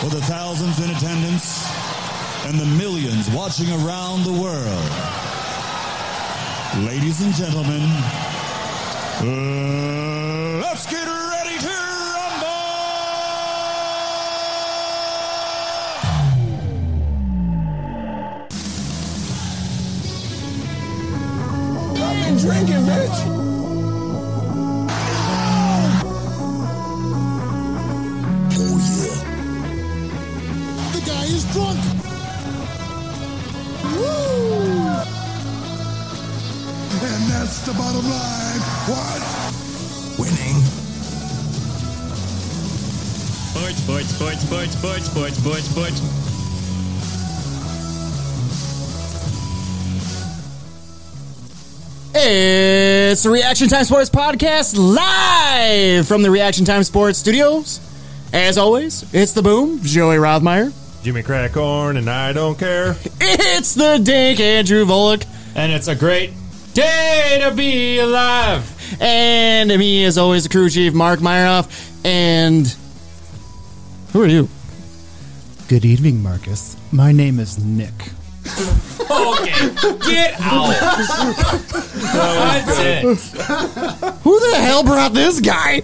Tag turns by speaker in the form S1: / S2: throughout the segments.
S1: for the thousands in attendance and the millions watching around the world. Ladies and gentlemen, uh, let's get ready to rumble!
S2: Fucking drink it, bitch!
S3: Oh, drunk. Woo! And that's the bottom line. What?
S4: Winning.
S5: Sports, sports, sports, sports, sports, sports, sports, sports.
S6: It's the Reaction Time Sports Podcast live from the Reaction Time Sports Studios. As always, it's the boom, Joey Rothmeyer.
S7: Jimmy Crackhorn, and I don't care.
S6: It's the Dink Andrew Volek,
S8: and it's a great day to be alive.
S6: and me, as always, the crew chief Mark Myeroff. And who are you?
S9: Good evening, Marcus. My name is Nick.
S8: Okay, get out. That's it.
S6: Who the hell brought this guy?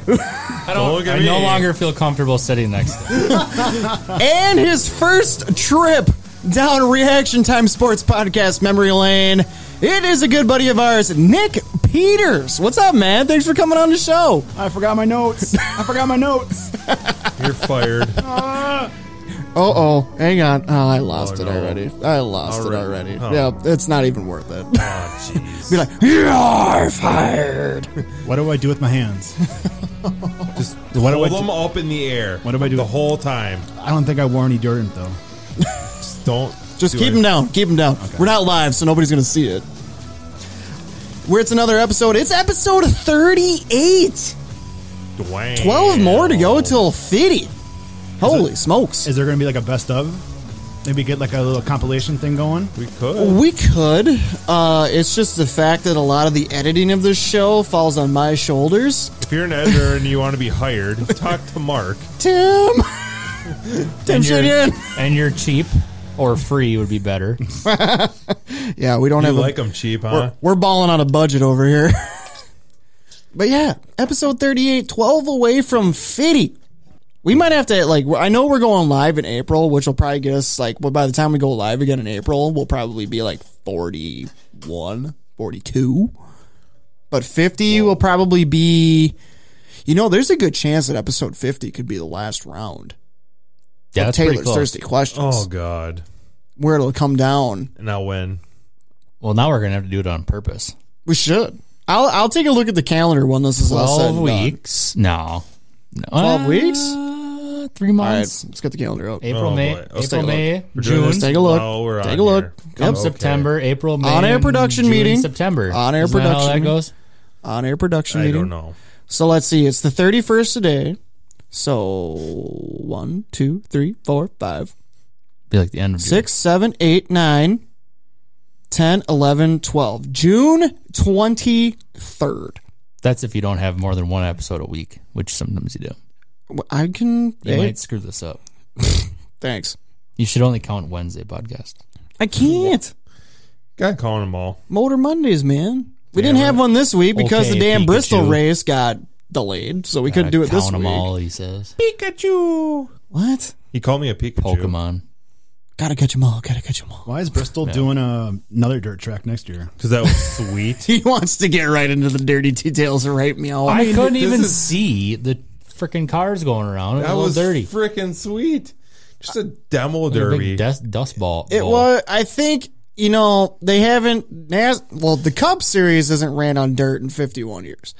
S8: I, don't, I no longer feel comfortable sitting next to him.
S6: and his first trip down Reaction Time Sports Podcast memory lane. It is a good buddy of ours, Nick Peters. What's up, man? Thanks for coming on the show.
S9: I forgot my notes. I forgot my notes.
S7: You're fired.
S6: Uh oh, hang on. Oh, I lost
S7: Oh,
S6: it
S7: no.
S6: already. I lost
S7: Already?
S6: it
S7: Oh.
S6: already. Yeah, it's not even worth it.
S7: Oh, jeez.
S6: Be like, you're fired.
S9: What do I do with my hands?
S7: Just
S9: What do I
S7: hold
S9: do-
S7: them up in the air.
S9: What do I do
S7: The
S9: with-
S7: whole time.
S9: I don't think I wore any deodorant though.
S7: Just don't.
S6: Just
S7: do
S6: keep
S7: it.
S6: them down. Keep them down. We're not live, so nobody's going to see it. Where it's another episode. It's episode 38.
S7: Dwayne.
S6: 12 more to go till 50. Holy smokes.
S9: Is there going to be like a best of? Maybe get like a little compilation thing going.
S7: We could.
S6: We could. Uh, it's just the fact that a lot of the editing of this show falls on my shoulders.
S7: If you're an editor and you want to be hired, talk to Mark.
S6: Tim. Tim
S8: And you're,
S6: Shinian.
S8: and you're cheap or free would be better.
S6: Yeah, we don't
S7: You
S6: have a
S7: like him cheap, huh?
S6: We're balling on a budget over here. but yeah, episode 38, 12 away from 50. We might have to, like, I know we're going live in April, which will probably get us, like, well, by the time we go live again in April, we'll probably be like 41, 42. But 50 will probably be, you know, there's a good chance that episode 50 could be the last round.
S8: Yeah,
S6: of
S8: that's pretty
S6: Taylor's
S8: close.
S6: Thursday questions,
S7: Oh God.
S6: where it'll come down.
S7: And Now when?
S8: Well, now we're going to have to do it on purpose.
S6: We should. I'll, I'll take a look at the calendar when this is all said
S8: 12
S6: and done.
S8: weeks. No. no.
S6: 12 weeks?
S8: Uh, Three
S6: All right,
S8: months.
S6: let's get the calendar up.
S8: April,
S7: Oh,
S8: May,
S7: boy. Let's
S8: April,
S6: take a
S8: May,
S7: We're doing
S8: June,
S7: this
S6: Take a look.
S7: No, we're
S6: Take
S7: on
S6: a look.
S7: here.
S6: Yep.
S7: Okay.
S8: September, April, May,
S6: On-air
S8: and
S6: production
S8: June,
S6: meeting.
S8: September.
S6: On-air
S8: Isn't that How
S6: production
S8: that goes.
S6: On air production
S7: I
S6: meeting.
S7: don't know.
S6: So let's see. It's the 31st today. So one, two, three, four, five,
S8: Be like the end of June.
S6: six, seven, eight, nine, 10, 11, 12. June 23rd.
S8: That's if you don't have more than one episode a week, which sometimes you do.
S6: Well, I can.
S8: You
S6: eh,
S8: might screw this up.
S6: Thanks.
S8: You should only count Wednesday podcast.
S6: I can't.
S7: God calling them all.
S6: Motor Mondays, man. We didn't have one this week because
S8: Okay,
S6: the damn Bristol
S8: Pikachu.
S6: race got delayed, so we couldn't
S8: I
S6: do it this
S8: count them
S6: week.
S8: all, he says.
S7: Pikachu.
S6: What?
S7: He called me a Pikachu.
S8: Pokemon.
S6: Gotta catch them all. Gotta catch them all.
S9: Why is Bristol doing uh another dirt track next year?
S7: Because that was sweet.
S6: He wants to get right into the dirty details, right, meow?
S8: I, couldn't
S7: this
S8: even
S7: is-
S8: see the freaking cars going around. It was,
S7: that
S8: a
S7: was
S8: little dirty.
S7: freaking sweet. Just a demo
S8: Like a
S7: derby.
S8: big dust, dust ball.
S6: It
S8: bowl.
S6: was. I think you know they haven't. Nas- well, the Cup Series hasn't ran on dirt in 51 years,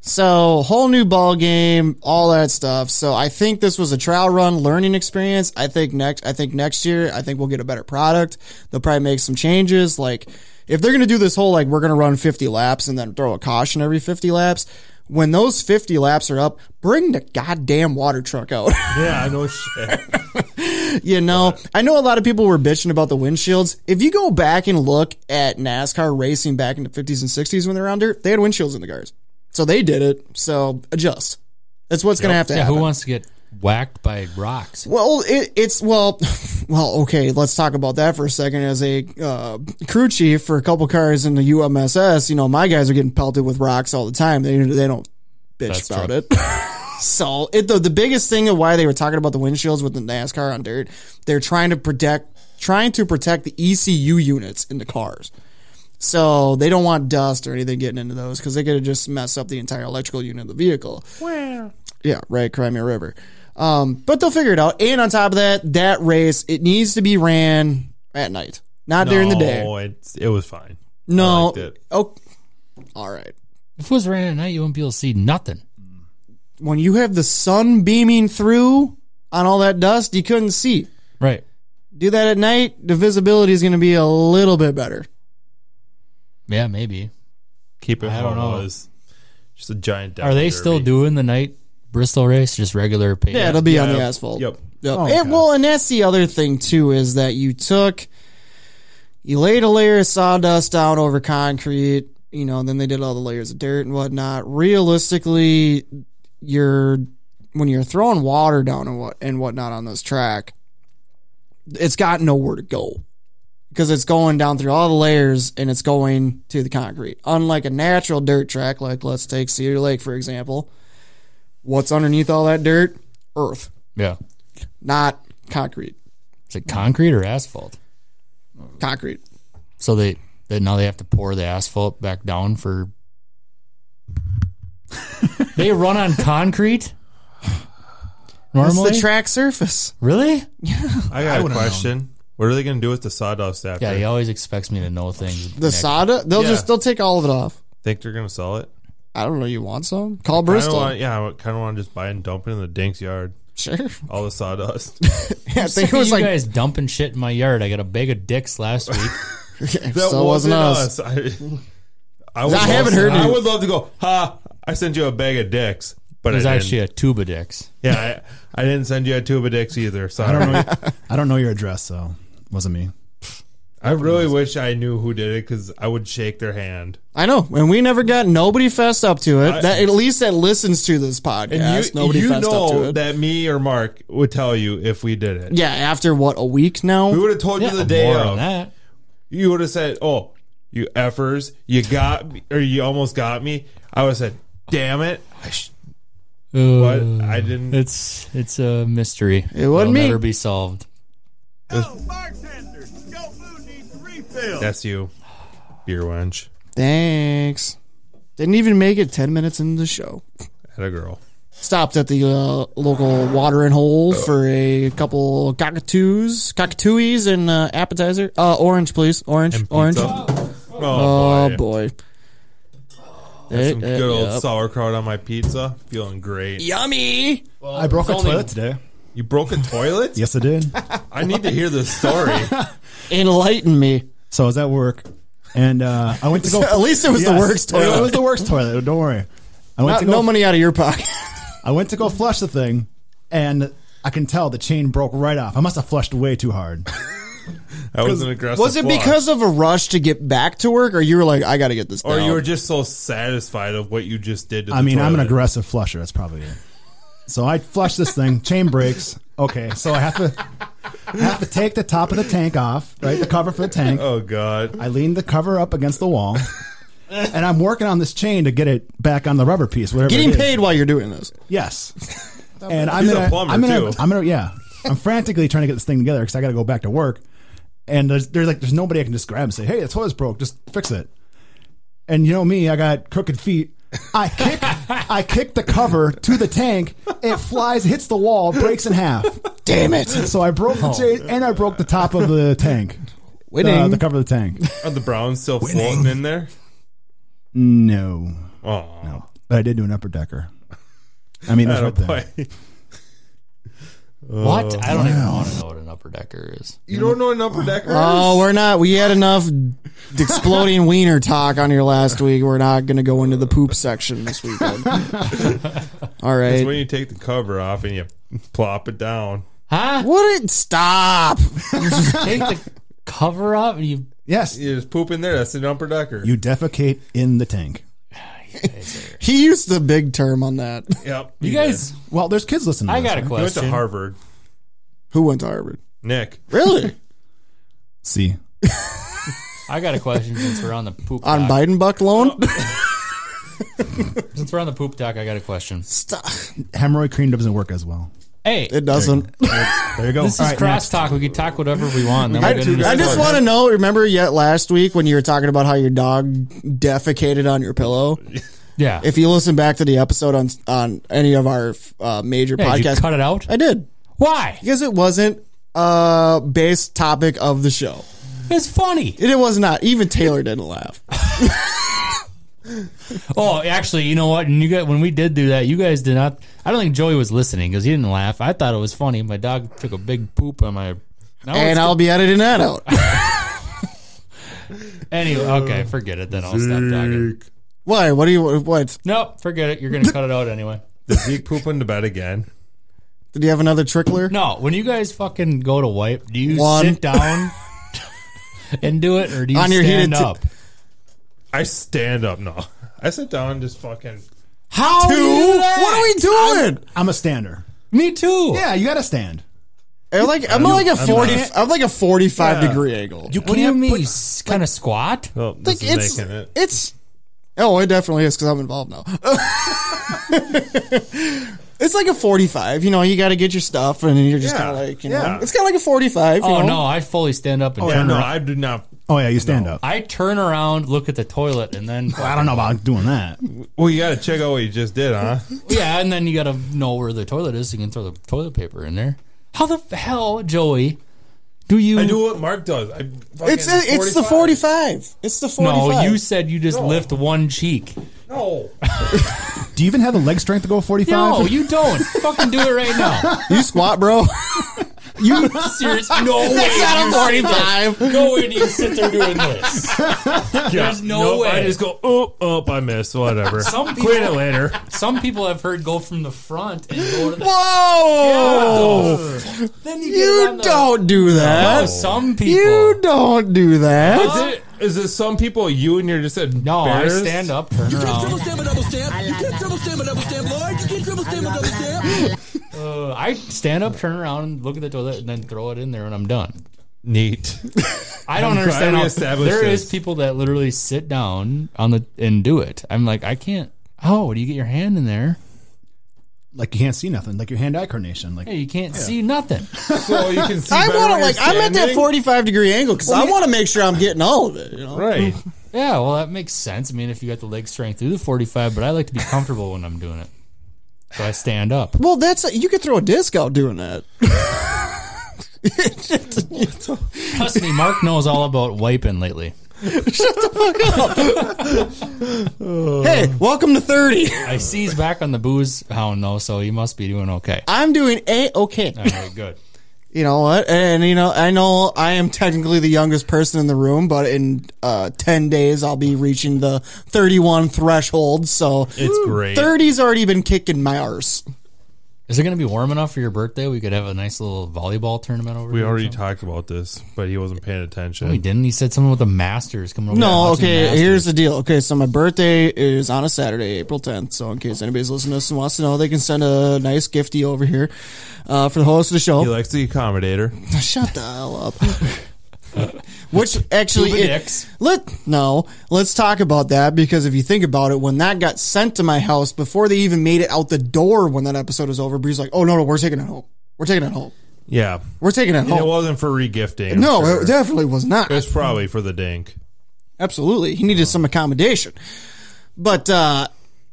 S6: so whole new ball game, all that stuff. So I think this was a trial run, learning experience. I think next. I think next year, I think we'll get a better product. They'll probably make some changes. Like if they're gonna do this whole like we're gonna run 50 laps and then throw a caution every 50 laps. When those 50 laps are up, bring the goddamn water truck out.
S7: yeah, I know shit.
S6: You know, I know a lot of people were bitching about the windshields. If you go back and look at NASCAR racing back in the 50s and 60s when they were on dirt, they had windshields in the cars. So they did it. So adjust. That's what's going to have to
S8: Yeah,
S6: happen.
S8: who wants to get whacked by rocks.
S6: Well, it, it's well, well. Okay, let's talk about that for a second. As a uh, crew chief for a couple cars in the UMSS, you know, my guys are getting pelted with rocks all the time. They they don't bitch
S8: That's
S6: about
S8: true.
S6: it. so it the, the biggest thing of why they were talking about the windshields with the NASCAR on dirt, they're trying to protect trying to protect the ECU units in the cars. So they don't want dust or anything getting into those because they could just mess up the entire electrical unit of the vehicle. Yeah, right, Crimea River. Um, but they'll figure it out. And on top of that, that race it needs to be ran at night, not during the day.
S7: No, Oh, it's, it was fine. I
S6: No.
S7: liked it.
S6: Oh, all right.
S8: If it was raining at night, you wouldn't be able to see nothing.
S6: When you have the sun beaming through on all that dust, you couldn't see.
S8: Right.
S6: Do that at night, the visibility is going to be a little bit better.
S8: Yeah, maybe.
S7: Keep it
S8: I
S7: how
S8: don't
S7: it
S8: know.
S7: was. Just a giant.
S8: Are they still doing the night Bristol race? Just regular paint?
S6: Yeah, it'll be on the
S7: yeah.
S6: asphalt.
S7: Yep.
S6: Yep.
S9: Oh,
S6: And-
S9: okay.
S6: well, and that's the other thing too is that you took, you laid a layer of sawdust down over concrete. You know, then they did all the layers of dirt and whatnot. Realistically, you're when you're throwing water down and what and whatnot on this track, it's got nowhere to go because it's going down through all the layers and it's going to the concrete. Unlike a natural dirt track, like let's take Cedar Lake for example, what's underneath all that dirt? Earth
S8: Yeah.
S6: not concrete.
S8: Is it concrete or asphalt?
S6: Concrete.
S8: So they, they now they have to pour the asphalt back down for. they run on concrete.
S6: It's
S8: Normally,
S6: the track surface.
S8: really?
S7: I got a question. What are they going to do with the sawdust after?
S8: Yeah, he always expects me to know things.
S6: The soda, they'll
S7: Yeah.
S6: just they'll take all of it off.
S7: Think they're going to sell it?
S6: I don't know. You want some? Call
S7: I don't
S6: Bristol.
S7: want, yeah, I kind of want to just buy and dump it in the Dink's yard.
S6: sure.
S7: All the sawdust.
S6: Yeah, I think it
S8: you
S6: was like
S8: guys dumping shit in my yard. I got a bag of dicks last week.
S7: That
S6: so. It wasn't us.
S7: I, I, would
S6: I haven't
S7: love-
S6: heard
S7: I
S6: it.
S7: would love to go. Ha! I sent you a bag of dicks, but
S8: It was
S7: I didn't.
S8: actually a tube of dicks.
S7: yeah, I, I didn't send you a tube of dicks either. So I,
S9: I don't know. I don't know your address, so it wasn't me.
S7: I really wish I knew who did it because I would shake their hand.
S6: I know, and we never got nobody fessed up to it.
S7: I-
S6: that at least that listens to this
S7: And
S6: podcast.
S7: you,
S6: nobody
S7: you
S6: fessed up to
S7: know
S6: it.
S7: that me or Mark would tell you if we did it.
S6: yeah, after what a week now.
S7: We would have told you the day
S8: More on
S7: of.
S8: that.
S7: You would have said, "Oh, you effers, you got me, or you almost got me." I would have said, "Damn it, I sh- what?
S8: Uh,
S7: I didn't."
S8: It's it's a mystery.
S6: It wasn't
S8: It'll
S6: me.
S8: Never be solved.
S2: Hello, bartender. Your food needs a refill.
S7: That's you, beer wench.
S6: Thanks. Didn't even make it ten minutes into the show.
S7: Had a girl.
S6: stopped at the uh, local watering hole for a couple cockatoos, cockatooies, and uh, appetizer. Uh, orange, please. Orange, orange.
S7: Oh,
S6: Oh
S7: boy.
S6: boy.
S7: Some good old sauerkraut on my pizza. Feeling great.
S6: Yummy.
S9: I broke a toilet today.
S7: You broke a toilet?
S9: Yes, I did.
S7: I need to hear this story.
S6: Enlighten me.
S9: So I was at work, and uh, I went to go.
S6: At least it was the worst toilet.
S9: It was the worst toilet. Don't worry. I went
S6: Not,
S9: to go.
S6: no money out of your pocket.
S9: I went to go flush the thing, and I can tell the chain broke right off. I must have flushed way too hard.
S7: That was an aggressive.
S6: Was it
S7: flush.
S6: because of a rush to get back to work, or you were like, I got to get this
S7: or
S6: down?
S7: you were just so satisfied of what you just did? To
S9: I
S7: the
S9: mean, I'm an
S7: toilet?
S9: aggressive flusher. That's probably it. So I flush this thing. Chain breaks. Okay, so I have to I have to take the top of the tank off, right? The cover for the tank.
S7: Oh god.
S9: I leaned the cover up against the wall, and I'm working on this chain to get it back on the rubber piece. Whatever.
S6: Getting
S9: it is.
S6: paid while you're doing this.
S9: Yes. and I'm
S7: He's
S9: in
S7: a plumber,
S9: I'm in
S7: too.
S9: A, I'm in a, yeah. I'm frantically trying to get this thing together because I got to go back to work. And there's, there's like there's nobody I can just grab and say, "Hey, the toilet's broke. Just fix it." And you know me, I got crooked feet. I kick I kick the cover to the tank. It flies, hits the wall, breaks in half.
S6: Damn it.
S9: So I broke the
S7: Oh.
S9: chain and I broke the top of the tank.
S6: Winning.
S9: The, the cover of the tank.
S7: Are the Browns still floating in there?
S9: No,
S7: Oh
S9: but I did do an upper decker. I mean, it was right
S7: boy.
S9: there.
S8: what?
S7: Uh,
S8: I don't even want to know what an upper decker is.
S7: You don't know an upper decker?
S6: Oh, we're not. We had enough exploding wiener talk on here last week. We're not going to go into the poop section this weekend. All
S7: It's
S6: right.
S7: when you take the cover off and you plop it down.
S8: Huh?
S6: What? It, stop.
S8: Take the cover up and you.
S9: Yes,
S7: You just poop in there. That's an upper decker.
S9: you defecate in the tank.
S8: you guys are-
S6: He used the big term on that.
S7: Yep.
S8: You guys,
S9: Well, there's kids listening. To
S8: I
S9: this,
S8: got a
S9: right?
S7: He went to
S8: question.
S7: Harvard.
S6: Who went to Harvard?
S7: Nick.
S6: Really?
S9: See,
S8: I got a question since we're on the poop
S6: on
S8: talk.
S6: Biden buck loan?
S8: Since we're on the poop talk, I got a question.
S6: Stop.
S9: hemorrhoid cream doesn't work as well.
S8: Hey,
S6: It doesn't.
S9: There you go.
S8: this
S9: All
S8: is
S9: right, next.
S8: crosstalk. We could talk whatever we want. Then
S6: I,
S8: we're good in the
S6: I just
S8: story.
S6: want to know. Remember yet last week when you were talking about how your dog defecated on your pillow?
S8: Yeah.
S6: If you listen back to the episode on on any of our uh, major
S8: Hey, did you
S6: podcasts,
S8: cut it out?
S6: I did
S8: Why?
S6: because it wasn't uh base topic of the show.
S8: It's funny.
S6: It, it was not. Even Taylor didn't laugh.
S8: Oh, actually, you know what? And you got when we did do that, you guys did not. I don't think Joey was listening because he didn't laugh. I thought it was funny. My dog took a big poop on my. No,
S6: and
S8: it's-
S6: I'll be editing that out.
S8: anyway, okay, forget it. Then I'll stop talking.
S6: Why? What do you? What
S8: Nope, forget it. You're gonna cut it out anyway.
S7: Did Zeke poop into bed again?
S6: did you have another trickler?
S8: No, when you guys fucking go to wipe, do you
S6: One.
S8: sit down and do it, or do you
S6: On your
S8: stand
S6: heated t-
S8: up?
S7: I stand up. No. I sit down and just fucking.
S8: How do you do that?
S6: What are we doing?
S9: I'm a stander.
S8: Me too.
S9: Yeah, you got to stand.
S6: I'm like I'm like a
S7: I'm
S6: forty.
S7: not.
S6: I'm like a forty-five degree angle.
S8: You can't mean kind of squat?
S7: Oh,
S6: Like,
S7: this
S6: it's
S7: is making it.
S6: it's oh it definitely is because i'm involved now it's like a 45 you know you got to get your stuff and then you're just
S7: Yeah,
S6: kind of like you know
S7: yeah.
S6: it's kind of like a 45 you
S8: Oh
S6: know?
S8: no, I fully stand up
S6: Oh,
S8: and
S7: Yeah,
S8: turn
S7: no,
S8: around.
S7: I do not.
S9: Oh yeah, you stand up.
S8: I turn around, look at the toilet, and then
S9: I don't know about doing that.
S7: Well, you got to check out what you just did, huh?
S8: yeah, and then you gotta know where the toilet is. So you can throw the toilet paper in there. How the hell, Joey? Do you?
S7: I do what Mark does. I fucking
S6: it's it's the 45 it's the 45
S8: no, you said you just
S7: No.
S8: lift one cheek.
S7: No.
S9: Do you even have the leg strength to go 45?
S8: No, you don't. Fucking do it right now.
S6: you squat bro
S8: You serious? No way.
S6: It's
S8: you
S6: not a
S8: sit there.
S6: 45
S8: No way do you sit there doing this. There's no
S7: Nope,
S8: way.
S7: I just go, oh, oh, I missed. Whatever.
S8: Some people,
S7: Clean it later.
S8: Some people I've heard go from the front and go to the.
S6: whoa
S8: Then you, get on
S6: you
S8: the-
S6: don't do that
S8: No, some people.
S6: you don't do that
S7: Is it, is it some people you and you're just embarrassed?
S8: No, I stand up, turn around.
S2: stamp a double stamp. You can't triple stamp a double stamp, Lloyd. You can't triple stamp a double stamp.
S8: Uh, I stand up, turn around, and look at the toilet, and then throw it in there, and I'm done.
S7: Neat.
S8: I don't
S7: glad
S8: understand
S7: we
S8: how
S7: established
S8: there is
S7: this.
S8: people that literally sit down on the and do it. I'm like, I can't. Oh, do you get your hand in there?
S9: like you can't see nothing. Like your hand-eye coordination. Like
S8: Hey, you can't see nothing.
S7: So you can see.
S6: I
S7: better
S6: want to
S7: when
S6: like
S7: you're
S6: I'm at that
S7: standing.
S6: 45 degree angle because I want to make sure I'm getting all of it. You know,
S7: Right.
S8: Yeah, well, that makes sense. I mean, if you got the leg strength through the 45, but I like to be comfortable when I'm doing it, so I stand up.
S6: Well, that's you could throw a disc out doing that.
S8: Trust me, Mark knows all about wiping lately.
S6: Hey, welcome to 30.
S8: I see he's back on the booze hound though, so he must be doing okay.
S6: I'm doing a okay.
S8: All right, good.
S6: You know what? And you know, I know I am technically the youngest person in the room, but in uh, 10 days I'll be reaching the 31 threshold. So
S7: It's great.
S6: 30's already been kicking my arse.
S8: Is it going to be warm enough for your birthday? We could have a nice little volleyball tournament over
S7: We
S8: here or
S7: already
S8: something?
S7: talked about this, but he wasn't paying attention.
S6: Oh,
S8: No, he didn't. He said something with the Masters coming over.
S6: No,
S8: here, watching
S6: okay.
S8: Masters.
S6: Here's the deal. Okay, so my birthday is on a Saturday, April 10th. So in case anybody's listening to this and wants to know, they can send a nice gifty over here uh, for the host of the show.
S7: He likes the accommodator.
S6: Shut the hell up. Which actually,
S8: Scuba
S6: it-
S8: dicks.
S6: let no. Let's talk about that because if you think about it, when that got sent to my house before they even made it out the door, when that episode was over, Bree's like, "Oh no, no, we're taking it home. We're taking it home.
S7: Yeah.
S6: We're taking it
S7: And it
S6: home."
S7: wasn't for regifting. I'm
S6: no,
S7: sure.
S6: it definitely was not.
S7: It's probably for the dink.
S6: Absolutely. He needed some accommodation. But uh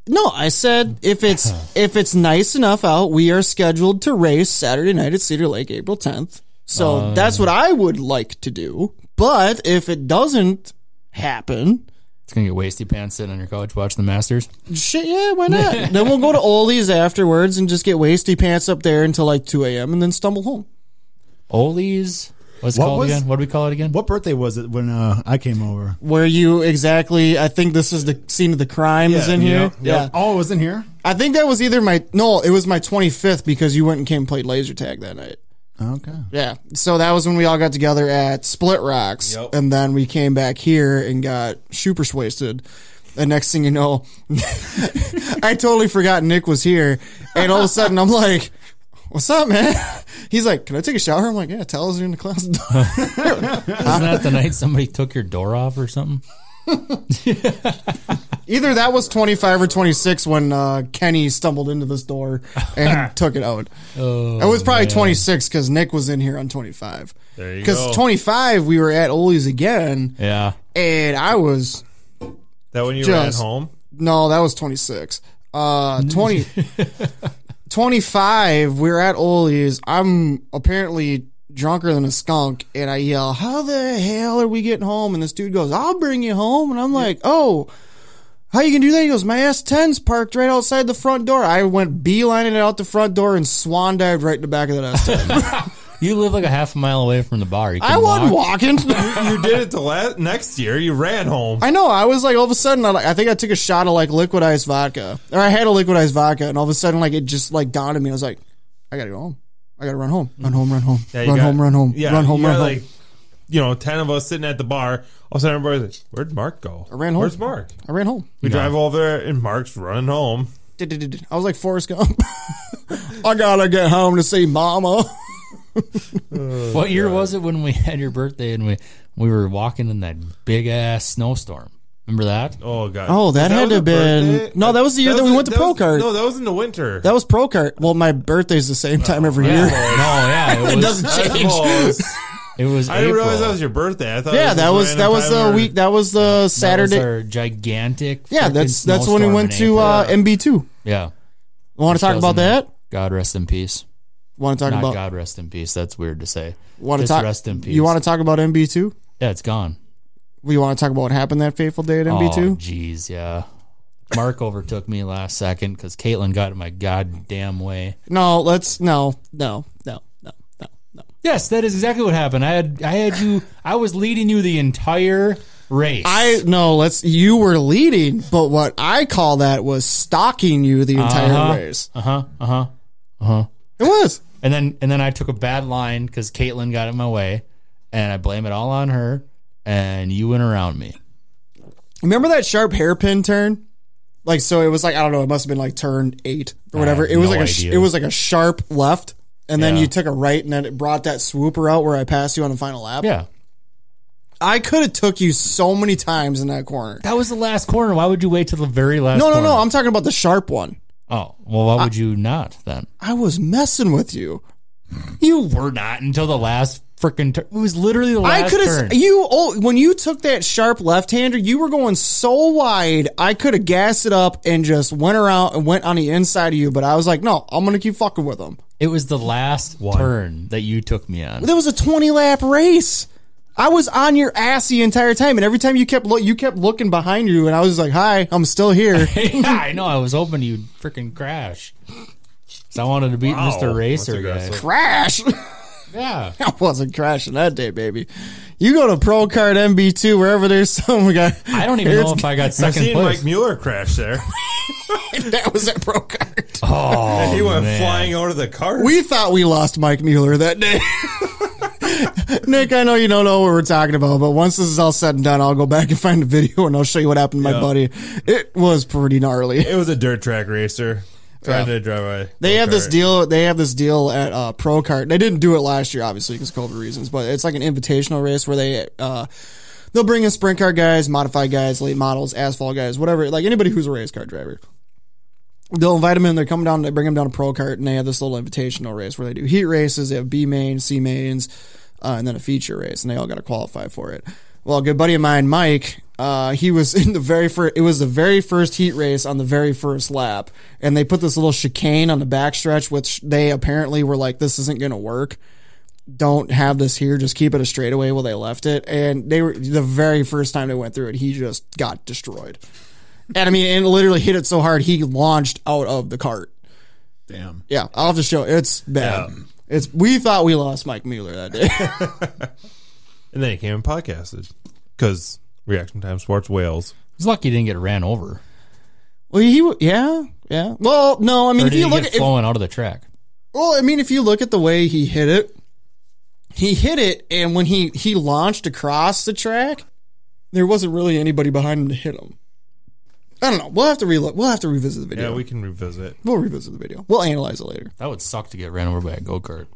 S6: no, I said if it's if it's nice enough out, we are scheduled to race Saturday night at Cedar Lake April 10th. So that's what I would like to do. But if it doesn't happen,
S8: It's going to get wasty pants sitting on your couch watching the Masters.
S6: shit, yeah, why not? then we'll go to Ollie's afterwards and just get wasty pants up there until like 2 a.m. and then stumble home.
S8: Oli's. What's it
S9: What
S8: called
S9: was-
S8: again? What do we call it again?
S9: what birthday was it when uh, I came over?
S6: Where you exactly, I think this is the scene of the crime is in here. Yeah.
S9: Oh, it was in here.
S6: I think that was either my no, it was my 25th because you went and came and played laser tag that night.
S9: Okay.
S6: Yeah, so that was when we all got together at Split Rocks,
S7: Yep.
S6: and then we came back here and got super wasted, The next thing you know, I totally forgot Nick was here, and all of a sudden I'm like, "What's up, man?" He's like, "Can I take a shower?" I'm like, "Yeah, towels are in the closet."
S8: Isn't that the night somebody took your door off or something?
S6: Either that was 25 or 26 when uh, Kenny stumbled into this door and took it out.
S7: Oh,
S6: it was probably 26 because Nick was in here on 25.
S7: There you go.
S6: Because 25, we were at Ollie's again,
S8: Yeah.
S6: and I was
S7: that when you were at
S6: Just-
S7: home?
S6: no, that was 26. Uh, 20, 25, we were at Ollie's. I'm apparently drunker than a skunk, and I yell, How the hell are we getting home? And this dude goes, I'll bring you home. And I'm like, Oh, how you gonna do that? He goes, My S10's parked right outside the front door. I went beelining it out the front door and swan dived right in the back of that S10.
S8: You live like a half a mile away from the bar. You
S6: I
S8: can
S6: wasn't
S8: walk.
S6: walking.
S7: You did it the last next year. You ran home.
S6: I know. I was like, all of a sudden, I, like, I think I took a shot of like liquidized vodka, or I had a liquidized vodka, and all of a sudden, like it just like dawned on me. I was like, I gotta go home. I gotta run home. Run home. Run home.
S7: Yeah, you
S6: run,
S7: got-
S6: home run home.
S7: Yeah,
S6: run home.
S7: you
S6: Run
S7: got,
S6: home.
S7: Like, you know, ten of us sitting at the bar. All of a sudden, everybody's like, "Where'd Mark go? I
S6: ran home.
S7: Where's Mark?
S6: I ran home.
S7: We drive over there, and Mark's running home.
S6: Did-did-did-did. I was like Forrest Gump. I gotta get home to see Mama.
S8: What year was it when we had your birthday and we we were walking in that big ass snowstorm? Remember that?
S7: Oh god.
S6: Oh, that had
S7: was
S6: to
S7: a
S6: have been-
S7: birthday?
S6: No, that was the year that we
S7: in-
S6: went to
S7: was-
S6: Procart.
S7: No, that was in the winter.
S6: That was pro cart. Well, my birthday's the same time every
S8: Yeah.
S6: year.
S8: no, yeah, it, was,
S6: doesn't
S7: That
S6: change.
S7: was-
S8: It was.
S7: I didn't
S8: April.
S7: realize that was your birthday. I thought
S6: Yeah,
S7: it
S6: that was
S7: just
S6: that
S7: random
S6: was
S7: time
S6: the
S7: we
S6: week.
S7: were-
S6: That was the
S8: That was
S6: Saturday.
S8: our gigantic.
S6: yeah,
S8: frickin'
S6: that's that's when we
S8: snowstorm
S6: went
S8: in
S6: to
S8: April.
S6: uh, MB two.
S8: yeah.
S6: Want to talk about
S8: 2000.
S6: that?
S8: God rest in peace.
S6: Want to talk
S8: Not
S6: about?
S8: God rest in peace. That's weird to say.
S6: Want to
S8: Just
S6: talk?
S8: Rest in peace.
S6: You want to talk about MB two?
S8: Yeah, it's gone.
S6: We want to talk about what happened that fateful day at MB
S8: Oh,
S6: two.
S8: jeez, yeah. Mark overtook me last second because Caitlin got in my goddamn way.
S6: No, let's no, no, no, no, no, no.
S8: Yes, that is exactly what happened. I had I had you. I was leading you the entire race.
S6: I no, let's. You were leading, but what I call that was stalking you the entire
S8: Uh-huh.
S6: race. Uh-huh.
S8: Uh huh. Uh huh.
S6: It was.
S8: And then and then I took a bad line because Caitlin got in my way, and I blame it all on her. And you went around me.
S6: Remember that sharp hairpin turn? Like so, it was like I don't know. It must have been like turn eight or whatever.
S8: have
S6: It was
S8: no
S6: like a sh-
S8: idea.
S6: it was like a sharp left, and then
S8: Yeah.
S6: you took a right, and then it brought that swooper out where I passed you on the final lap.
S8: Yeah,
S6: I could have took you so many times in that corner.
S8: that was the last corner. Why would you wait till the very last?
S6: No, no,
S8: corner?
S6: no. I'm talking about the sharp one.
S8: oh well, why would you not then?
S6: I was messing with you.
S8: You were not until the last freaking turn. It was literally the
S6: I
S8: last
S6: could
S8: turn.
S6: have you oh when you took that sharp left hander, you were going so wide. I could have gassed it up and just went around and went on the inside of you. But I was like, no, I'm gonna keep fucking with them.
S8: It was the last turn that you took me on.
S6: There was a 20 lap race. I was on your ass the entire time, and every time you kept look, you kept looking behind you, and I was like, "Hi, I'm still here."
S8: yeah, I know. I was hoping you'd freaking crash. So I wanted to beat
S7: Wow,
S8: Mr. Racer
S7: Oh, that's
S8: guy.
S7: aggressive.
S6: Crash.
S8: Yeah.
S6: I wasn't crashing that day, baby. You go to Pro Card MB2, wherever there's some guy.
S8: I don't even know if I got
S7: I've
S8: second
S7: seen
S8: place.
S7: Mike Mueller crash there.
S6: that was at Pro Card.
S8: oh,
S7: he went
S8: man.
S7: flying out of the car.
S6: We thought we lost Mike Mueller that day. Nick, I know you don't know what we're talking about, but once this is all said and done, I'll go back and find the video and I'll show you what happened to my
S7: Yeah.
S6: buddy. It was pretty gnarly.
S7: it was a dirt track racer trying to drive away.
S6: They have this deal. They have this deal at uh, Pro Kart. They didn't do it last year, obviously, because COVID reasons. But it's like an invitational race where they uh, they'll bring in sprint car guys, modified guys, late models, asphalt guys, whatever. Like anybody who's a race car driver, they'll invite them in. They come down. They bring them down to Pro Kart, and they have this little invitational race where they do heat races. They have B main, C mains, uh, and then a feature race, and they all got to qualify for it. Well, a good buddy of mine, Mike, uh, he was in the very first. It was the very first heat race on the very first lap, and they put this little chicane on the backstretch, which they apparently were like, "This isn't going to work." don't have this here. Just keep it a straightaway. Well, they left it, and they were the very first time they went through it. He just got destroyed, and I mean, and literally hit it so hard he launched out of the cart.
S9: Damn.
S6: Yeah, I'll have to show. It's bad. It's we thought we lost Mike Mueller that day.
S7: and then he came and podcasted because Reaction Time Sports Wales.
S8: He's lucky he didn't get ran over.
S6: well, he w- yeah yeah. Well, no, I mean
S8: Or
S6: if
S8: did he
S6: you look
S8: get
S6: at if,
S8: flown out of the track?
S6: well, I mean if you look at the way he hit it, he hit it, and when he he launched across the track, there wasn't really anybody behind him to hit him. I don't know. We'll have to relook. We'll have to revisit the video.
S7: Yeah, we can revisit.
S6: we'll revisit the video. We'll analyze it later.
S8: That would suck to get ran over by a go kart.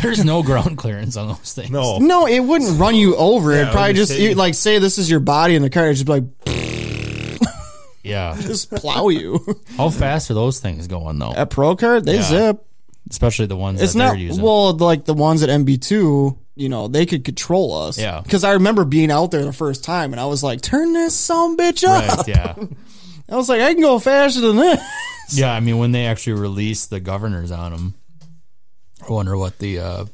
S8: There's no ground clearance on those things.
S7: No,
S6: No, it wouldn't run you over.
S7: Yeah,
S6: It'd probably
S7: it would just
S6: just
S7: hit
S6: you-
S7: you.
S6: like say this is your body in the car. It'd just be like
S8: Yeah.
S6: just plow you.
S8: How fast are those things going though?
S6: At Pro Card, they zip.
S8: Especially the ones
S6: It's
S8: that
S6: not
S8: they're using.
S6: well like the ones at MB2. You know, they could control us.
S8: Yeah.
S6: Because I remember being out there the first time, and I was like, "Turn this some bitch up."
S8: right, yeah.
S6: I was like, "I can go faster than this."
S8: Yeah, I mean when they actually release the governors on them, I wonder what the uh,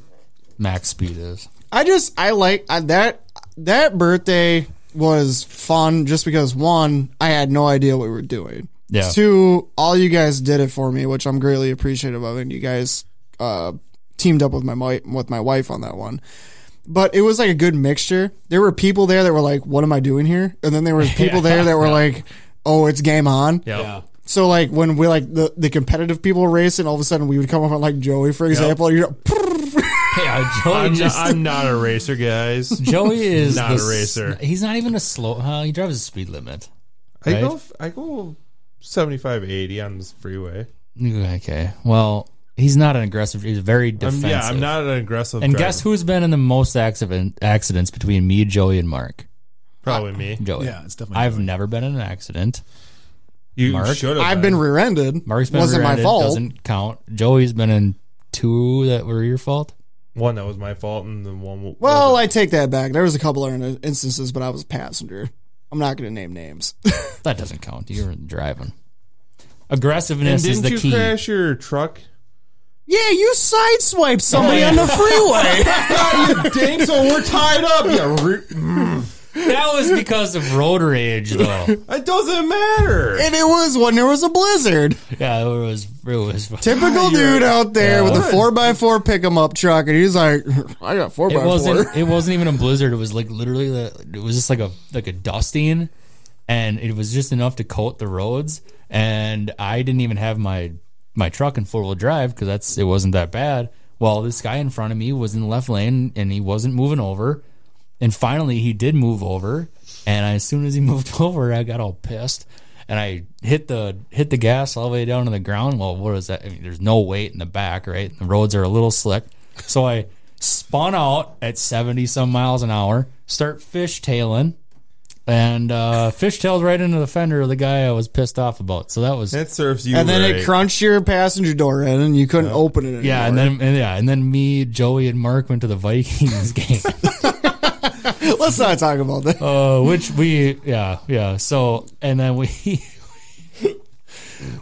S8: max speed is.
S6: I just I like I, that that birthday was fun just because one I had no idea what we were doing.
S8: Yeah.
S6: Two, all you guys did it for me, which I'm greatly appreciative of, and you guys uh, teamed up with my mi- with my wife on that one. But it was like a good mixture. There were people there that were like, "What am I doing here?" And then there were people there that were like, "Oh, it's game on."
S7: yeah,
S6: So like when we like the, the competitive people race, and all of a sudden we would come up on like Joey, for example. You're
S8: Yeah, Joey
S7: I'm, not,
S8: just-
S7: I'm not a racer, guys.
S8: Joey is
S7: Not
S8: the
S7: a racer.
S8: s- He's not even a slow. Uh, he drives a speed limit.
S7: I go, I go 75, 80 on this freeway.
S8: Okay. Well, he's not an aggressive. He's very
S7: I'm,
S8: defensive.
S7: yeah, I'm not an aggressive.
S8: And
S7: driver.
S8: guess who's been in the most accident, accidents between me, Joey, and Mark?
S7: Probably me.
S8: Joey.
S9: Yeah, it's definitely.
S8: I've never been in an accident.
S7: You
S8: Mark?
S7: should have.
S6: I've been rear-ended.
S8: Mark's been
S6: wasn't my
S8: rear-ended,
S6: fault.
S8: Doesn't count. Joey's been in two that were your fault.
S7: one that was my fault, and the one. w-
S6: Well,
S7: wasn't.
S6: I take that back. There was a couple other instances, but I was a passenger. I'm not going to name names.
S8: That doesn't count. You were
S7: and
S8: driving. Aggressiveness is
S7: didn't
S8: the
S7: you
S8: key.
S7: crash your truck?
S6: yeah, you sideswiped somebody on the freeway.
S7: Dang, so we're tied up. Yeah, re-
S8: That was because of road rage, though.
S7: it doesn't matter.
S6: and it was when there was a blizzard.
S8: yeah, it was. It was.
S6: Typical dude out there with
S7: What?
S6: a 4x4 pick 'em up truck, and he's like, I got 4x4.
S8: It wasn't. It wasn't even a blizzard. It was like literally. The, it was just like a like a dusting, and it was just enough to coat the roads. And I didn't even have my my truck in four wheel drive because that's it wasn't that bad. Well, this guy in front of me was in the left lane and he wasn't moving over. And finally, he did move over. And I, as soon as he moved over, I got all pissed. And I hit the hit the gas all the way down to the ground. Well, what is that? I mean, there's no weight in the back, right? The roads are a little slick, so I spun out at 70 some miles an hour, start fishtailing, and uh, fishtailed right into the fender of the guy I was pissed off about. So that was
S7: That serves you.
S6: and then
S7: right.
S6: it crunched your passenger door in, and you couldn't open it anymore.
S8: yeah, and then and yeah, and then me, Joey, and Mark went to the Vikings game.
S6: Let's not talk about that.
S8: uh, which we yeah yeah so and then we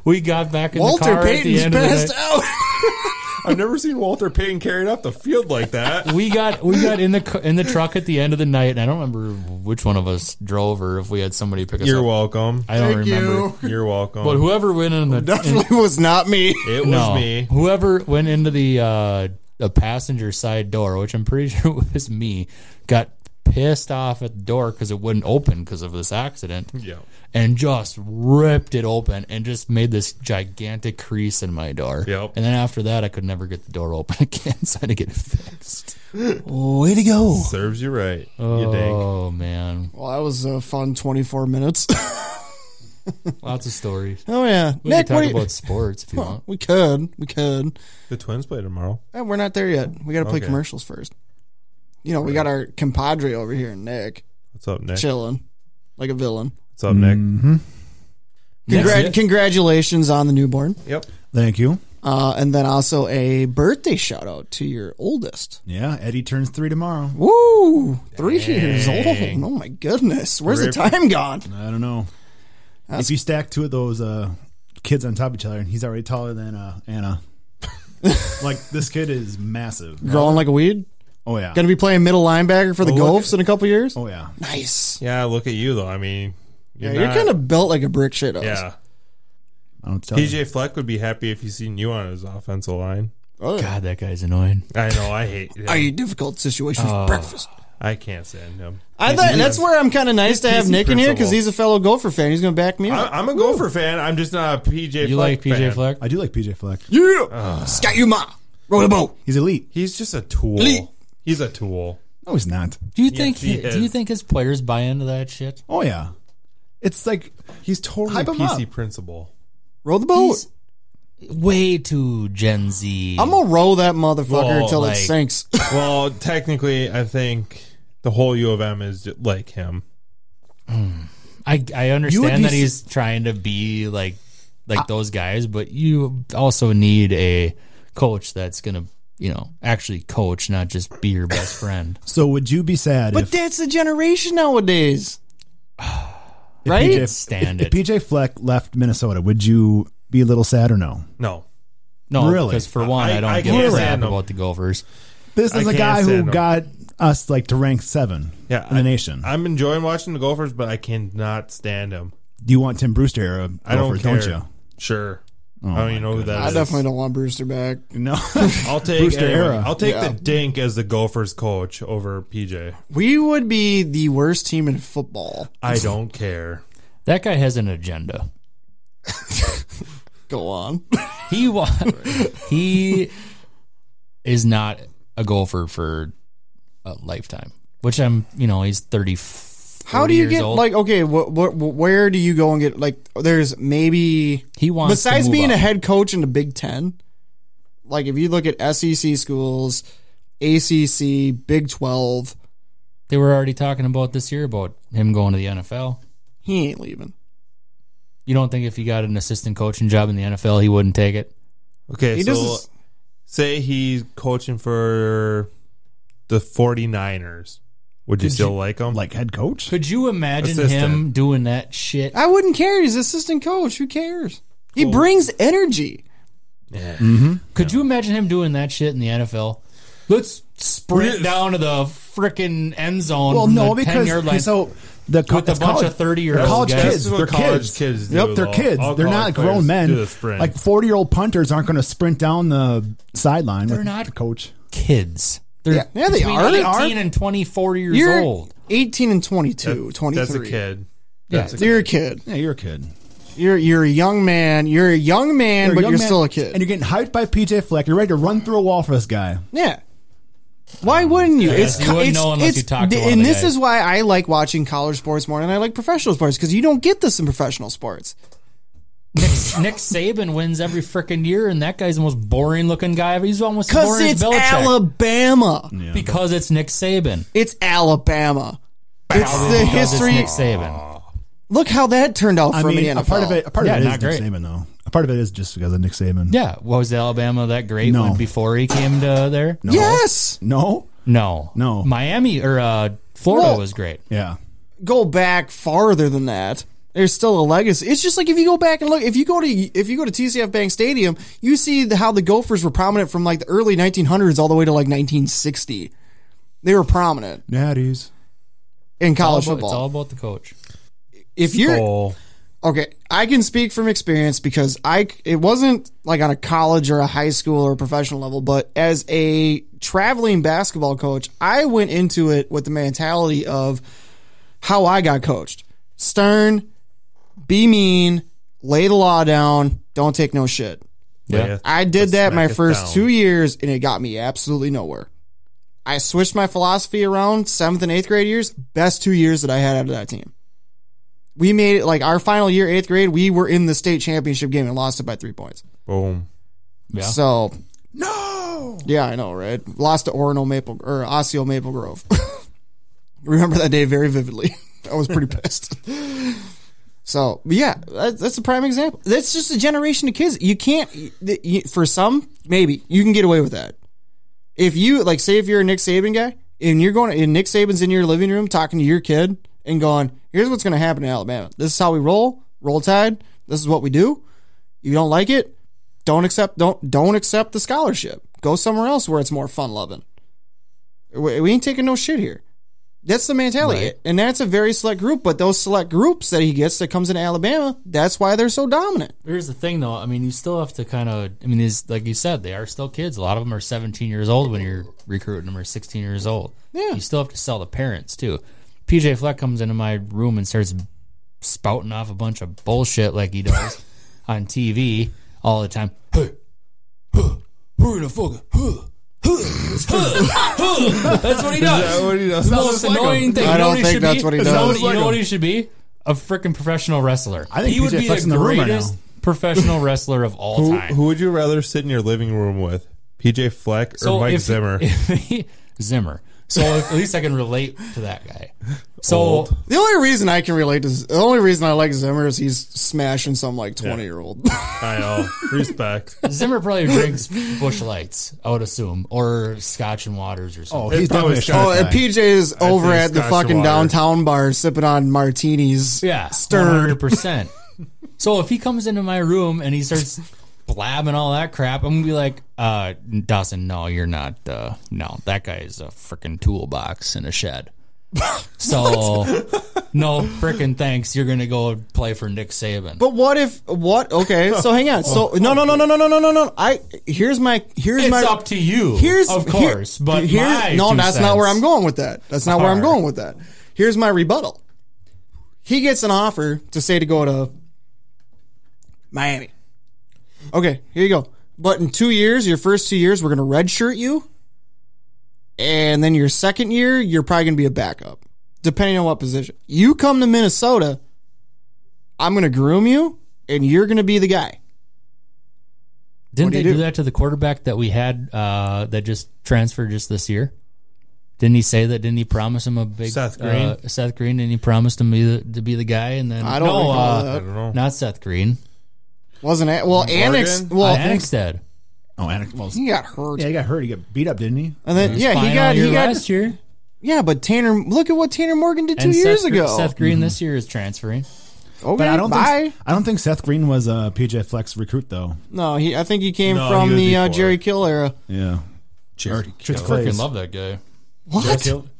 S8: we got back in the
S6: Walter
S8: car
S6: Payton's
S8: at the end of the
S6: passed
S8: night.
S6: out.
S7: I've never seen Walter Payton carried off the field like that.
S8: we got we got in the cu- in the truck at the end of the night and I don't remember which one of us drove or if we had somebody pick us
S7: You're
S8: up
S7: welcome.
S8: I don't remember
S7: You're welcome.
S8: but whoever went in the
S6: Definitely was not me.
S7: it was
S8: no
S7: me.
S8: whoever went into the uh the passenger side door which I'm pretty sure was me got pissed off at the door because it wouldn't open because of this accident
S7: Yeah.
S8: and just ripped it open and just made this gigantic crease in my door.
S7: Yep.
S8: And then after that, I could never get the door open again, so I had to get it fixed.
S6: Way to go.
S7: Serves you right. You dang.
S8: Oh man,
S6: Well, that was a fun 24 minutes.
S8: lots of stories.
S6: oh, yeah.
S8: We
S6: Nick,
S8: can
S6: what
S8: talk
S6: do you-
S8: about sports if you want.
S6: We could. We could.
S7: The Twins play tomorrow.
S6: Eh, we're not there yet. We got to play
S7: Okay.
S6: commercials first. You know, we got our compadre over here, Nick,
S7: What's up, Nick?
S6: chilling like a villain.
S7: What's up, Nick?
S6: Congra-
S8: it.
S6: congratulations on the newborn.
S7: Yep.
S9: Thank you.
S6: Uh, and then also a birthday shout out to your oldest.
S9: Yeah, Eddie turns three tomorrow.
S6: Woo! Three years old. Oh, my goodness. Where's the
S7: Rip.
S6: time gone?
S9: I don't know. if you stack two of those uh, kids on top of each other, and he's already taller than uh, Anna. like this kid is massive.
S6: Growing like a weed?
S9: Oh yeah.
S6: Going to be playing middle linebacker for the
S7: look
S6: Gophers in a couple years?
S9: Oh yeah.
S6: Nice.
S7: Yeah, look at you though. I mean,
S6: Yeah, you're kind of built like a brick shit house.
S7: yeah.
S9: I don't tell you.
S7: PJ Fleck would be happy if he seen you on his offensive line.
S6: Oh, yeah.
S8: God, that guy's annoying.
S7: I know. I hate.
S6: Are
S7: Him.
S6: you difficult situations for breakfast?
S7: I can't stand him.
S6: I thought, that's where I'm kind of nice to have
S7: PC
S6: Nick in here because
S7: principal.
S6: he's a fellow Gopher fan. He's going to back me
S7: I,
S6: up.
S7: I'm a Gopher fan. I'm just not a PJ. Fleck
S8: You like PJ
S7: fan.
S8: Fleck?
S9: I do like PJ Fleck.
S6: Yeah, Scott, you ma, row the boat.
S9: He's elite.
S7: He's just a tool.
S6: Lee.
S7: He's a tool.
S9: No, he's not.
S8: Do you think
S7: he
S8: he-
S7: is.
S8: do you think his players buy into that shit?
S9: Oh yeah. It's like
S7: He's totally
S9: Hype him
S7: PC
S9: up.
S7: principal.
S6: Row the boat.
S8: He's- Way too Gen Z.
S6: I'm gonna row that motherfucker
S7: Well,
S6: until
S8: like-
S6: it sinks.
S7: Well, technically, I think the whole U of M is ju- like him.
S8: I I
S9: would
S8: understand
S9: be
S8: that
S9: s-
S8: he's trying to be like like those guys, but you also need a coach that's gonna you know actually coach, not just be your best friend.
S9: so. Would you be sad?
S6: but
S9: if,
S6: that's the generation nowadays, right?
S9: PJ,
S8: Stand
S9: if,
S8: it.
S9: if PJ Fleck left Minnesota, would you be a little sad or no?
S7: No,
S8: No,
S9: Really?
S8: because for one, I,
S7: I-
S8: don't
S7: I
S8: give a
S7: can't
S8: crap
S7: stand 'em.
S8: about the Gophers.
S9: This
S7: I
S9: is a
S7: can't
S9: guy who
S7: stand him.
S9: got us like to rank seven
S7: yeah,
S9: in the
S7: I-
S9: nation.
S7: I'm enjoying watching the Gophers, but I cannot stand him.
S9: Do you want Tim Brewster era?
S7: I don't
S9: Gophers,
S7: care.
S9: don't Oh you?
S7: Sure. I don't even know who that
S6: I
S7: is.
S6: definitely don't want Brewster back.
S9: No.
S7: I'll take
S9: Brewster
S7: anybody.
S9: era.
S7: I'll take
S6: Yeah.
S7: the Dink as the Gophers coach over PJ.
S6: We would be the worst team in football.
S7: I don't care.
S8: That guy has an agenda.
S6: Go on.
S8: He wa- he is not a Gopher for a lifetime. Which I'm, you know, he's thirty.
S6: How do you
S8: 40 years
S6: get
S8: old.
S6: like okay? What, what where do you go and get like? There's maybe
S8: He wants to
S6: besides
S8: move
S6: being a
S8: up.
S6: head coach in the Big Ten. Like if you look at SEC schools, ACC, Big Twelve,
S8: They were already talking about this year about him going to the NFL.
S6: he ain't leaving.
S8: You don't think if he got an assistant coaching job in the NFL, he wouldn't take it?
S7: Okay,
S6: He
S7: so
S6: doesn't.
S7: say he's coaching for the 49ers. Would you still like him?
S9: like head coach?
S8: Could you imagine him
S7: Assistant.
S8: doing that shit?
S6: I wouldn't care. He's assistant coach. Who cares? He brings energy.
S8: Could you imagine him doing that shit in the NFL? Let's sprint down to the freaking end zone.
S9: Well,
S8: from
S9: no,
S8: the 10
S9: because
S8: yard
S9: okay,
S8: line.
S9: so the co-
S8: With a
S9: it's
S8: bunch
S9: college-
S8: of 30-year-old
S9: they're college
S8: guys.
S9: kids.
S7: This is what
S9: They're
S7: college
S9: kids.
S7: kids do,
S9: Yep, they're
S7: though.
S9: kids.
S7: All
S9: they're
S7: college
S9: not
S7: players
S9: grown men.
S7: do the sprint.
S9: Like forty-year-old punters aren't going to sprint down the sideline. They're
S8: not-
S9: the coach.
S8: kids. They're
S6: Yeah, yeah, they
S8: between
S6: are.
S8: 18
S6: They are.
S8: and 24 years
S6: You're
S8: old.
S6: 18 and 22,
S7: That's
S6: 23.
S7: a kid.
S8: Yeah.
S6: You're a kid.
S9: Yeah, you're a kid.
S6: You're you're a young man. You're a young man,
S9: a
S6: but
S9: young
S6: you're
S9: man,
S6: still a kid.
S9: and you're getting hyped by PJ Fleck. You're ready to run through a wall for this guy.
S6: yeah. Why wouldn't you? It's
S8: you
S6: co-
S8: wouldn't
S6: it's,
S8: know unless
S6: it's-
S8: you talked to
S6: th-
S8: one of
S6: and
S8: the
S6: this
S8: guys.
S6: is why I like watching college sports more than I like professional sports because you don't get this in professional sports.
S8: Nick Saban wins every freaking year, and that guy's the most boring looking guy. He's almost as
S6: Because
S8: boring
S6: it's
S8: as Belichick.
S6: Alabama.
S8: because it's Nick Saban.
S6: It's Alabama. It's the
S8: Because it's
S6: history.
S8: Nick Saban.
S6: Look how that turned out
S9: I
S6: for me.
S9: mean,
S6: in
S9: a part of it, a part
S8: Yeah,
S9: of it
S8: not
S9: is Nick
S8: great.
S9: Saban, though. A part of it is just because of Nick Saban.
S8: Yeah, was Alabama that great
S9: No.
S8: when before he came to there? No,
S6: Yes.
S9: No. No.
S8: Miami or uh, Florida
S6: Well-
S8: was great.
S9: Yeah.
S6: go back farther than that, there's still a legacy. It's just like if you go back and look, if you go to if you go to TCF Bank Stadium, you see the, how the Gophers were prominent from like the early 1900s all the way to like 1960. They were prominent
S9: Natties.
S6: in
S8: All
S6: college
S8: about- it's all
S6: football.
S8: about the coach.
S6: If you're
S7: Oh,
S6: okay, I can speak from experience because I it wasn't like on a college or a high school or a professional level, but as a traveling basketball coach, I went into it with the mentality of how I got coached. Stern, be mean, lay the law down, don't take no shit.
S8: Yeah.
S6: I did that
S7: smack
S6: my
S7: it
S6: first
S7: down.
S6: two years, and it got me absolutely nowhere. I switched my philosophy around seventh and eighth grade years. Best two years that I had out of that team. We made it like our final year, eighth grade. We were in the state championship game and lost it by three points.
S7: boom.
S8: Yeah.
S6: So no, yeah, I know, right? Lost to Orono Maple or Osseo Maple Grove. Remember that day very vividly. I was pretty pissed. So but yeah, that, that's a prime example. That's just a generation of kids. You can't y- y- for some maybe you can get away with that. If you like, say if you're a Nick Saban guy and you're going and Nick Saban's in your living room talking to your kid and going, "Here's what's going to happen in Alabama. This is how we roll. Roll Tide. This is what we do. You don't like it? Don't accept. Don't don't accept the scholarship. Go somewhere else where it's more fun loving. We, we ain't taking no shit here." That's the mentality, and that's a very select group. But those select groups that he gets that comes into Alabama, that's why they're so dominant.
S8: Here's the thing, though. I mean, you still have to kind of. I mean, these like you said, they are still kids. A lot of them are 17 years old when you're recruiting them, or 16 years old.
S6: Yeah.
S8: You still have to sell the parents too. PJ Fleck comes into my room and starts spouting off a bunch of bullshit like he does on TV all the time. Hey, huh, we're gonna fucking. huh, huh, huh, huh. That's what he does.
S7: Is that what he does?
S8: It's the most annoying thing.
S6: I
S8: You know
S6: don't
S8: what he
S6: think
S8: should
S6: that's
S8: be?
S6: what he
S8: You know
S6: does.
S8: what- You know what he should be? a freaking professional wrestler.
S9: I think
S8: he would
S9: PJ
S8: be
S9: Fleck's
S8: the
S9: in the room right
S8: greatest
S9: now.
S8: professional wrestler of all
S7: Who,
S8: time.
S7: who would you rather sit in your living room with? PJ Fleck or Mike
S8: if-
S7: Zimmer?
S8: if he- Zimmer. So at least I can relate to that guy. So
S7: Old.
S6: The only reason I can relate to the only reason I like Zimmer is he's smashing some like twenty year old.
S7: I know. Respect.
S8: Zimmer probably drinks Bush Lights, I would assume, or Scotch and Waters or
S9: Oh,
S8: something.
S9: he's
S7: It's probably
S9: definitely a
S6: Oh,
S9: shot
S6: and
S9: guy.
S6: PJ is over
S7: think
S6: at the
S7: Scotch
S6: fucking
S7: water.
S6: downtown bar sipping on martinis.
S8: yeah,
S6: stirred.
S8: hundred percent. So if he comes into my room and he starts blabbing all that crap, I'm gonna be like, uh, Dawson, no, you're not. Uh, no, that guy is a freaking toolbox in a shed. So no freaking thanks. You're gonna go play for Nick Saban.
S6: But what if what? Okay, so hang on. So no, no, no, no, no, no, no, no, no. I here's my here's
S8: Oh. it's
S6: my.
S8: up to you.
S6: Here's
S8: of
S6: here-
S8: course, but
S6: here-
S8: my
S6: no,
S8: two
S6: that's not where
S8: cents.
S6: I'm going with that. That's not where I'm
S8: Are.
S6: going with that. Here's my rebuttal. He gets an offer to say to go to Miami. Okay, here you go. But in two years, your first two years, we're gonna redshirt you, and then your second year, you're probably gonna be a backup, depending on what position. You come to Minnesota, I'm gonna groom you, and you're gonna be the guy.
S8: Didn't
S6: do
S8: they
S6: you
S8: do,
S6: do?
S8: that to the quarterback that we had uh, that just transferred just this year? Didn't he say that? Didn't he promise him a big
S7: Seth Green?
S8: Uh, Seth Green, and he promised him be the, to be the guy, and then
S6: I don't
S8: no,
S6: recall
S8: uh,
S6: that.
S7: I don't know.
S8: not Seth Green,
S6: Wasn't it? Well, Annex.
S7: Morgan?
S6: Well,
S8: uh, Anixted.
S9: Oh, Anakin. Well,
S6: he got hurt.
S9: yeah, he got hurt. He got beat up, didn't he?
S6: And then yeah, he
S8: Final
S6: got
S8: year
S6: he got
S8: last year,
S6: yeah, but Tanner look at what Tanner Morgan did two
S8: and
S6: years
S8: Seth, Gr-
S6: ago.
S8: Seth Green this year is transferring.
S6: okay,
S9: But I don't
S6: bye.
S9: think I don't think Seth Green was uh, a PJ Flex recruit though.
S6: no, he I think he came
S7: No,
S6: from
S7: he was
S6: the uh,
S7: before.
S6: Jerry Kill era.
S9: Yeah.
S7: Jerry,
S9: Trish
S8: Freaking
S9: Clays.
S8: love that guy.
S6: What?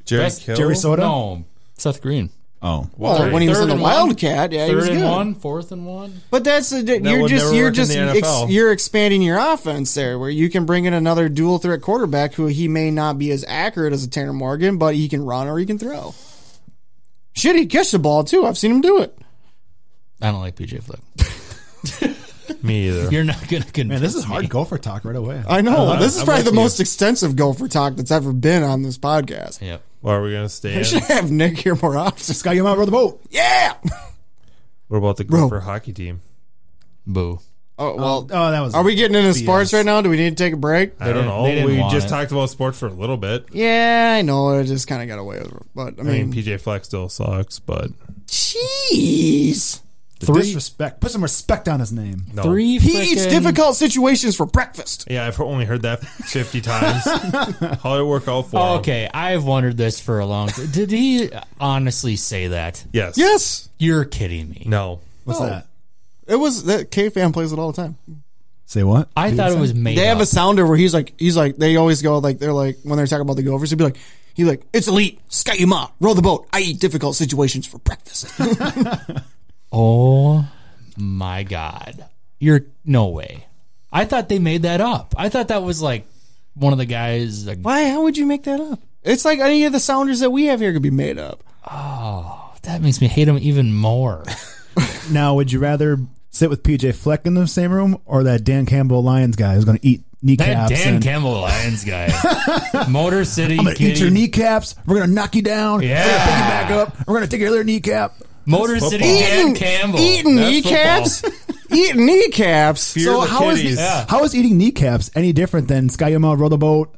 S7: Jerry
S8: Best-
S7: Kill.
S9: Jerry Soda.
S8: No, Seth Green.
S9: Oh,
S6: Well,
S8: Third-
S6: when he was
S8: third
S6: in the
S8: and one.
S6: Wildcat, yeah, he
S8: Third
S6: was
S8: and
S6: good.
S8: one, fourth and one.
S6: But that's the, you're
S7: would
S6: just
S7: never
S6: you're
S7: work in
S6: just
S7: the
S6: ex,
S7: NFL.
S6: you're expanding your offense there, where you can bring in another dual threat quarterback who he may not be as accurate as a Tanner Morgan, but he can run or he can throw. Shit, he catch the ball too. I've seen him do it.
S8: I don't like PJ Flick.
S7: Me either.
S8: You're not gonna convince
S9: man, this is
S8: me.
S9: hard gopher talk right away.
S6: I know. this is
S7: I'm
S6: probably
S7: with
S6: the
S7: you.
S6: most extensive gopher talk that's ever been on this podcast.
S8: Yep.
S7: Well, are we going to stay
S6: I should
S7: in?
S6: have Nick here more often.
S9: Sky, you might row the boat.
S6: Yeah.
S7: What about the Gopher hockey team?
S8: Boo.
S6: Oh well.
S9: Oh, that was.
S6: are we getting into
S9: BS.
S6: sports right now? Do we need to take a break?
S7: I don't
S8: didn't- they
S7: know.
S8: didn't
S7: We
S8: want
S7: just
S8: it.
S7: talked about sports for a little bit.
S6: Yeah, I know. I just kind of got away with it, but I
S7: I mean,
S6: mean,
S7: PJ Fleck still sucks, but
S6: jeez.
S9: The
S8: Three-
S9: disrespect? Put some respect on his name.
S7: no.
S8: Three
S6: He eats
S8: frickin-
S6: difficult situations for breakfast.
S7: Yeah, I've only heard that 50 times. How did it work out for him?
S8: Oh, Okay, I've wondered this for a long time. Did he honestly say that?
S7: Yes.
S6: Yes,
S8: You're kidding me.
S7: No.
S9: What's
S6: Oh.
S9: that?
S6: it was that K fan plays it all the time.
S9: Say what?
S8: I thought it was made
S6: They have
S8: up.
S6: a sounder where he's like, he's like, they always go like, they're like, when they're talking about the Gophers, he'd be like, he's like, it's elite, sky you ma, row the boat. I eat difficult situations for breakfast.
S8: oh my god. You're no way. I thought they made that up. I thought that was like one of the guys like
S6: Why? How would you make that up? It's like any of the sounders that we have here could be made up.
S8: that makes me hate him even more.
S9: Now, would you rather sit with PJ Fleck in the same room or that Dan Campbell Lions guy who's going to eat
S8: That
S9: kneecaps?
S8: Dan
S9: and-
S8: Campbell Lions guy. Motor City
S9: I'm going to eat your
S8: Kitty-
S9: kneecaps. We're going to knock you down. We're
S8: Yeah.
S9: going to pick you back up. We're going to take your other kneecap.
S8: Motor City Dan Campbell.
S6: eating
S8: That's
S6: kneecaps,
S8: football.
S6: eating kneecaps.
S7: Fear
S9: So
S7: the
S9: how is
S7: kitties.
S8: Yeah.
S9: How is eating kneecaps any different than Sky Yamel row the boat?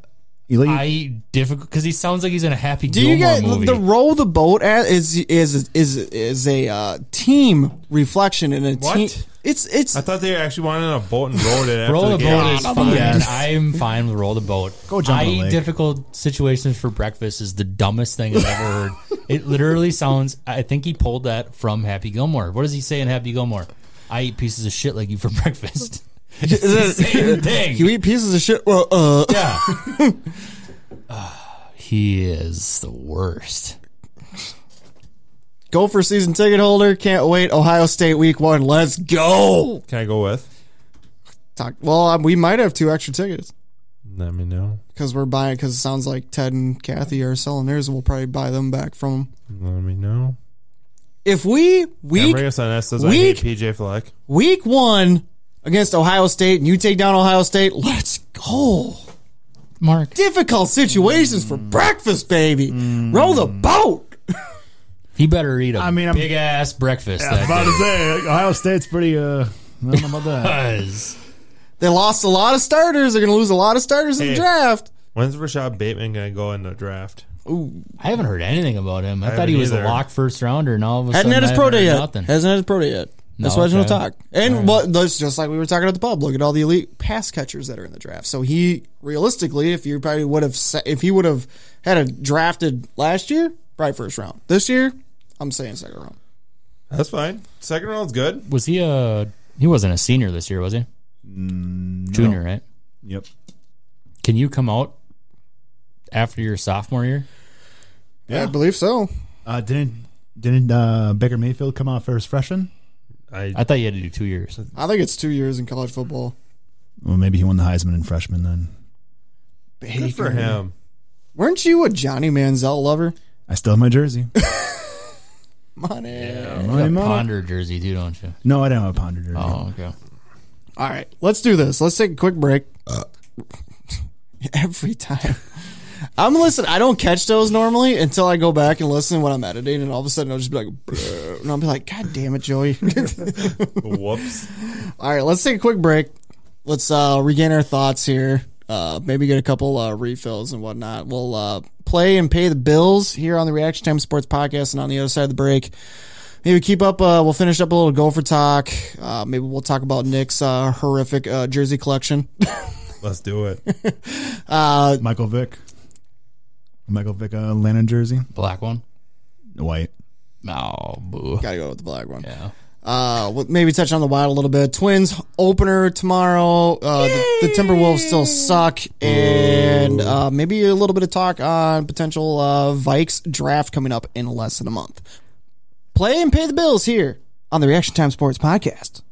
S9: Elite?
S8: I eat difficult because he sounds like he's in a Happy
S6: Do
S8: Gilmore
S6: you guys
S8: movie.
S6: the roll the boat at is is is is a uh, team reflection and a
S7: What?
S6: team? It's it's
S7: I thought they actually wanted a boat and rowed it after
S8: Roll
S7: the
S8: the
S7: game.
S8: boat is fine.
S9: Yes.
S8: I'm fine with roll the boat.
S9: Go jump
S8: I
S9: in the
S8: eat
S9: lake.
S8: difficult situations for breakfast is the dumbest thing I've ever heard. It literally sounds. I think he pulled that from Happy Gilmore. What does he say in Happy Gilmore? I eat pieces of shit like you for breakfast. It's the same thing.
S6: you eat pieces of shit. Well, uh,
S8: yeah. Ah, he is the worst.
S6: go for season ticket holder. Can't wait. Ohio State week one. Let's go.
S7: Can I go with?
S6: Talk, well, um, we might have two extra tickets
S7: Let me know.
S6: because we're buying. Because it sounds like Ted and Kathy are selling theirs. We'll probably buy them back from 'em.
S7: Let me know.
S6: If we week
S7: Ambergus on S says
S6: Weak.
S7: I hate PJ Fleck.
S6: week one against Ohio State and you take down Ohio State, let's go.
S8: Mark.
S6: Difficult situations for breakfast, baby. Roll the boat.
S8: He better eat a
S9: I mean, I'm-
S8: big ass breakfast.
S9: I was about
S8: that
S9: to say like, Ohio State's pretty. Uh, I don't know about that.
S8: day.
S6: They lost a lot of starters. They're going to lose a lot of starters in the
S7: Hey.
S6: draft.
S7: When's Rashad Bateman gonna go in the draft?
S8: I haven't heard anything about him. I, thought he
S7: haven't
S8: was
S7: either.
S8: a lock first rounder, and all of a
S6: Hadn't
S8: sudden
S6: had his
S8: I
S6: pro
S8: haven't
S6: day
S8: heard
S6: yet.
S8: Nothing.
S6: Hasn't had his pro day yet. That's
S8: No,
S6: why I don't
S8: okay.
S6: talk. And but that's just like we were talking at the pub. Look at all the elite pass catchers that are in the draft. So he realistically, if you probably would have, sa- if he would have had a drafted last year, probably first round. This year, I'm saying second round.
S7: That's fine. Second round's good.
S8: Was he a? He wasn't a senior this year, was he? Junior, right?
S9: Yep.
S8: Can you come out after your sophomore year?
S6: Yeah, I believe so.
S9: Uh, didn't didn't uh, Baker Mayfield come out for his freshman?
S7: I,
S8: I thought you had to do two years.
S6: I think it's two years in college football.
S9: Well, maybe he won the Heisman in freshman then.
S7: good for him.
S6: Weren't you a Johnny Manziel lover?
S9: I still have my jersey.
S6: Money.
S8: You got
S9: Money, money.
S8: Ponder jersey too, don't you?
S9: No, I don't have a ponder jersey.
S8: Oh, okay.
S6: All right, let's do this. Let's take a quick break. Every time. I'm listening. I don't catch those normally until I go back and listen when I'm editing, and all of a sudden I'll just be like, "Bruh," and I'll be like, God damn it, Joey.
S7: Whoops.
S6: all right, let's take a quick break. Let's uh, regain our thoughts here. Uh, maybe get a couple uh, refills and whatnot. We'll uh, play and pay the bills here on the Reaction Time Sports Podcast, and on the other side of the break, maybe keep up. Uh, we'll finish up a little Gopher talk. Uh, maybe we'll talk about Nick's uh, horrific uh, jersey collection.
S7: Let's do it.
S9: Uh, Michael Vick. Michael Vick uh, Atlanta jersey.
S8: Black one.
S9: White.
S8: Oh, boo.
S6: Gotta go with the black one.
S8: Yeah.
S6: Uh, we'll maybe touch on the wild a little bit. Twins opener tomorrow. Uh, the, the Timberwolves still suck, and uh, maybe a little bit of talk on potential uh, Vikes draft coming up in less than a month. Play and pay the bills here on the Reaction Time Sports Podcast.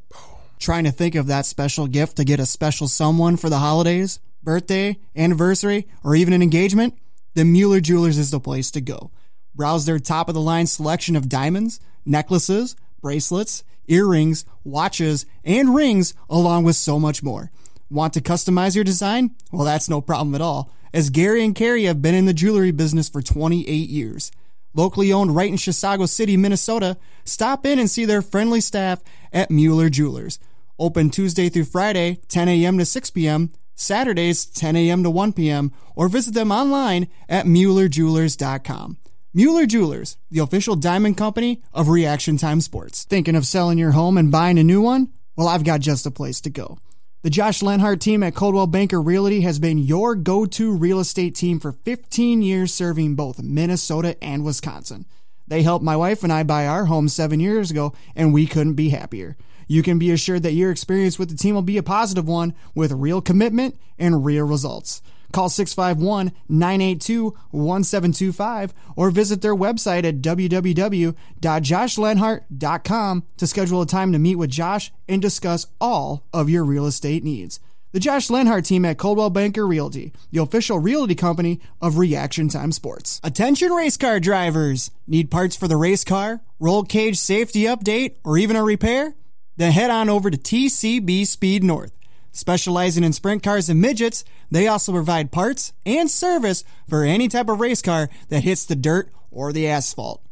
S6: Trying to think of that special gift to get a special someone for the holidays, birthday, anniversary, or even an engagement? The Mueller Jewelers is the place to go. Browse their top of the line selection of diamonds, necklaces, bracelets, earrings, watches, and rings, along with so much more. Want to customize your design? Well, that's no problem at all, as Gary and Carrie have been in the jewelry business for 28 years. Locally owned right in Chisago City, Minnesota, stop in and see their friendly staff at Mueller Jewelers. Open Tuesday through Friday, 10 a.m. to 6 p.m., Saturdays, 10 a.m. to 1 p.m., or visit them online at MuellerJewelers.com. Mueller Jewelers, the official diamond company of Reaction Time Sports. Thinking of selling your home and buying a new one? Well, I've got just a place to go. The Josh Lenhart team at Coldwell Banker Realty has been your go to real estate team for 15 years, serving both Minnesota and Wisconsin. They helped my wife and I buy our home seven years ago, and we couldn't be happier. You can be assured that your experience with the team will be a positive one with real commitment and real results. Call 651 982 1725 or visit their website at www.joshlenhart.com to schedule a time to meet with Josh and discuss all of your real estate needs. The Josh Lenhart team at Coldwell Banker Realty, the official realty company of Reaction Time Sports. Attention race car drivers! Need parts for the race car, roll cage safety update, or even a repair? Then head on over to TCB Speed North. Specializing in sprint cars and midgets, they also provide parts and service for any type of race car that hits the dirt or the asphalt.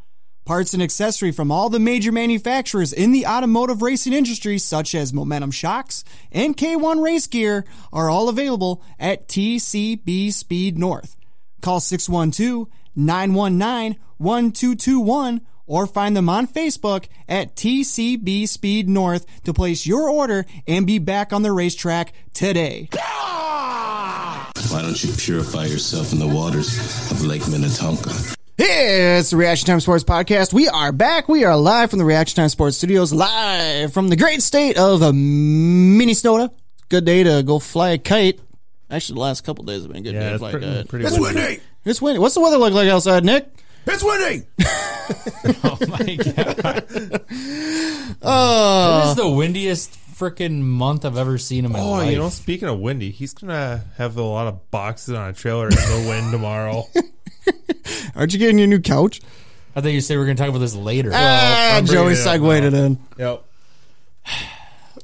S6: Parts and accessory from all the major manufacturers in the automotive racing industry, such as Momentum Shocks and K1 Race Gear, are all available at TCB Speed North. Call 612 919 1221 or find them on Facebook at TCB Speed North to place your order and be back on the racetrack today.
S4: Why don't you purify yourself in the waters of Lake Minnetonka?
S6: It's the Reaction Time Sports Podcast. We are back. We are live from the Reaction Time Sports Studios, live from the great state of uh, Minnesota. Good day to go fly a kite. Actually, the last couple days have been a good day
S7: Yeah,
S6: to
S7: it's
S6: fly a
S7: pretty,
S6: kite.
S7: pretty
S3: It's
S7: good.
S3: windy!
S6: It's windy. What's the weather look like outside, Nick?
S3: It's windy!
S8: Oh my god. Oh, this is the windiest freaking month I've ever seen in my
S7: Oh,
S8: life.
S7: you know, speaking of windy, he's gonna have a lot of boxes on a trailer in the wind tomorrow.
S6: Aren't you getting your new couch?
S8: I thought you said we were going to talk about this later.
S6: ah,
S7: I'm bringing
S6: Joey
S7: it up
S6: segued it in.
S7: yep.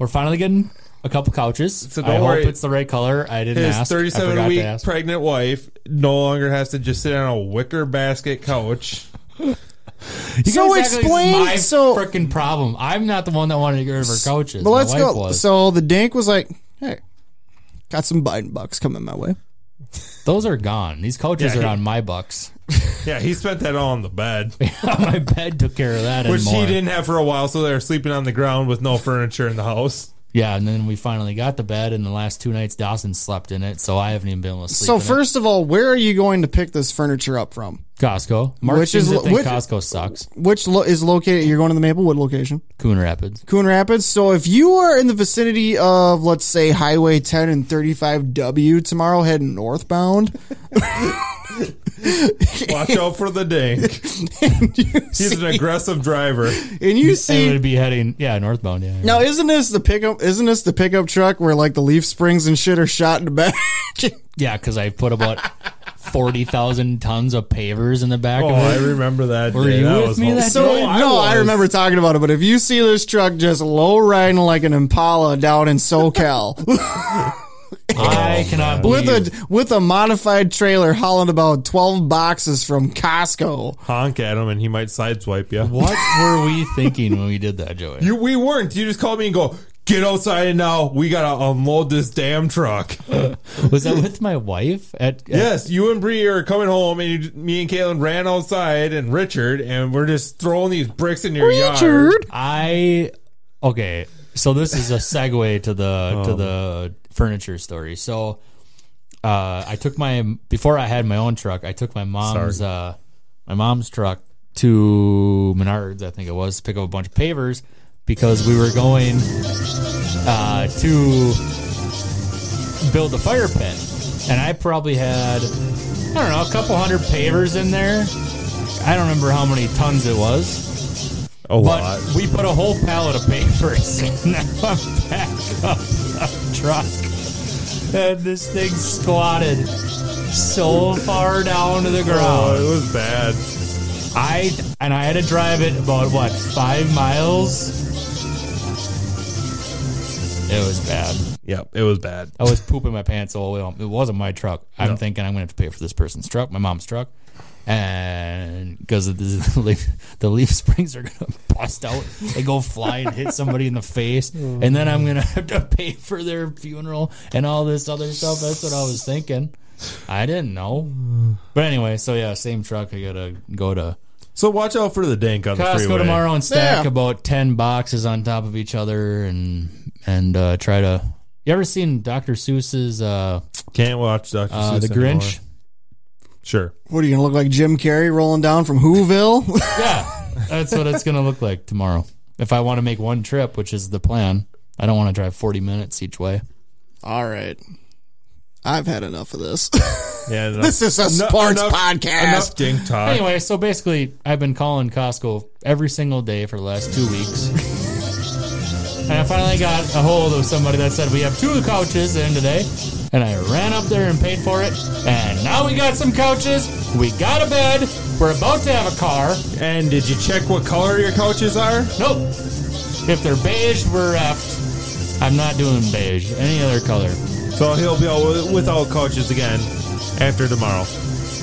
S8: we're finally getting a couple couches. So
S7: don't
S8: I
S7: worry.
S8: hope it's the right color. I didn't
S7: His
S8: ask. I
S7: 37
S8: forgot
S7: week
S8: to ask.
S7: pregnant wife no longer has to just sit on a wicker basket couch.
S8: You
S6: So
S8: guys act like
S6: explain-
S8: This is my
S6: so-
S8: freaking problem. I'm not the one that wanted to get rid of her couches.
S6: But let's
S8: my wife
S6: go.
S8: Was.
S6: So the dink was like, hey, got some Biden bucks coming my way.
S8: Those are gone. These couches
S7: Yeah,
S8: are
S7: he-
S8: on my bucks.
S7: Yeah, he spent that all on the bed,
S8: my bed took care of that
S7: which
S8: and more.
S7: he didn't have for a while. So they were sleeping on the ground with no furniture in the house.
S8: Yeah, and then we finally got the bed, and the last two nights Dawson slept in it, so I haven't even been able to sleep.
S6: So
S8: in it.
S6: first of all, where are you going to pick this furniture up from?
S8: Costco, Mark
S6: Which
S8: which
S6: is
S8: is
S6: lo-
S8: think
S6: which-
S8: Costco sucks.
S6: Which lo- is located? You're going to the Maplewood location,
S8: Coon Rapids.
S6: Coon Rapids. So if you are in the vicinity of, let's say, Highway 10 and 35W tomorrow, heading northbound,
S7: Watch out for the dink. He's an aggressive driver.
S6: and you
S8: It
S6: see.
S8: would be heading yeah northbound. Yeah.
S6: Now, isn't this the pickup? Isn't this the pickup truck where like the leaf springs and shit are shot in the back?
S8: Yeah, because I put about forty thousand tons of pavers in the back
S7: Oh, I
S8: of it.
S7: remember that.
S8: Were
S7: day.
S8: you
S7: that
S8: with me
S7: awful.
S8: that
S6: So no, I, remember talking about it, but if you see this truck just low riding like an Impala down in SoCal
S8: I cannot believe
S6: with a with a modified trailer hauling about twelve boxes from Costco,
S7: honk at him and he might sideswipe you.
S8: what were we thinking when we did that, Joey.
S7: You we weren't. You just called me and go, get outside now. We gotta unload this damn truck.
S8: Was that with my wife at, at
S7: yes, you and Bree are coming home, and you, me and Caitlin ran outside and Richard, and we're just throwing these bricks in your yard.
S8: I okay. So this is a segue to the to the furniture story. So uh, I took my before I had my own truck. I took my mom's uh, my mom's truck to Menards. I think it was to pick up a bunch of pavers because we were going uh, to build a fire pit, and I probably had I don't know a couple hundred pavers in there. I don't remember how many tons it was.
S7: A
S8: But we put a whole pallet of papers in the back of the truck. And this thing squatted so far down to the
S7: Oh,
S8: ground.
S7: it was bad.
S8: I and I had to drive it about what five miles. It was bad.
S7: Yep, it was bad.
S8: I was pooping my pants all the way home. It wasn't my truck. I'm thinking I'm gonna have to pay for this person's truck, my mom's truck, and because the leaf, the leaf springs are gonna bust out, they go fly and hit somebody in the face, and then I'm gonna have to pay for their funeral and all this other stuff. That's what I was thinking. I didn't know, but anyway, so yeah, same truck. I gotta go to
S7: So watch out for the dank on the
S8: Costco
S7: freeway.
S8: tomorrow and stack
S6: Yeah.
S8: about ten boxes on top of each other and and uh, try to. You ever seen Dr. Seuss's uh,
S7: Can't watch Doctor
S8: uh,
S7: Seuss
S8: The
S7: anymore.
S8: Grinch?
S7: Sure.
S6: what are you gonna look like Jim Carrey rolling down from Whoville?
S8: Yeah, that's what it's gonna look like tomorrow. If I want to make one trip, which is the plan, I don't want to drive forty minutes each way.
S6: All right, I've had enough of this.
S7: Yeah. enough-
S6: this is a
S7: enough-
S6: sports
S7: uh, enough- Enough
S6: podcast.
S7: dink talk.
S8: Anyway, so basically, I've been calling Costco every single day for the last two weeks, and I finally got a hold of somebody that said we have two couches in today, and I ran up there and paid for it, and now we got some couches, we got a bed, we're about to have a car.
S7: And did you check what color your couches are?
S8: Nope. If they're beige, we're effed. I'm not doing beige. Any other color.
S7: So he'll be all with- without couches again after tomorrow.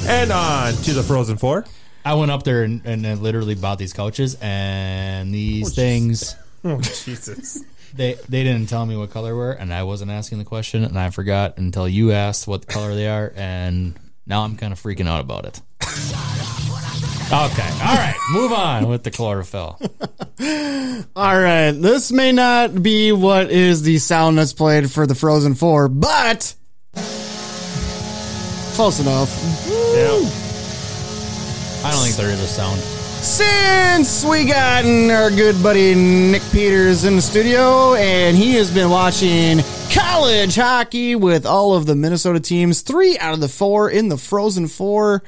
S7: And on to the Frozen Four.
S8: I went up there and, and I literally bought these couches and these things.
S7: Oh, Jesus.
S8: They they didn't tell me what color were, and I wasn't asking the question, and I forgot until you asked what color they are, and now I'm kind of freaking out about it. Okay, all right, move on with the chlorophyll.
S6: All right, this may not be what is the sound that's played for the Frozen Four, but close enough.
S8: I don't think there is a sound.
S6: Since we gotten our good buddy Nick Peters in the studio, and he has been watching college hockey with all of the Minnesota teams, three out of the four in the Frozen Four.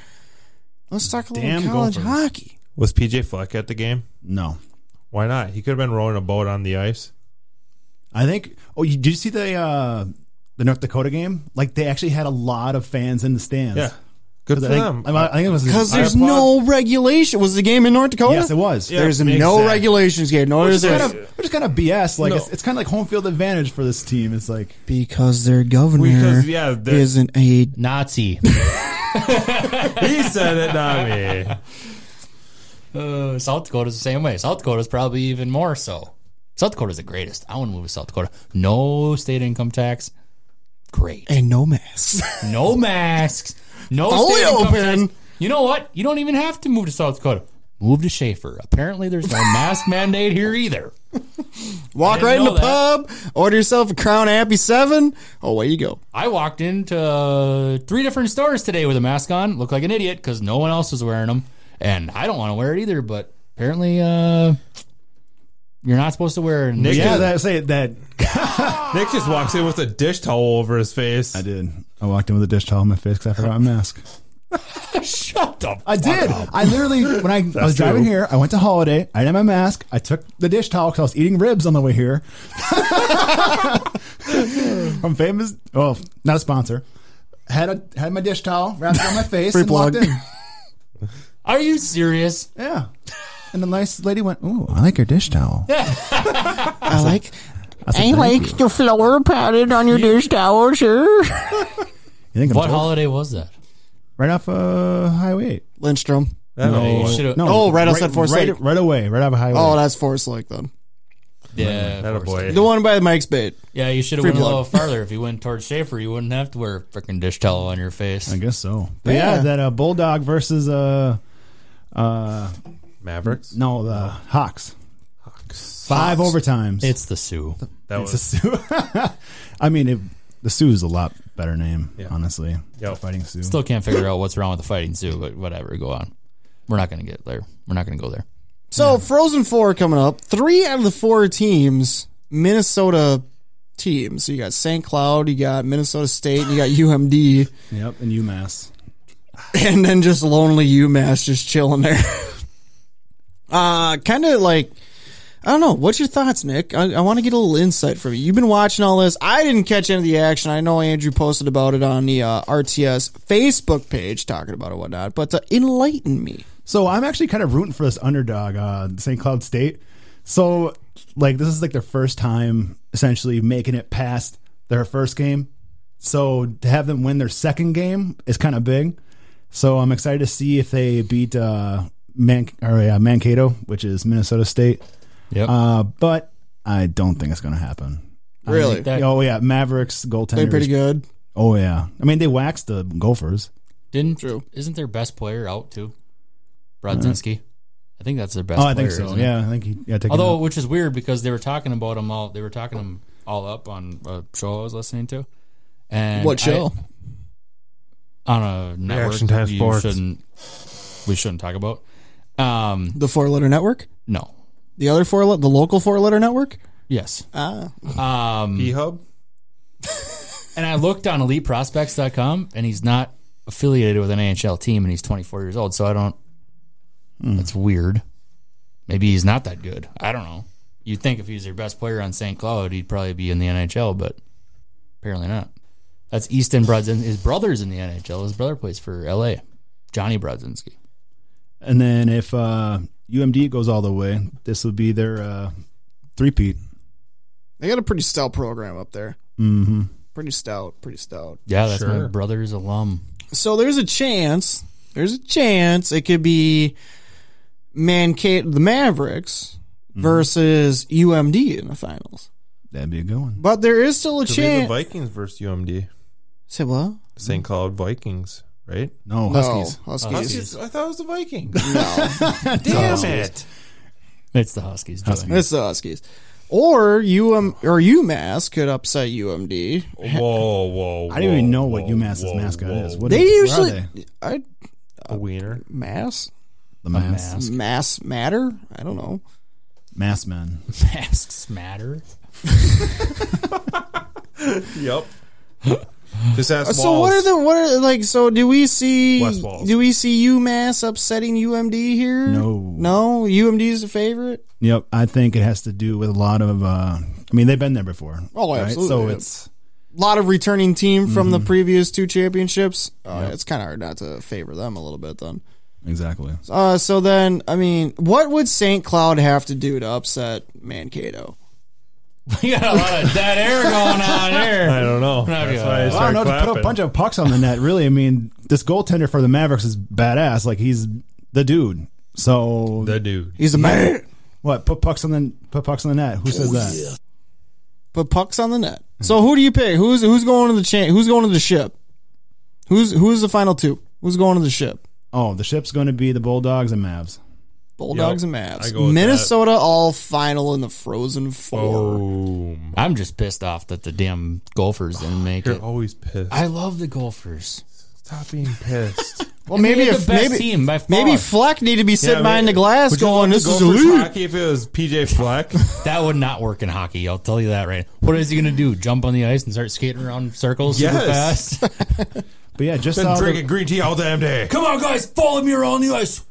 S6: Let's talk a little
S9: Damn
S6: college
S9: Gophers.
S6: hockey.
S7: Was PJ Fleck at the game?
S9: No.
S7: Why not? He could have been rowing a boat on the ice.
S9: I think. Oh, you, did you see the uh, the North Dakota game? Like they actually had a lot of fans in the stands.
S7: Yeah. Good
S9: 'Cause
S7: for
S9: I think,
S7: them.
S9: I, I think it was
S6: Because
S9: I-
S6: there's
S7: applaud-
S6: no regulation. Was the game in North Dakota?
S9: Yes, it was.
S7: Yeah.
S6: There's
S7: makes
S6: no
S7: sense.
S6: regulations game. No,
S9: Which
S6: there's
S9: is kind of, which is kind of BS. Like it's, it's kind of like home field advantage for this team. It's like
S6: because their governor
S7: Because, yeah, they're-
S6: isn't a
S8: Nazi.
S7: he said it, not me.
S8: Uh, South Dakota's the same way. South Dakota's probably even more so. South Dakota's the greatest. I want to move to South Dakota. No state income tax. Great.
S6: And no mask.
S8: No masks. No
S6: Only
S8: state income
S6: open.
S8: tax. You know what? You don't even have to move to South Dakota. Move to Schaefer. Apparently, there's no mask mandate here either.
S6: Walk
S8: didn't
S6: right in the
S8: know that.
S6: pub, order yourself a Crown Happy 7. Oh, away you go.
S8: I walked into uh, three different stores today with a mask on. Looked like an idiot because no one else was wearing them, and I don't want to wear it either. But apparently, uh, you're not supposed to wear. it.
S9: Yeah, that say that.
S7: Nick just walks in with a dish towel over his face.
S9: I did. I walked in with a dish towel on my face because I forgot my mask.
S8: Shut up.
S9: I did. I literally, when I, I was driving here, I went to Holiday. I didn't have my mask. I took the dish towel because I was eating ribs on the way here. I'm famous. Well, not a sponsor. Had a had my dish towel wrapped around my face and
S6: plug.
S9: walked in.
S8: Are you serious?
S9: Yeah. And the nice lady went, "Ooh, I like your dish towel."
S6: I like. I, like the flower padded on your dish towel, sure.
S9: You think I'm
S8: What
S9: told?
S8: holiday was that?
S9: right off uh, Highway Eight?
S6: Lindstrom.
S7: That
S8: You
S7: no,
S8: should've-
S9: No.
S6: Oh, right outside Forest
S9: right,
S6: Lake.
S9: right away, right off Highway.
S6: Oh,
S9: Oh,
S6: that's Forest Lake, then.
S8: Yeah,
S7: that a
S8: of course.
S7: boy.
S6: The one by Mike's Bait.
S8: Yeah, you should have
S6: Free
S8: went a
S6: plug.
S8: little farther. If you went towards Schaefer, you wouldn't have to wear a freaking dish towel on your face.
S9: I guess so. But yeah,
S6: Yeah.
S9: that uh, bulldog versus uh, uh,
S7: Mavericks.
S9: no, the Hawks. Five overtimes.
S8: It's the Sioux.
S7: That
S9: It's a
S7: was
S9: Sioux. I mean, it, the Sioux is a lot better name, honestly.
S7: Yep.
S9: The Fighting Sioux.
S8: Still can't figure out what's wrong with the fighting Sioux, but whatever. Go on. We're not going to get there. We're not going to go there.
S6: So, Frozen Four coming up. Three out of the four teams, Minnesota teams. So, you got St. Cloud, you got Minnesota State, and you got UMD,
S9: Yep, and UMass.
S6: and then just lonely UMass just chilling there. uh, kind of like. I don't know. What's your thoughts, Nick? I, I want to get a little insight from you. You've been watching all this. I didn't catch any of the action. I know Andrew posted about it on the uh, RTS Facebook page, talking about it and whatnot. But uh, enlighten me.
S9: So I'm actually kind of rooting for this underdog, uh, St. Cloud State. So, like, this is like their first time essentially making it past their first game. So to have them win their second game is kind of big. So I'm excited to see if they beat uh, Man or yeah, Mankato, which is Minnesota State.
S8: Yep.
S9: Uh, but I don't think it's going to happen.
S6: Really,
S8: that-
S9: Oh yeah, Mavericks goaltender.
S6: they're pretty good.
S9: Oh yeah, I mean they waxed the Gophers.
S8: Didn't
S6: True.
S8: Isn't their best player out too? Brodzinski. I think that's their best.
S9: Oh, I think
S8: player,
S9: so.
S8: isn't it?
S9: Yeah, I think he. Yeah, take it
S8: Although,
S9: out.
S8: which is weird because they were talking about him all. They were talking him all up on a show I was listening to. And
S6: What
S8: I-
S6: show?
S8: on a network
S7: Reaction Time
S8: we
S7: Sports.
S8: shouldn't we shouldn't talk about. Um,
S6: the four letter network.
S8: no.
S6: The other four, le- the local four letter network.
S8: Yes.
S6: Ah,
S7: E Hub.
S8: And I looked on eliteprospects.com and he's not affiliated with an AHL team and he's 24 years old. So I don't. That's weird. Maybe he's not that good. I don't know. You'd think if he's your best player on St. Cloud, he'd probably be in the NHL, but apparently not. That's Easton Brodzinski. His brother's in the NHL. His brother plays for LA, Johnny Brodzinski.
S9: and then if uh, UMD goes all the way, this would be their uh, three-peat.
S6: they got a pretty stout program up there. Mm-hmm. Pretty stout, pretty stout.
S8: Yeah, that's my
S7: Sure.
S8: brother's alum.
S6: So there's a chance. There's a chance it could be Mankato, the Mavericks
S7: Mm-hmm.
S6: versus UMD in the finals.
S9: That'd be a good one.
S6: But there is still a
S7: Could be the
S6: chance.
S7: Vikings versus UMD.
S6: Say what?
S7: St. Cloud Vikings, right?
S9: No,
S6: No,
S9: Huskies.
S6: Oh, Huskies.
S7: Huskies. I thought it was the Vikings.
S6: No,
S7: Damn it.
S8: It's the Huskies. Joey.
S6: it's the Huskies. Or UM or UMass could upset UMD.
S7: Whoa, whoa,
S9: I don't even know what
S7: whoa,
S9: UMass's
S7: whoa,
S9: mascot
S7: whoa.
S9: is. What
S6: They
S9: is- where are
S6: usually
S9: they?
S6: I
S7: A wiener.
S6: mass
S9: the mass, mass.
S6: mass matter. I don't know.
S9: men.
S8: Masks matter.
S7: Yep. Uh, Just ask
S6: So what are the what are like? So do we see
S7: West Walls.
S6: do we see UMass upsetting UMD here?
S9: No.
S6: no. UMD is the favorite.
S9: Yep, I think it has to do with a lot of. Uh, I mean, they've been there before.
S6: Oh, absolutely,
S9: So
S6: yeah.
S9: it's
S6: A lot of returning team from
S7: Mm-hmm.
S6: the previous two championships. Uh, It's kind of hard not to favor them a little bit then.
S9: exactly.
S6: Uh, so then, I mean, what would St. Cloud have to do to upset Mankato?
S8: We got a lot of dead air going on here.
S7: I don't know.
S8: Not
S7: That's
S8: good.
S7: why I
S9: I don't
S7: started
S9: know. Just
S7: clapping.
S9: put a bunch of pucks on the net. Really, I mean, this goaltender for the Mavericks is badass. Like he's the dude. So
S7: The dude.
S6: He's a man.
S9: what? Put pucks on the put pucks on the net. Who
S7: Oh,
S9: says that?
S6: Put pucks on the net. So who do you pick? Who's who's going to the cha- Who's going to the ship? Who's who's the final two? Who's going to the ship?
S9: Oh, the ship's going to be the Bulldogs and Mavs.
S6: Bulldogs
S7: Yep,
S6: and
S7: I go
S6: Mavs.
S7: with
S6: Minnesota all final in the Frozen Four.
S7: Oh, Boom.
S8: I'm just pissed off that the damn golfers didn't make
S7: You're
S8: it.
S7: always pissed.
S8: I love the golfers.
S7: Stop being pissed.
S6: Well, maybe
S8: They had
S6: if
S8: the best
S6: maybe
S8: team by far.
S6: maybe Fleck need to be sitting
S7: Yeah,
S6: behind
S7: man.
S6: the glass
S7: Would you
S6: going, "This
S7: love to
S6: is
S7: go for
S6: elite."
S7: Hockey if it was PJ Fleck.
S8: that would not work in hockey. I'll tell you that right. What is he going to do? Jump on the ice and start skating around in circles super
S7: Yes.
S8: fast?
S9: But yeah, just
S7: Been
S9: how
S7: drinking
S9: the,
S7: green tea all damn day.
S8: Come on, guys, follow me around the ice.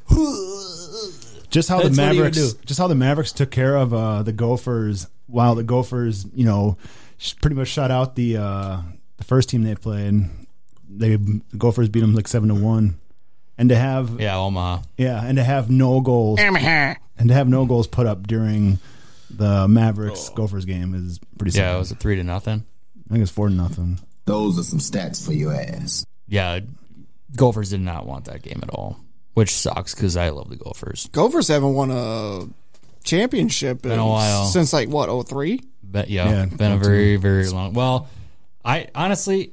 S9: just how the
S8: That's what he would
S9: Mavericks just how the Mavericks took care of uh, the Gophers while the Gophers you know sh- pretty much shut out the uh, the first team they played. They the Gophers beat them like seven to one, and to have
S8: Yeah, oh Omaha.
S9: yeah, and to have no goals and to have no goals put up during the Mavericks Gophers game is pretty. Sad.
S8: Oh. Yeah, it was a three to nothing.
S9: I think it's four to nothing.
S10: Those are some stats for eh? your ass.
S8: Yeah, Gophers did not want that game at all, which sucks because I love the Gophers.
S6: Gophers haven't won a championship in,
S8: a while.
S6: since like what 03?
S8: But yeah,
S9: Yeah,
S8: been a very very long. Well, I honestly,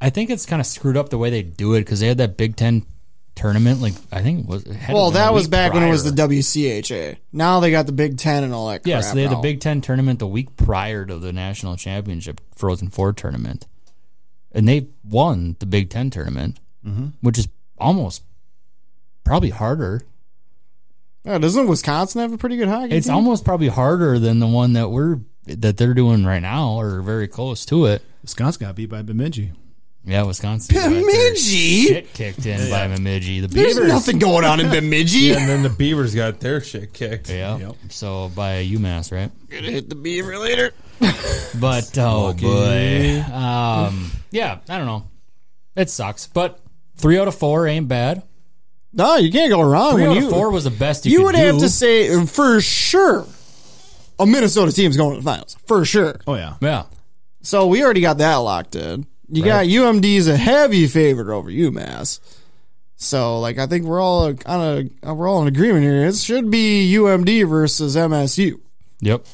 S8: I think it's kind of screwed up the way they do it because they had that Big Ten tournament. Like I think it was it had to
S6: Well,
S8: have been
S6: that
S8: a
S6: was
S8: week
S6: back when it was the
S8: prior.
S6: WCHA. Now they got the Big Ten and all that.
S8: Yeah,
S6: crap
S8: so they had the
S6: now.
S8: Big Ten tournament the week prior to the national championship Frozen Four tournament, and they won the Big Ten tournament, which is almost probably harder.
S6: Yeah, doesn't Wisconsin have a pretty good hockey?
S8: It's
S6: team?
S8: almost probably harder than the one that we're that they're doing right now, or very close to it.
S9: Wisconsin got beat by Bemidji.
S8: Yeah, Wisconsin. got their
S6: Bemidji?
S8: shit kicked in by Bemidji. The
S6: There's
S8: Beavers.
S6: nothing going on in Bemidji.
S7: And then the Beavers got their shit kicked.
S8: Yeah.
S9: Yep.
S8: So by UMass, right?
S6: Gonna hit the Beaver later.
S8: But oh boy, um, yeah. I don't know. It sucks, but three out of four ain't bad.
S6: No, you can't go wrong.
S8: Three
S6: when
S8: out
S6: you,
S8: of four was the best you,
S6: you
S8: could
S6: would have
S8: do.
S6: to say uh, for sure a Minnesota team's going to the finals for sure.
S9: Oh yeah,
S8: Yeah.
S6: So we already got that locked in. You got UMD's a heavy favorite over UMass. So like I think we're all kind of uh, we're all in agreement here. It should be UMD versus MSU.
S8: Yep.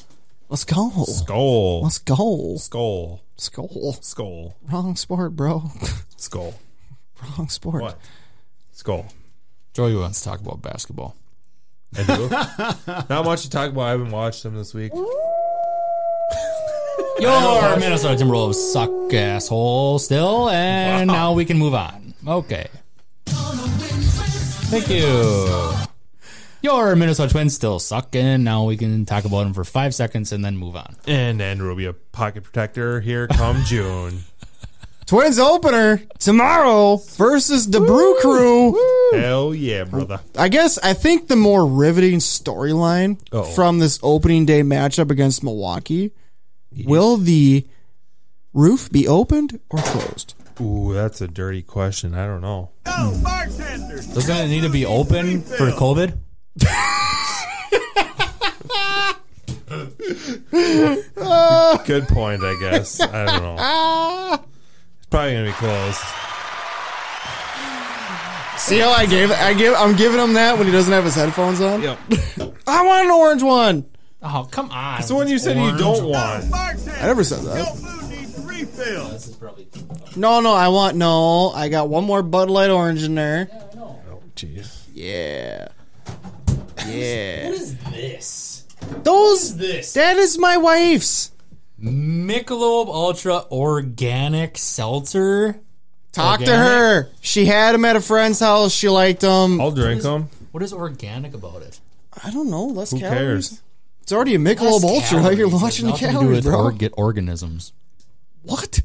S6: Let's go.
S7: Skull.
S6: Let's go.
S7: Skull.
S6: Let's go.
S7: Skull.
S6: Wrong sport, bro.
S7: Skull.
S6: Wrong sport.
S7: What? Skull.
S8: Joey wants to talk about basketball.
S7: I do. Not much to talk about. I haven't watched them this week.
S8: Your Minnesota Timberwolves suck, asshole, still, and now we can move on. Okay. Thank you. Your Minnesota Twins still suck, and now we can talk about them for five seconds and then move on.
S7: And Andrew will be a pocket protector here come June.
S6: Twins opener tomorrow versus the Brew Crew.
S7: Hell yeah, brother.
S6: I guess I think the more riveting storyline
S7: Uh-oh.
S6: from this opening day matchup against Milwaukee will the roof be opened or closed?
S7: Ooh, that's a dirty question. I don't know.
S2: Go, bartender.
S8: Doesn't it need to be open for COVID?
S7: Good point, I guess. I don't know. It's probably gonna be closed.
S6: See how I gave I give I'm giving him that when he doesn't have his headphones on.
S7: Yep.
S6: I want an orange one.
S8: Oh, come on.
S7: It's the one you said you don't want.
S2: Go, bartender.
S6: I never said that.
S2: Go, food needs refill.
S6: No, no, I want no. I got one more Bud Light orange in there.
S7: Jeez.
S6: Yeah. Yeah.
S8: is this?
S6: Those
S8: This.
S6: that is my wife's.
S8: Michelob Ultra Organic Seltzer.
S6: Talk to
S8: Organic? Oh.
S6: her. She had him at a friend's house. She liked him.
S7: I'll drink them.
S8: What is organic about it?
S6: I don't know. Less
S7: Who
S6: calories.
S7: cares?
S6: It's already a Michelob Ultra. Like you're
S8: Calories.
S6: watching the
S8: Nothing to do
S6: calories,
S8: with
S6: bro.
S8: orga- organisms.
S6: what?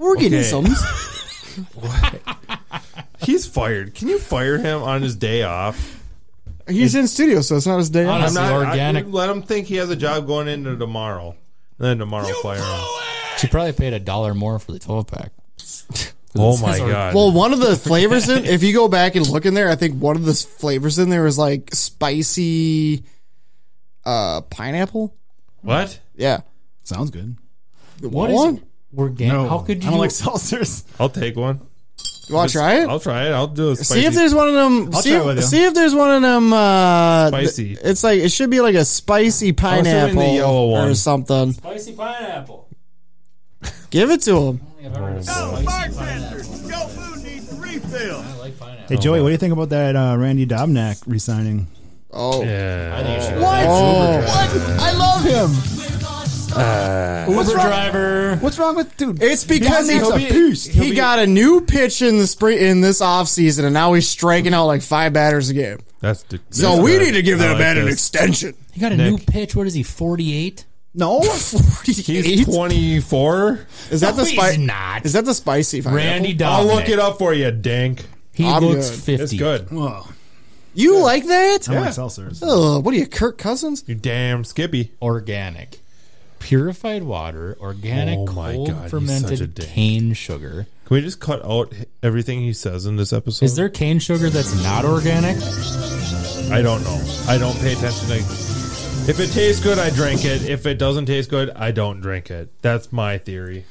S6: Organisms?
S7: He's fired. Can you fire him on his day off?
S6: He's in studio, so it's not his day
S8: I
S6: off.
S8: don't know. It's organic.
S7: I- let him think he has a job going into tomorrow. And then tomorrow fire him.
S8: She probably paid a dollar more for the 12 pack.
S7: Oh my god.
S6: Well, one of the flavors in, if you go back and look in there, I think one of the flavors in there is like spicy uh, pineapple.
S7: what?
S6: Yeah.
S9: sounds good.
S8: What
S6: What?
S8: is organic? How could you?
S9: I don't like seltzers.
S7: I'll take one.
S6: want to try it?
S7: I'll try it. I'll do a spicy.
S6: See if there's one of them.
S9: I'll
S6: see,
S9: try
S6: if,
S9: it with you.
S6: see if there's one of them. Uh,
S7: Spicy.
S6: th- it's like it should be like a spicy
S7: in the
S6: pineapple
S7: yellow one.
S6: or something.
S8: Spicy pineapple.
S6: Give it to him.
S2: Go bartender. Go food needs refill.
S8: I like pineapple.
S9: Hey Joey, what do you think about that uh, Randy Dobnak resigning?
S6: Oh,
S7: yeah.
S9: What?
S6: Oh.
S9: What? I love him.
S8: Uber driver.
S9: What's wrong with dude?
S6: it's because
S9: He
S6: he,
S9: has- he's a beast.
S6: he got a new pitch in the spring in this offseason, and now he's striking out like five batters a game.
S7: That's the,
S6: So
S7: that's
S6: we
S7: good.
S6: need to give
S7: I
S6: that
S7: like
S6: man an
S7: this.
S6: extension.
S8: He got a new pitch. What is he? Forty-eight.
S9: No,
S7: He's 24.
S6: Is that the
S8: he's
S6: spicy?
S8: not.
S6: Is that the spicy? pineapple?
S8: Randy
S7: I'll
S8: Dobnik.
S7: look it up for you, Dank.
S8: He
S6: I'm
S8: looks
S6: good.
S8: fifty.
S7: It's good.
S9: Whoa.
S6: you like that?
S9: I want seltzers.
S6: Ugh, what are you, Kirk Cousins?
S7: You damn Skippy.
S8: Organic. Purified water, organic
S7: Oh my
S8: cold
S7: God, he's such a
S8: fermented
S7: dick.
S8: cane sugar.
S7: Can we just cut out everything he says in this episode?
S8: Is there cane sugar that's not organic?
S7: I don't know. I don't pay attention to. If it tastes good, I drink it. If it doesn't taste good, I don't drink it. That's my theory.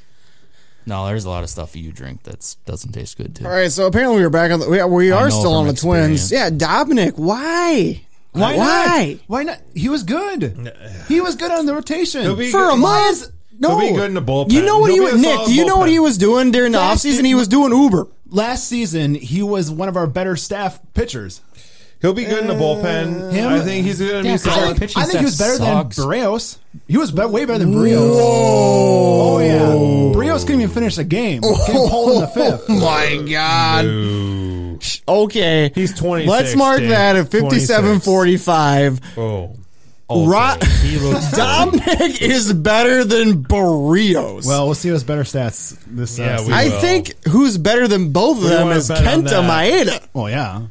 S8: No, there's a lot of stuff you drink that doesn't taste good too.
S6: All right, so apparently we we're back on the. We, we
S8: I
S6: are
S8: know
S6: still on
S8: from
S6: the twins.
S8: experience.
S6: Yeah, Dobnik, why?
S9: Why,
S6: Why?
S9: not? Why not? He was good. He was good on the rotation.
S7: He'll be
S6: For
S7: good-
S6: a month? No.
S7: He'll be good in the bullpen.
S6: You know what he
S7: He'll be
S6: was,
S7: a
S6: Nick?
S7: solid
S6: Do you know what
S7: bullpen.
S6: he was doing during the
S9: Last
S6: offseason?
S9: year-
S6: He was doing Uber.
S9: Last season, he was one of our better staff pitchers.
S7: He'll be good in the bullpen.
S9: him-
S7: I think he's going to be
S9: I
S7: solid.
S9: think, I think he was better
S8: sucks.
S9: than Barrios. He was be- way better than Barrios. Oh yeah, Barrios couldn't even finish a game. Getting pulled in the fifth.
S6: Oh my God. Okay.
S7: He's 26,
S6: Let's mark
S7: Dave.
S6: that at 5745.
S7: Oh,
S6: Rod-
S8: He looks
S6: Dominic is better than Barrios.
S9: Well, we'll see what's better stats this.
S7: Yeah,
S9: Yeah,
S7: we-
S9: uh, season.
S6: I
S7: well.
S6: think who's better than both of them
S7: wanna
S6: is
S7: bet on
S6: Kenta
S7: that.
S6: Maeda.
S9: oh yeah.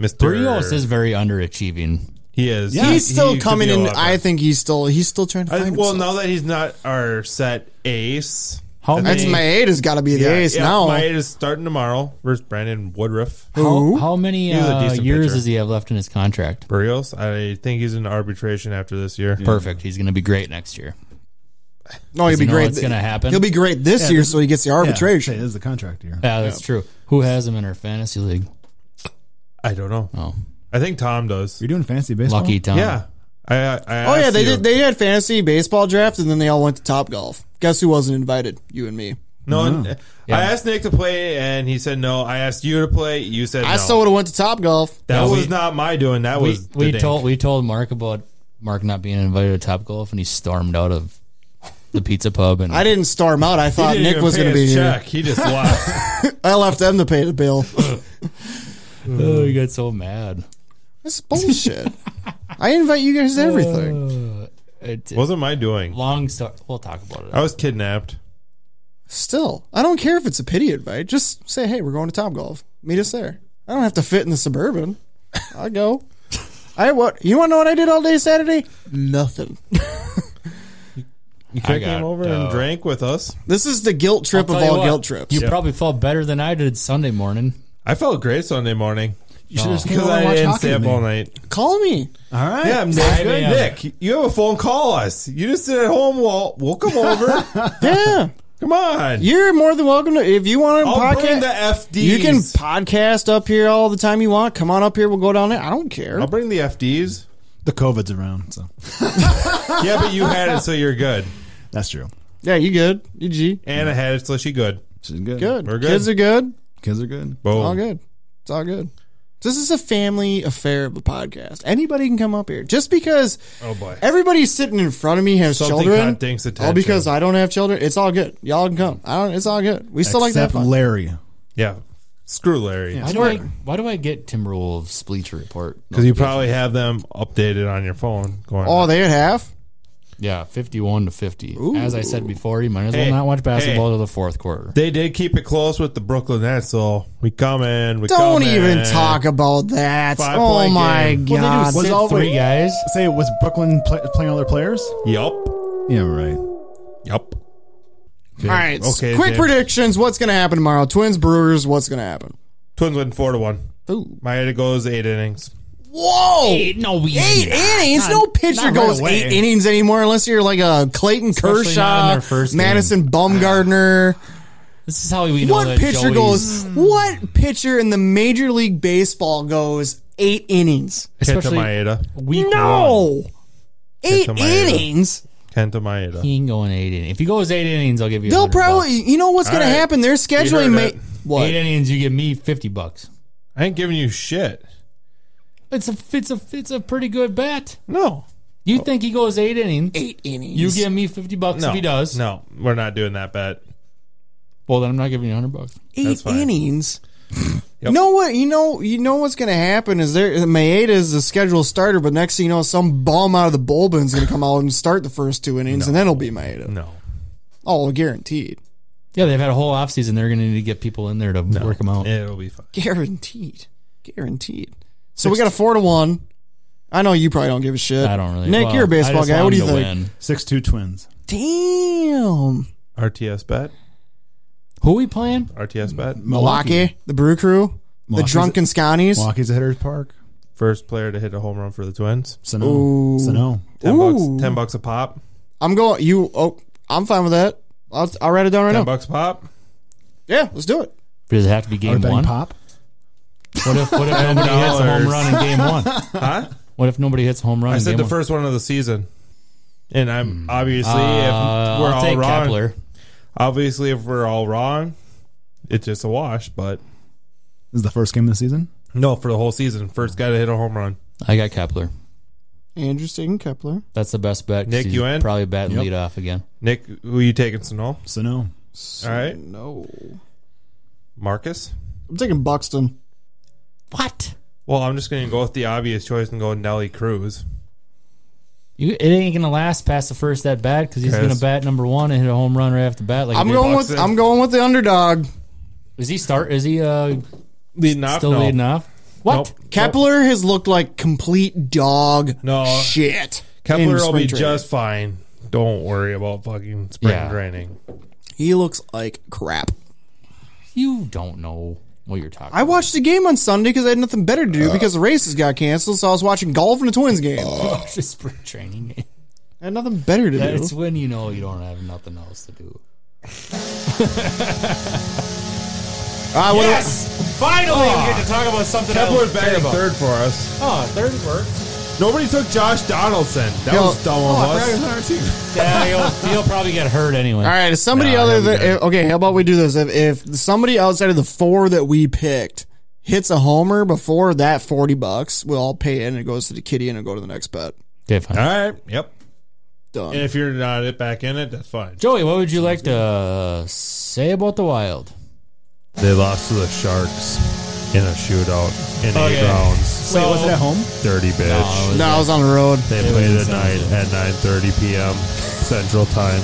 S7: Mr.
S8: Barrios is very underachieving.
S7: He is.
S6: he's
S7: He-
S6: still
S7: he could
S6: coming
S7: be a
S6: in.
S7: lot better.
S6: I think he's still he's still trying to
S7: I-
S6: find
S7: well,
S6: himself.
S7: now that he's not our set ace,
S8: How
S7: I
S8: many-
S6: That's
S7: think-
S6: Maeda's got to be the
S7: Yeah,
S6: ace
S7: yeah,
S6: now.
S7: Maeda is starting tomorrow versus Brandon Woodruff.
S8: How, how many
S7: He was a
S8: uh,
S7: decent
S8: years
S7: pitcher.
S8: does he have left in his contract?
S7: Barrios, I think he's in arbitration after this year.
S8: Perfect. He's going to be great next year.
S6: No, he'll
S8: Does he
S6: be
S8: know
S6: great.
S8: what's gonna happen?
S6: He'll be great this
S9: Yeah,
S6: year,
S9: this-
S6: so he gets the
S9: Yeah,
S6: arbitration.
S9: This is the contract year.
S8: Yeah, that's true. Who has him in our fantasy league?
S7: I don't know.
S8: Oh,
S7: I think Tom does.
S9: You're doing fantasy baseball.
S8: lucky Tom.
S7: Yeah. I, I, I
S6: oh yeah,
S7: asked
S6: they
S7: you.
S6: did. They had fantasy baseball draft, and then they all went to Top Golf. Guess who wasn't invited? You and me.
S7: No, and- I asked Nick to play, and he said no. I asked you to play. You said
S6: I
S7: no.
S6: still would have went to Top Golf.
S7: that
S8: No,
S7: was
S8: we-
S7: not my doing. That
S8: We,
S7: was the
S8: we
S7: Dink.
S8: told we told Mark about Mark not being invited to Top Golf, and he stormed out of the pizza pub. And
S6: I didn't storm out. I
S7: He
S6: thought
S7: didn't
S6: Nick
S7: even
S6: was
S7: pay
S6: going to be
S7: his
S6: here.
S7: check. He just left.
S6: I left them to pay the bill.
S8: oh, he got so mad.
S6: That's bullshit. I invite you guys to everything.
S8: It, it-
S7: Wasn't my doing.
S8: long story. We'll talk about it.
S7: I was kidnapped.
S6: Still, I don't care if it's a pity invite. Just say, hey, we're going to Top Golf. Meet us there. I don't have to fit in the suburban. I go. I what? You want to know what I did all day Saturday? Nothing.
S7: You
S8: I
S7: came
S8: got,
S7: over
S8: uh,
S7: and drank with us.
S6: This is the guilt trip of
S8: I'll tell you
S6: all
S8: what,
S6: guilt trips.
S8: You probably felt better than I did Sunday morning.
S7: I felt great Sunday morning
S9: You should have just came
S7: because
S9: over
S7: I
S9: and watched
S7: didn't
S9: hockey
S7: stay
S9: with
S7: up
S9: me.
S7: all night.
S6: Call me.
S9: All right.
S7: Yeah,
S8: Nick,
S7: Nick, Nick, you have a phone. Call us. You just sit at home. Well, we'll come over.
S6: Yeah.
S7: come on.
S6: You're more than welcome to if you want to
S7: I'll bring
S6: podcast.
S7: the FDs.
S6: you can podcast up here all the time you want. Come on up here, we'll go down there. I don't care.
S7: I'll bring the FDs.
S9: The COVID's around, so
S7: Yeah, but you had it, so you're good.
S9: that's true.
S6: Yeah, you good. You G.
S7: Anna had it, so she good.
S9: She's good.
S6: Good.
S7: We're good.
S6: Kids are good.
S9: Kids are good.
S7: Boom.
S6: All good. It's all good. This is a family affair of a podcast. Anybody can come up here. Just because
S7: Oh boy.
S6: everybody sitting in front of me has
S7: Something
S6: children.
S7: caught Dink's
S6: All
S7: attention.
S6: because I don't have children. It's all good. Y'all can come. I don't it's all good. We still like that.
S9: Except Larry.
S7: Yeah. Screw Larry.
S8: Why do I? Why do I get Timberwolves Bleacher Report?
S7: Because you probably have them updated on your phone. Going,
S6: Oh, they at half?
S8: Yeah, fifty-one to fifty. As I said before, you might as well
S7: Hey,
S8: not watch
S7: hey.
S8: basketball till the fourth quarter.
S7: they did keep it close with the Brooklyn Nets, so we coming. We
S6: Don't
S7: coming.
S6: even talk about that.
S7: Five
S6: Oh
S7: point
S6: my
S7: game.
S8: Well,
S6: god.
S8: they do sit
S9: Was
S8: three
S9: always-
S8: guys.
S9: Say, was Brooklyn play, playing all their players?
S7: Yup.
S9: Yeah, right.
S7: Yup.
S6: all right.
S7: Okay,
S6: quick
S7: Jim.
S6: predictions. What's going to happen tomorrow? Twins, Brewers, what's going to happen?
S7: Twins win four to one.
S6: Ooh.
S7: Maeda goes eight innings.
S6: Whoa.
S8: Eight, no, we
S6: Eight innings. No pitcher
S9: right
S6: goes
S9: away.
S6: eight innings anymore unless you're like a Clayton
S8: Especially not in
S6: Kershaw,
S8: their first
S6: Madison Bumgarner.
S8: This is how we know
S6: What
S8: that Hmm.
S6: pitcher goes?
S8: Joey's-
S6: What pitcher in the Major League Baseball goes eight innings?
S7: Kenta
S8: especially
S7: Maeda.
S8: week one.
S6: No, eight
S7: Hit the Maeda.
S6: innings.
S7: Kenta Maeda.
S8: He ain't going eight innings. If he goes eight innings, I'll give you.
S6: They'll
S8: 100
S6: probably.
S8: bucks.
S6: You know what's going
S7: All
S6: to
S7: right.
S6: happen? Their scheduling
S7: heard
S6: may.
S7: it.
S6: What?
S8: eight innings. You give me fifty bucks.
S7: I ain't giving you shit.
S8: It's a it's a it's a pretty good bet.
S7: No.
S8: You think he goes eight innings?
S6: Eight innings.
S8: You give me fifty bucks
S7: No.
S8: if he does.
S7: No, we're not doing that bet.
S8: Well, then I'm not giving you hundred bucks.
S6: eight
S7: That's fine.
S6: innings.
S7: Yep.
S6: You know what? You know you know what's going to happen is there Maeda is the scheduled starter, but next thing you know, some bum out of the bullpen is going to come out and start the first two innings, and then it'll be
S8: Mm.
S6: Maeda.
S7: No.
S6: Oh, guaranteed,
S8: Yeah, they've had a whole offseason. They're going to need to get people in there to work them out.
S7: It'll be fine.
S6: guaranteed, guaranteed. So we got a four to one. I know you probably don't give a shit.
S8: I don't really.
S6: Nick,
S8: well,
S6: you're a
S8: I
S6: baseball
S8: just
S6: guy.
S8: want
S6: What do you
S8: them to
S6: think?
S8: win.
S9: Six two twins.
S6: Damn,
S7: RTS bet.
S8: Who we playing?
S7: RTS bet.
S8: Mm,
S6: Milwaukee, the Brew Crew, the
S9: Milwaukee's-
S6: Drunken Sconnies.
S9: Milwaukee's a hitter's park.
S7: First player to hit a home run for the Twins.
S9: Sano.
S6: Ooh.
S9: Sano.
S7: Ten
S6: Ooh.
S7: bucks. Ten bucks a pop.
S6: I'm going. You. Oh, I'm fine with that. I'll, I'll write it down right
S7: Ten
S6: now.
S7: bucks a pop.
S6: Yeah, let's do it.
S8: Does it have to be game
S9: Are betting
S8: one?
S9: pop?
S8: What if what if nobody hits a home
S7: dollars.
S8: run in game one?
S7: Huh?
S8: What if nobody hits a home run?
S7: I
S8: in
S7: said
S8: game
S7: the
S8: one?
S7: first one of the season. And I'm obviously
S8: Uh,
S7: if we're
S8: I'll
S7: all
S8: take
S7: wrong.
S8: Kepler.
S7: Obviously if we're all wrong, it's just a wash, but
S9: This is the first game of the season.
S7: no, for the whole season. First guy to hit a home run.
S8: I got Kepler.
S6: Andrew's taking Kepler.
S8: That's the best bet. 'cause
S7: Nick,
S8: he's
S7: you in?
S8: Probably batting
S9: Yep.
S8: lead off again.
S7: Nick, who you taking, Sano?
S9: Sano.
S7: All right.
S6: No,
S7: Marcus?
S6: I'm taking Buxton.
S8: What?
S7: Well, I'm just gonna go with the obvious choice and go Nelly Cruz.
S8: You, it ain't gonna last past the first at bat because he's
S7: Yes.
S8: gonna bat number one and hit a home run right off the bat. Like
S6: I'm
S8: a big-
S6: going with
S7: Buxton.
S6: I'm going with the underdog.
S8: Is he start? Is he uh,
S7: Leading off?
S8: still
S7: no.
S8: leading off? What?
S7: Nope.
S6: Kepler has looked like complete dog
S7: No.
S6: shit. in
S7: Kepler will
S6: spring
S7: be
S6: training.
S7: just fine. Don't worry about fucking spring
S8: Yeah.
S7: training.
S6: He looks like crap.
S8: You don't know what you're talking.
S6: I watched the game on Sunday because I had nothing better to
S7: Uh.
S6: do because the races got canceled, so I was watching golf and the Twins game.
S8: about. It's just spring training. game.
S6: I had nothing better to do.
S8: That's when you know you don't have nothing else to do.
S6: Ah, what do I-
S8: Finally, we get to talk about something
S7: Kepler's back in third for us.
S8: Oh, third work.
S7: Nobody took Josh Donaldson. That
S6: Yo.
S7: was dumb
S8: Oh,
S7: of us.
S8: Yeah, he'll, he'll probably get hurt anyway.
S6: All right, if somebody
S8: Nah,
S6: other
S8: that'd be
S6: than if, okay, how about we do this? If, if somebody outside of the four that we picked hits a homer before that forty bucks, we'll all pay it and it goes to the kitty and it'll go to the next bet.
S8: Okay, fine.
S7: All right. Yep.
S6: Done.
S7: And if you're not it back in it, that's fine.
S8: Joey, what would you like to uh, say about the Wild?
S7: They lost to the Sharks in a shootout in
S8: Okay.
S7: rounds.
S8: So,
S9: Was it at home?
S7: Dirty bitch.
S6: no, I was on the road.
S7: they played at night at 9:30 p.m. Central Time.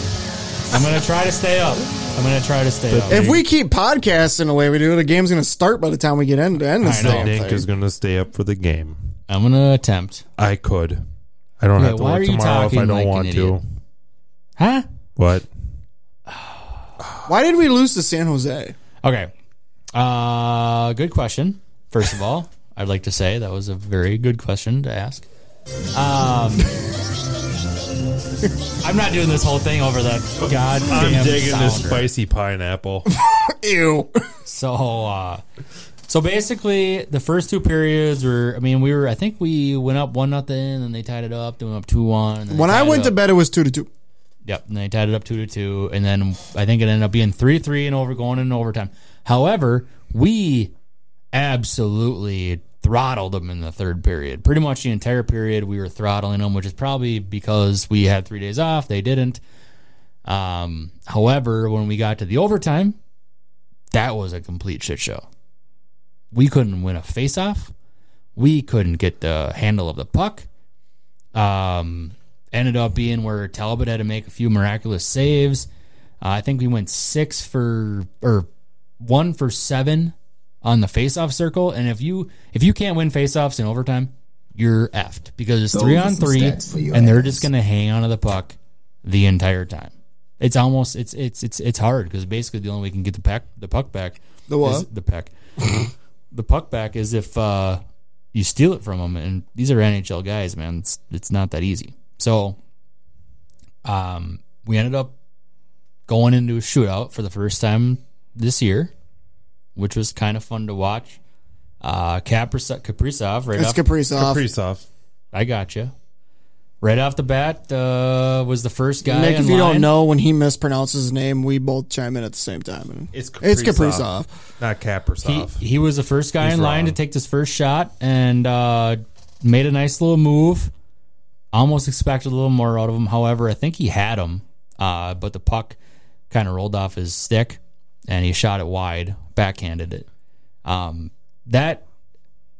S8: I'm gonna try to stay up. I'm gonna try to stay up.
S6: If we keep podcasting the way we do, the game's gonna start by the time we get in to end this
S8: I know.
S6: damn
S7: Nick
S6: thing.
S7: is gonna stay up for the game.
S8: I'm gonna attempt.
S7: I could. I don't
S8: Yeah,
S7: have to
S8: why are
S7: work
S8: you
S7: tomorrow if
S8: talking
S7: I don't
S8: like an
S7: want to.
S8: idiot? Huh?
S7: What?
S6: Why did we lose to San Jose?
S8: Okay. Uh, good question. First of all, I'd like to say that was a very good question to ask. Um, I'm not doing this whole thing over that goddamn.
S7: I'm digging
S8: sounder.
S7: this spicy pineapple.
S6: Ew.
S8: So, uh, so basically, the first two periods were. I mean, we were. I think we went up one nothing, and they tied it up. Then we went up two one.
S6: When I went
S8: to
S6: to bed, it was two to two.
S8: Yep, and they tied it up two to two, and then I think it ended up being three to three and over going in overtime. However, we absolutely throttled them in the third period. Pretty much the entire period we were throttling them, which is probably because we had three days off. They didn't. Um, however, when we got to the overtime, that was a complete shit show. We couldn't win a face off. We couldn't get the handle of the puck um, ended up being where Talbot had to make a few miraculous saves. Uh, I think we went six for or one for seven on the faceoff circle. And if you if you can't win faceoffs in overtime, you're effed because it's
S10: Those
S8: three
S10: are
S8: on
S10: some
S8: three, and
S10: stats for you
S8: they're
S10: ass.
S8: just gonna hang onto the puck the entire time. It's almost it's it's it's it's hard because basically the only way we can get the pack the puck back
S6: The what?
S8: is the pack the puck back is if uh, you steal it from them, and these are NHL guys, man. It's it's not that easy. So, um, we ended up going into a shootout for the first time this year, which was kind of fun to watch. Uh, Kapris- Kaprizov, right
S6: It's
S8: off,
S6: Kaprizov.
S7: Pretty soft.
S8: I got you. Right off the bat, uh, was the first guy.
S6: Nick,
S8: in
S6: if you
S8: line.
S6: don't know when he mispronounces his name, we both chime in at the same time. And
S7: It's
S6: it's
S7: Kaprizov.
S6: Kaprizov.
S7: Not
S8: he,
S7: Kaprizov.
S8: he was the first guy in line
S7: wrong.
S8: to take this first shot and uh, made a nice little move. Almost expected a little more out of him. However, I think he had him, uh, but the puck kind of rolled off his stick and he shot it wide, backhanded it. Um, that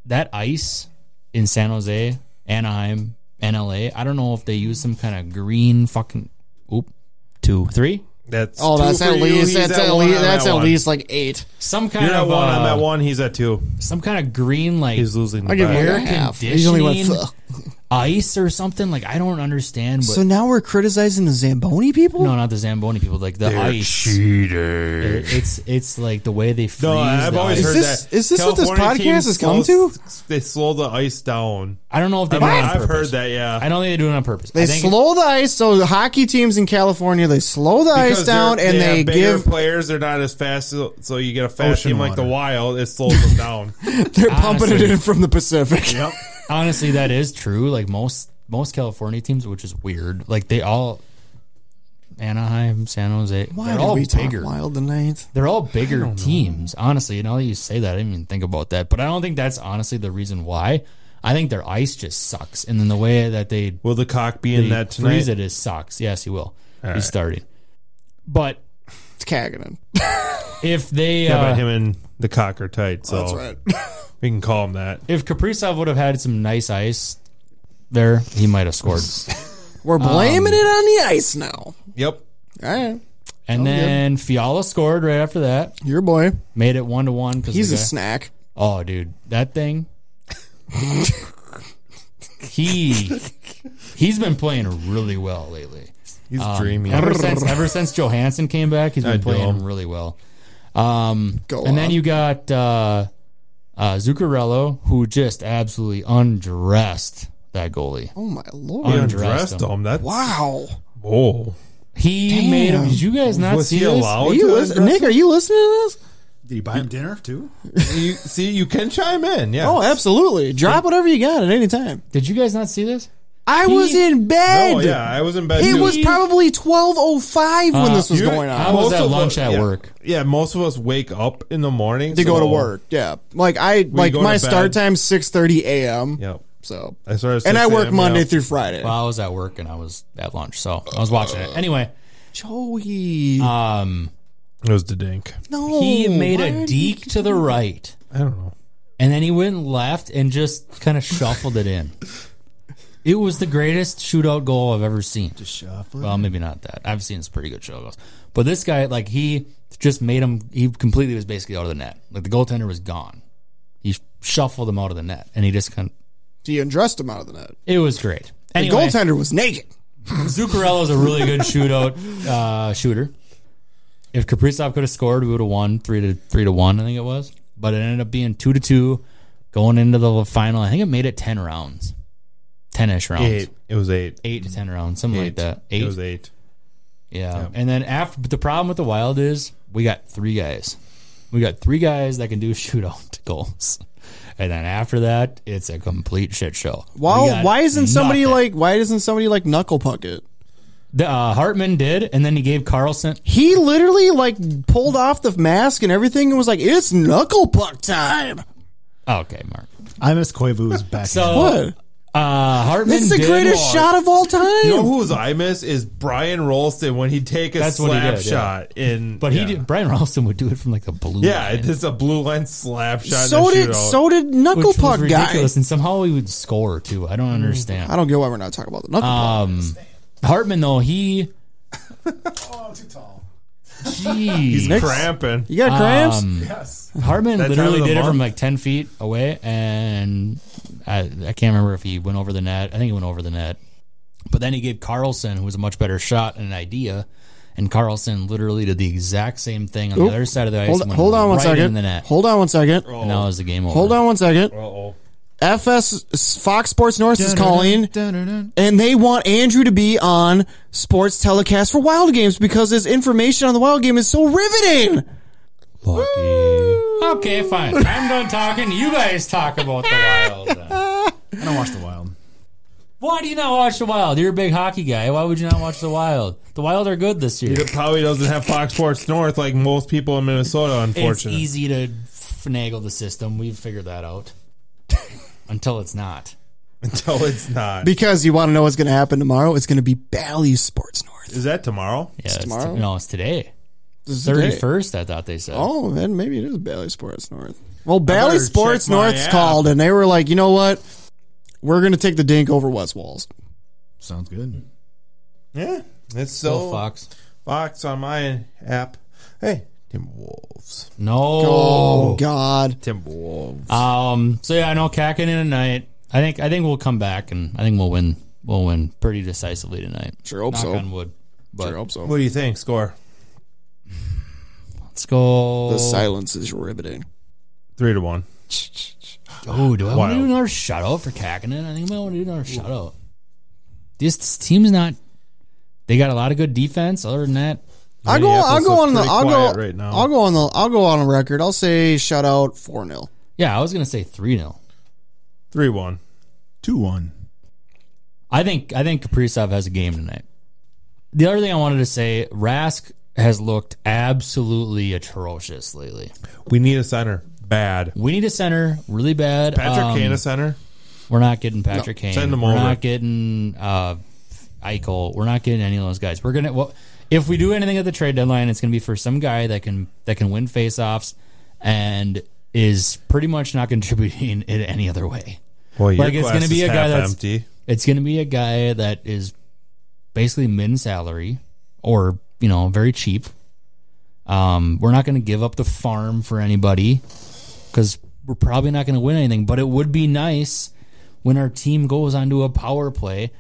S8: that ice in San Jose, Anaheim, NLA. I don't know if they use some kind of green fucking oop two three
S7: That's
S6: Oh,
S7: two
S6: that's
S7: for
S6: at
S7: you.
S6: least
S7: He's
S6: that's at
S7: one
S6: least
S7: on
S6: that's
S7: that
S6: at
S7: one.
S6: least like eight.
S8: some kind
S7: You're at
S8: of
S7: one on
S8: uh,
S7: that one. He's at two.
S8: some kind of green like
S7: He's losing.
S6: I
S7: The
S6: give
S7: bet.
S6: him
S8: Air
S6: like a half. He's only went
S8: conditioning.
S6: th-
S8: ice or something. Like I don't understand. But
S6: So now we're criticizing the Zamboni people.
S8: no, not the Zamboni people. Like the ice. It- It's it's like the way they freeze.
S7: No, I've
S8: the
S7: always
S8: ice.
S7: heard
S6: this-
S7: that.
S6: is this what this
S7: California
S6: podcast
S7: teams
S6: has come
S7: slow- They slow the ice down.
S8: I don't know if they.
S7: I
S8: do it on
S7: have heard
S8: purpose.
S7: that. Yeah,
S8: I don't think they do it on purpose.
S6: They
S8: I think
S6: slow the ice. So the hockey teams in California, they slow the ice
S7: Because they're-
S6: down and
S7: have
S6: they
S7: bigger
S6: give
S7: players. They're not as fast, so- so you get a fast
S9: Ocean
S7: team like the
S9: water.
S7: Wild. It slows them down.
S6: they're pumping it
S8: Honestly.
S6: in from the Pacific.
S8: honestly that is true. Like most most California teams, which is weird. Like they all Anaheim, San Jose.
S6: Why
S8: they're
S6: did
S8: all
S6: we talk
S8: bigger.
S6: wild tonight?
S8: They're all bigger teams, honestly. Now that you say that, I didn't even think about that. But I don't think that's honestly the reason why. I think their ice just sucks, and then the way that they
S7: Will the cock be
S8: they
S7: in that
S8: freeze
S7: tonight?
S8: it is sucks. Yes, he will. He's starting. But
S6: It's Kaganen.
S8: if they,
S7: Yeah,
S8: uh,
S7: but him and the cock are tight, so
S6: That's right.
S7: we can call him that.
S8: if Kaprizov would have had some nice ice there, he might have scored.
S6: We're
S8: Um,
S6: blaming it on the ice now.
S7: Yep.
S6: All right,
S8: And then Fiala scored right after that,
S6: your boy.
S8: made it one to one because
S6: He's
S8: the
S6: a
S8: guy-
S6: snack.
S8: Oh, dude, that thing. he he's been playing really well lately.
S7: He's dreamy.
S8: Ever since ever since Johansson came back, he's been
S7: I
S8: playing
S7: know.
S8: really well. Um,
S6: Go
S8: and then
S6: on.
S8: you got uh, uh, Zuccarello, who just absolutely undressed that goalie.
S6: Oh my
S7: He
S6: lord!
S8: Yeah.
S7: undressed
S8: undressed him.
S7: him. That's
S6: Wow.
S7: whoa.
S8: He made him. Did you guys not
S7: Was
S8: see
S7: he
S8: this?
S7: allowed?
S6: Are you
S7: to
S6: listen-
S7: undress
S6: Nick, are you listening to this?
S9: Did you buy him dinner too?
S7: him? You- see, you can chime in. Yeah.
S6: Oh, absolutely. Drop whatever you got at any time.
S8: Did you guys not see this?
S6: I was in bed.
S7: Oh, yeah. I was in bed.
S6: It
S7: too.
S6: was probably 1205 when
S8: Uh,
S6: this was
S7: You-
S6: going
S8: I
S6: on.
S8: was
S7: most
S8: at
S7: of
S8: lunch
S7: us-
S8: at
S7: yeah.
S8: work.
S7: Yeah, most of us wake up in the morning
S6: To go to
S7: so-
S6: work. Yeah. Like I like
S7: go to
S6: my
S7: bed.
S6: start time's 6:30 a.m.
S7: Yep.
S6: So
S7: I started.
S6: and I work Monday through
S7: through.
S6: Friday.
S8: Well, I was at work and I was at lunch, so I was watching it. Anyway,
S6: Joey.
S8: um,
S7: It was the dink.
S6: no.
S8: he made
S6: Oh, why
S8: a
S6: did-
S8: deke to the right,
S7: I don't know.
S8: and then he went left and just kind of shuffled it in. It was the greatest shootout goal I've ever seen.
S9: Shuffle.
S8: Well, maybe not that. I've seen some pretty good shootout goals, but this guy, like, he just made him. He completely was basically out of the net. Like the goaltender was gone. He shuffled him out of the net, and he just kind of.
S6: He undressed him out of the net.
S8: It was great.
S6: The
S8: Anyway,
S6: goaltender was naked.
S8: Zuccarello is a really good shootout uh, shooter. If Kaprizov could have scored, we would have won three to three to one. I think it was, but it ended up being two to two, going into the final. I think it made it ten rounds, ten ish rounds,
S7: Eight.
S8: eight.
S7: It was eight.
S8: to ten rounds, something like that. Eight,
S7: It was eight.
S8: yeah. And then after, but the problem with the Wild is we got three guys, we got three guys that can do shootout goals, and then after that, it's a complete shit show. We
S6: Well,
S8: got
S6: why isn't somebody
S8: nothing.
S6: like why doesn't somebody like knuckle puck it?
S8: The, uh, Hartman did, and then he gave Carlson.
S6: He literally like pulled off the mask and everything and was like, "It's knuckle puck time."
S8: okay, Mark.
S9: I miss Koivu's back.
S8: So
S6: What?
S8: Uh, Hartman.
S6: This is the
S8: did
S6: greatest
S8: walk.
S6: shot of all time.
S7: You know whose I miss is Brian Ralston when he'd take a
S8: That's what he
S7: slap
S8: did, yeah.
S7: shot in.
S8: But
S7: yeah.
S8: he did. Brian Ralston would do it from like the blue.
S7: Yeah,
S8: line,
S7: it is a blue line slap shot.
S6: so
S7: in a
S6: did
S7: shootout.
S6: so did
S8: which
S6: knuckle
S8: was
S6: puck guy. Mm.
S8: ridiculous, and somehow he would score too. I don't understand.
S6: I don't get why we're not talking about the knuckle puck.
S8: Um, Hartman though he.
S7: He's
S8: Jeez.
S7: cramping.
S6: You
S8: Um,
S6: got cramps?
S8: Hartman
S7: That time
S8: literally
S7: of the
S8: did it
S7: month?
S8: from like ten feet away, and I, I can't remember if he went over the net. I think he went over the net, but then he gave Carlson, who was a much better shot, an idea, and Carlson literally did the exact same thing on the
S6: Oop.
S8: other side of the ice.
S6: hold,
S8: and went
S6: hold on one
S8: right
S6: second.
S8: In the net.
S6: Hold on one second.
S8: and that was the game over.
S6: Hold on one second.
S7: Uh-oh.
S6: FS Fox Sports North is calling, and they want Andrew to be on sports telecast for Wild Games because his information on the Wild Game is so riveting.
S7: Lucky.
S8: Okay, fine. I'm done talking. You guys talk about the wild. then.
S9: I don't watch The Wild.
S8: Why do you not watch the wild? You're a big hockey guy. Why would you not watch the wild? The wild are good this year.
S7: It probably doesn't have Fox Sports North like most people in Minnesota,
S8: It's
S7: unfortunately.
S8: easy to finagle the system. We've figured that out. Until it's not.
S7: Until it's not.
S6: Because you want to know what's going to happen tomorrow? It's going to be Bally Sports North.
S7: Is that tomorrow?
S8: Yeah, it's
S6: tomorrow?
S8: no, it's today.
S6: This is the day.
S8: Thirty first, I thought they said.
S6: Oh, then maybe it is Bally Sports North. Well, Bally Sports
S7: check my
S6: North's
S7: app.
S6: called, and they were like, you know what? We're going to take the dink over West Walls.
S9: Sounds good.
S7: Yeah. It's
S8: Go
S7: still Fox.
S8: Fox.
S7: on my app. Hey, Timberwolves.
S6: Oh,
S8: No.
S6: God.
S7: Timberwolves.
S8: Um. So yeah, I know Kakin in tonight. I think I think we'll come back and I think we'll win. We'll win pretty decisively tonight.
S6: Sure hope
S8: Knock
S6: so.
S8: on wood. But
S6: Sure hope so.
S7: what do you think? Score
S8: let's go.
S6: The silence is riveting.
S7: three to one.
S8: Oh, do I want to
S7: Wild.
S8: do another shutout for Kakinen? I think I want to do another shutout. This, this team's not. They got a lot of good defense. Other than that,
S6: I'll go. I'll
S7: Minneapolis
S6: go
S7: looks
S6: on the.
S7: pretty
S6: I'll go.
S7: quiet right now.
S6: I'll go on the. I'll go on a record. I'll say shut out four 0
S8: yeah, I was gonna say three 0
S7: Three one.
S9: 2 1.
S8: I think I think Kaprizov has a game tonight. The other thing I wanted to say, Rask has looked absolutely atrocious lately.
S7: We need a center. Bad.
S8: We need a center really bad.
S7: Patrick
S8: Um,
S7: Kane a center.
S8: We're not getting Patrick Kane.
S7: send him
S8: We're
S7: over.
S8: not getting uh, Eichel. We're not getting any of those guys. We're gonna. Well, if we do anything at the trade deadline, it's gonna be for some guy that can that can win faceoffs and is pretty much not contributing in any other way.
S7: Boy, your
S8: Like, it's
S7: glass
S8: gonna be
S7: is
S8: a guy
S7: half
S8: that's-
S7: empty.
S8: It's gonna be a guy that is basically min salary or you know very cheap. Um, we're not gonna give up the farm for anybody because we're probably not going to win anything. But it would be nice when our team goes onto a power play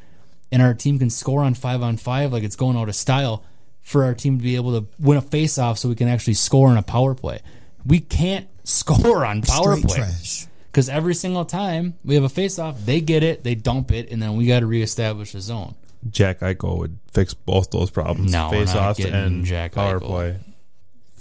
S8: and our team can score on five on five like it's going out of style for our team to be able to win a face off so we can actually score on a power play. We can't score on power
S11: Straight
S8: play
S11: trash.
S8: because every single time we have a face off, they get it, they dump it, and then we got to reestablish the zone.
S7: Jack Eichel would fix both those problems.
S8: No, we're not
S7: face off
S8: getting
S7: and
S8: Jack
S7: power
S8: Eichel.
S7: play.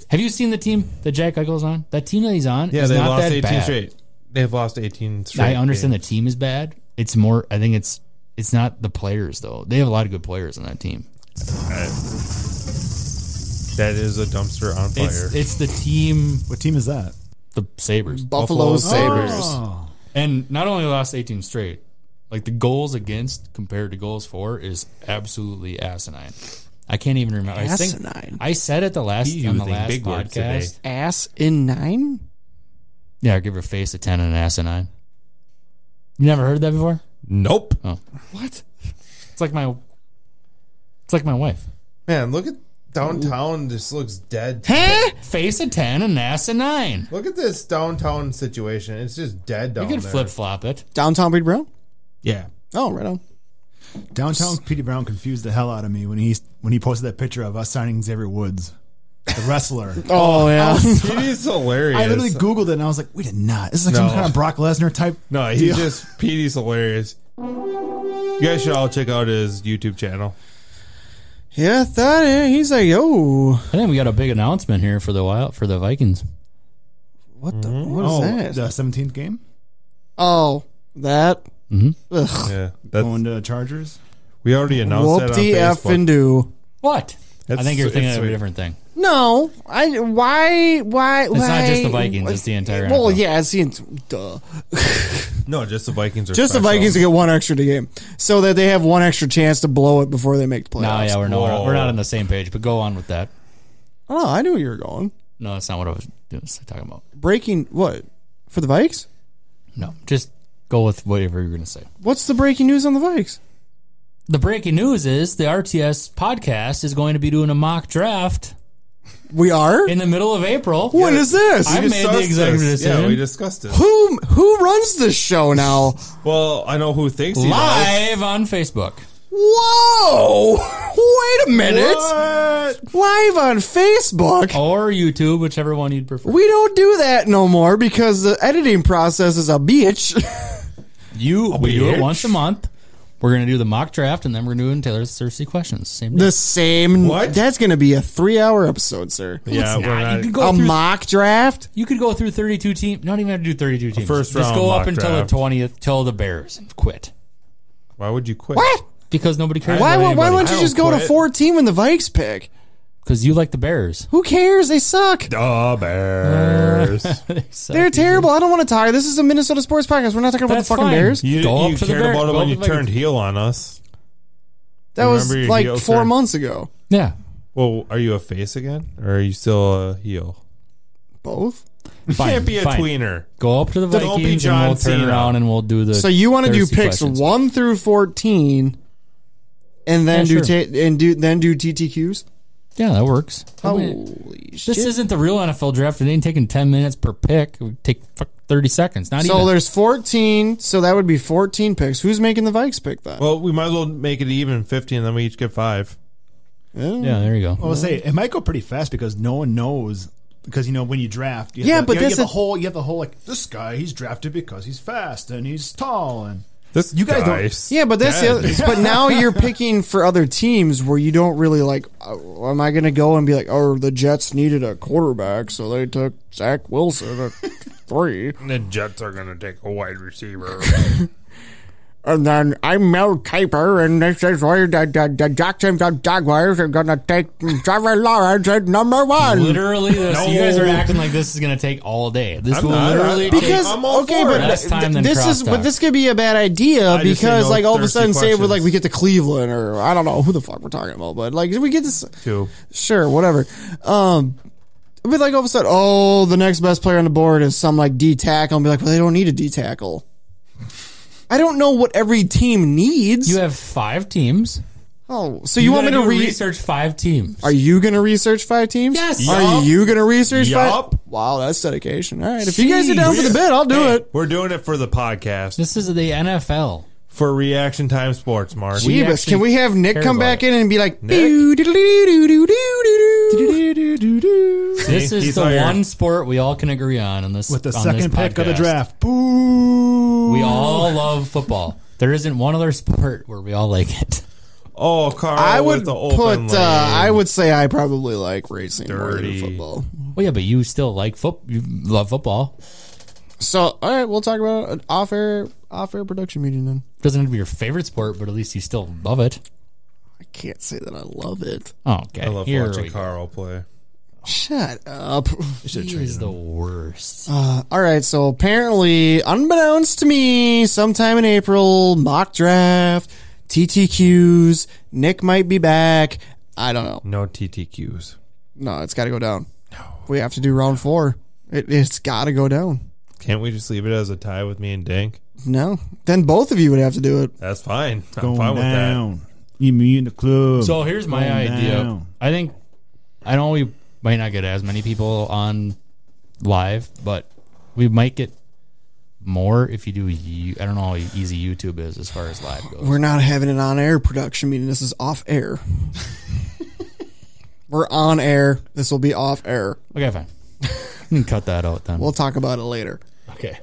S8: Have you seen the team that Jack Eichel's on? That team that he's on
S7: Yeah,
S8: is
S7: they
S8: not
S7: lost
S8: that
S7: eighteen
S8: bad.
S7: straight. They've lost eighteen straight.
S8: I understand
S7: games.
S8: the team is bad. It's more. I think it's it's not the players though. They have a lot of good players on that team.
S7: that is a dumpster on fire.
S8: It's it's the team,
S9: What team is that?
S8: the Sabers,
S6: Buffalo, Sabers.
S8: Oh. and not only lost eighteen straight. Like the goals against compared to goals for is absolutely asinine. I can't even remember. I
S6: Asinine.
S8: think I said it the last
S7: You
S8: on the
S7: think
S8: last
S7: big words today.
S8: podcast.
S6: Ass in nine.
S8: Yeah, give her face a ten and an asinine. You never heard that before?
S7: nope.
S8: What? It's like my, it's like my wife.
S7: Man, look at downtown. This looks dead.
S8: Face a ten and ass a nine.
S7: Look at this downtown situation. It's just dead down
S8: You could
S7: there.
S8: flip flop it.
S6: Downtown Breed Brown.
S7: Yeah.
S6: Oh, right on.
S9: Downtown Petey Brown confused the hell out of me when he when he posted that picture of us signing Xavier Woods, the wrestler.
S6: Oh yeah.
S7: It is hilarious.
S9: I literally Googled it and I was like, we did not. This is like some
S7: No.
S9: kind of Brock Lesnar type.
S7: no, he's
S9: deal.
S7: just Petey's hilarious. You guys should all check out his YouTube channel.
S6: yeah, that. eh, He's like, yo,
S8: I think we got a big announcement here for the wild for the Vikings.
S6: what the? What is
S9: Oh,
S6: that?
S9: the 17th game?
S6: oh, that. Ugh.
S7: Yeah, that's,
S9: Going to Chargers?
S7: we already announced
S6: Whoop
S7: that
S6: de
S7: on
S6: f
S7: Facebook.
S6: and do.
S8: What? I
S7: That's-
S8: think you're
S7: it's
S8: thinking of a
S7: sweet.
S8: different thing.
S6: No, I. Why? Why?
S8: It's not just the Vikings; it's the entire.
S6: Well,
S8: NFL.
S6: yeah, it's the. ent- Duh.
S7: no, just the Vikings are
S6: Just the
S7: special.
S6: Vikings to get one extra to game, so that they have one extra chance to blow it before they make the playoffs.
S8: No, yeah, we're not.
S7: Whoa.
S8: We're not on the same page. But go on with that.
S6: Oh, I knew you were going.
S8: No, that's not what I was doing- talking about.
S6: Breaking what for the Vikes?
S8: No, just go with whatever you're going to say.
S6: What's the breaking news on the Vikes?
S8: The breaking news is the RTS podcast is going to be doing a mock draft
S6: We are.
S8: in the middle of April.
S6: When is this?
S8: I
S7: We
S8: made the
S7: discussed
S8: executive
S7: this.
S8: decision.
S7: Yeah, we discussed it.
S6: who who runs this show now?
S7: Well, I know who thinks he does.
S8: Live on Facebook.
S6: Whoa! Wait a minute. Live on Facebook.
S8: or YouTube, whichever one you'd prefer.
S6: We don't do that no more because the editing process is a bitch.
S8: You we do it once a month. We're gonna do the mock draft, and then we're doing Taylor's thirsty questions. Same. Day.
S6: The same.
S7: What?
S6: That's going to be a three hour episode, sir.
S7: Yeah,
S8: It's
S7: we're
S8: not.
S7: not.
S8: You could go
S6: A
S8: through.
S6: mock draft?
S8: you could go through thirty-two team. Not even have to do thirty-two teams.
S7: first
S8: Just
S7: round
S8: go up
S7: mock
S8: until
S7: draft.
S8: the twentieth, till the Bears quit
S7: why would you quit?
S6: What?
S8: because nobody cares.
S6: Why,
S8: about
S6: why, why
S8: anybody.
S6: wouldn't you
S7: I
S6: just
S7: don't
S6: go to
S7: quit.
S6: 14 when the Vikes pick?
S8: Because you like the Bears.
S6: Who cares? They suck.
S7: The Bears.
S6: They're terrible. I don't want to tire. This is a Minnesota sports podcast. We're not talking about the
S8: That's
S6: fucking
S8: fine.
S6: Bears.
S7: you
S8: Go up
S7: you
S8: to the
S7: cared
S8: Bears,
S7: about it
S8: go
S7: when
S8: up
S7: you
S8: to the Vikings.
S7: turned heel on us.
S6: That was
S7: remember your
S6: like
S7: heel
S6: four
S7: turn.
S6: months ago.
S8: Yeah.
S7: Well, are you a face again, or are you still a heel?
S6: Both.
S8: Fine,
S7: Can't be a
S8: fine.
S7: tweener.
S8: Go up to the
S7: Don't be
S8: Vikings
S7: John
S8: and we'll turn
S7: Cena.
S8: around and we'll do the.
S6: So you want to do
S8: thirsty
S6: picks
S8: questions.
S6: one through fourteen, and then
S8: Yeah,
S6: do
S8: sure.
S6: ta- and do then do TTQs.
S8: Yeah, that works.
S6: Holy shit!
S8: This isn't the real NFL draft. It ain't taking ten minutes per pick. It would take fuck thirty seconds. Not
S6: so
S8: even.
S6: there's fourteen. So that would be fourteen picks. Who's making the Vikes pick then?
S7: Well, we might as well make it even fifty, and then we each get five.
S8: yeah, there you go.
S7: Oh,
S9: I was say it might go pretty fast because no one knows. Because you know when you draft, you have
S6: Yeah,
S9: to-
S6: but
S9: you know, you
S6: that's
S9: have
S6: a-
S9: the whole you have the whole like this guy he's drafted because he's fast and he's tall and
S7: This
S9: You guys don't-
S6: yeah, but that's the
S7: Yeah.
S6: other, but now you're picking for other teams where you don't really like. Oh, am I going to go and be like, oh, the Jets needed a quarterback, so they took Zach Wilson at three,
S7: the Jets are going to take a wide receiver.
S6: and then I'm Mel Kiper, and this is why the, the, the Jacksonville Jaguars are going to take Trevor Lawrence at number one.
S8: Literally, this,
S7: No.
S8: you guys are acting like this is gonna take all day. This
S7: I'm
S8: will
S7: not.
S8: literally
S7: I'm-
S8: take-
S6: because
S7: I'm all
S6: okay,
S7: for it.
S6: but
S8: Less time
S6: th-
S8: than
S6: this is
S8: crosstalk.
S6: but this could be a bad idea
S7: I just say
S6: because
S7: no
S6: like all of a
S7: thirsty
S6: sudden, say we're
S7: questions.
S6: like we get to Cleveland or I don't know who the fuck we're talking about, but like we get this
S7: Two.
S6: sure whatever. Um, but like all of a sudden, oh, the next best player on the board is some like D tackle, and be like, well, they don't need a D tackle. I don't know what every team needs.
S8: you have five teams.
S6: oh, so you, want me
S8: gotta
S6: to
S8: do
S6: re-
S8: research five teams?
S6: Are you going to research five teams?
S8: Yes.
S6: Are
S7: Yup.
S6: you going to research
S7: Yup.
S6: five? Wow, that's dedication. All right. If you guys are down for the
S7: Jeez.
S6: bid, I'll do
S7: Hey,
S6: it.
S7: We're doing it for the podcast
S8: this is the NFL.
S7: for Reaction Time Sports, Mark.
S8: We
S6: Jeebus,
S8: actually
S6: can we have Nick
S8: care
S6: come
S8: about
S6: back
S8: it.
S6: in and be like,
S7: Nick?
S6: "Doo, diddle, doo, doo, doo, doo, doo, doo, doo, doo, doo."
S8: This
S7: See,
S8: is
S7: he's
S8: the
S7: hired.
S8: one sport we all can agree on in this
S9: with the
S8: on this
S9: second pick of the
S8: podcast.
S9: draft. Boo!
S8: We all love football. There isn't one other sport where we all like it.
S7: Oh, Carl,
S6: I would
S7: with the open
S6: put. Uh, I would say I probably like racing more than
S7: Dirty.
S6: football.
S8: Well, yeah, but you still like foot. You love football.
S6: So, all right, we'll talk about an off-air, off-air production meeting then.
S8: Doesn't have to be your favorite sport, but at least you still love it.
S6: I can't say that I love it.
S8: Oh, okay.
S7: I love
S8: Here we
S7: watching
S8: go.
S7: Carl play.
S6: Shut up.
S8: He is the worst.
S6: All right, so apparently, unbeknownst to me, sometime in April, mock draft, TTQs, Nick might be back. I don't know.
S7: No TTQs.
S6: No, it's got to go down. We have to do round four. It, it's got to go down.
S7: Can't we just leave it as a tie with me and Dink?
S6: No, then both of you would have to do it.
S7: That's fine. I'm
S9: going
S7: fine with that.
S9: down. You mean in the club?
S8: So here's my
S9: Going
S8: idea.
S9: down.
S8: I think I know we might not get as many people on live, but we might get more if you do. you- I don't know how easy YouTube is as far as live goes.
S6: We're not having an on-air production meeting. This is off-air. We're on air. This will be off air.
S8: Okay, fine. You can cut that out then.
S6: We'll talk about it later.
S8: okay.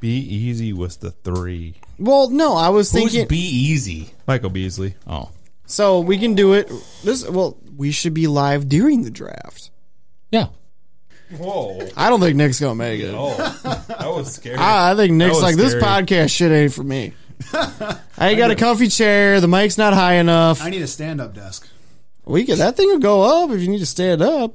S7: Be easy was the three.
S6: Well, no, I was thinking.
S8: be easy?
S7: Michael Beasley.
S8: Oh,
S6: so we can do it. This well, we should be live during the draft.
S8: yeah.
S7: Whoa.
S6: I don't think Nick's gonna make it.
S7: Oh, that was scary.
S6: I I think Nick's
S7: was
S6: like this
S7: scary.
S6: podcast shit ain't for me. I ain't got a comfy chair. The mic's not high enough.
S9: I need a stand-up desk.
S6: We could that thing will go up if you need to stand up.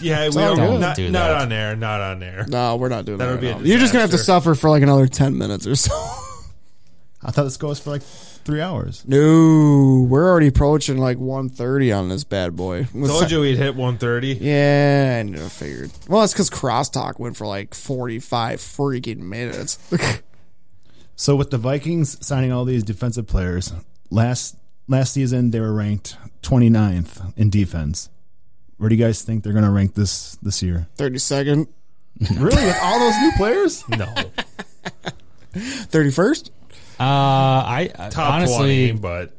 S7: yeah, we
S6: all
S7: don't,
S6: good.
S7: not,
S8: Don't do
S7: not
S8: that.
S7: on air. Not on air.
S6: No, we're not doing that.
S7: That'll
S6: right
S7: be a
S6: now. You're just gonna have to
S7: disaster.
S6: suffer for like another ten minutes or so.
S9: I thought this goes for like three hours.
S6: no, we're already approaching like 1:30 on this bad boy.
S7: Told you we'd hit 130.
S6: Yeah, I knew, I figured. Well, it's because crosstalk went for like 45 freaking minutes.
S9: So with the Vikings signing all these defensive players last last season, they were ranked 29th in defense. Where do you guys think they're going to rank this this year?
S6: 32nd,
S9: really, with all those new players?
S8: No. uh,
S6: 31st.
S8: I I-
S7: Top
S8: Uh, honestly
S7: 20, but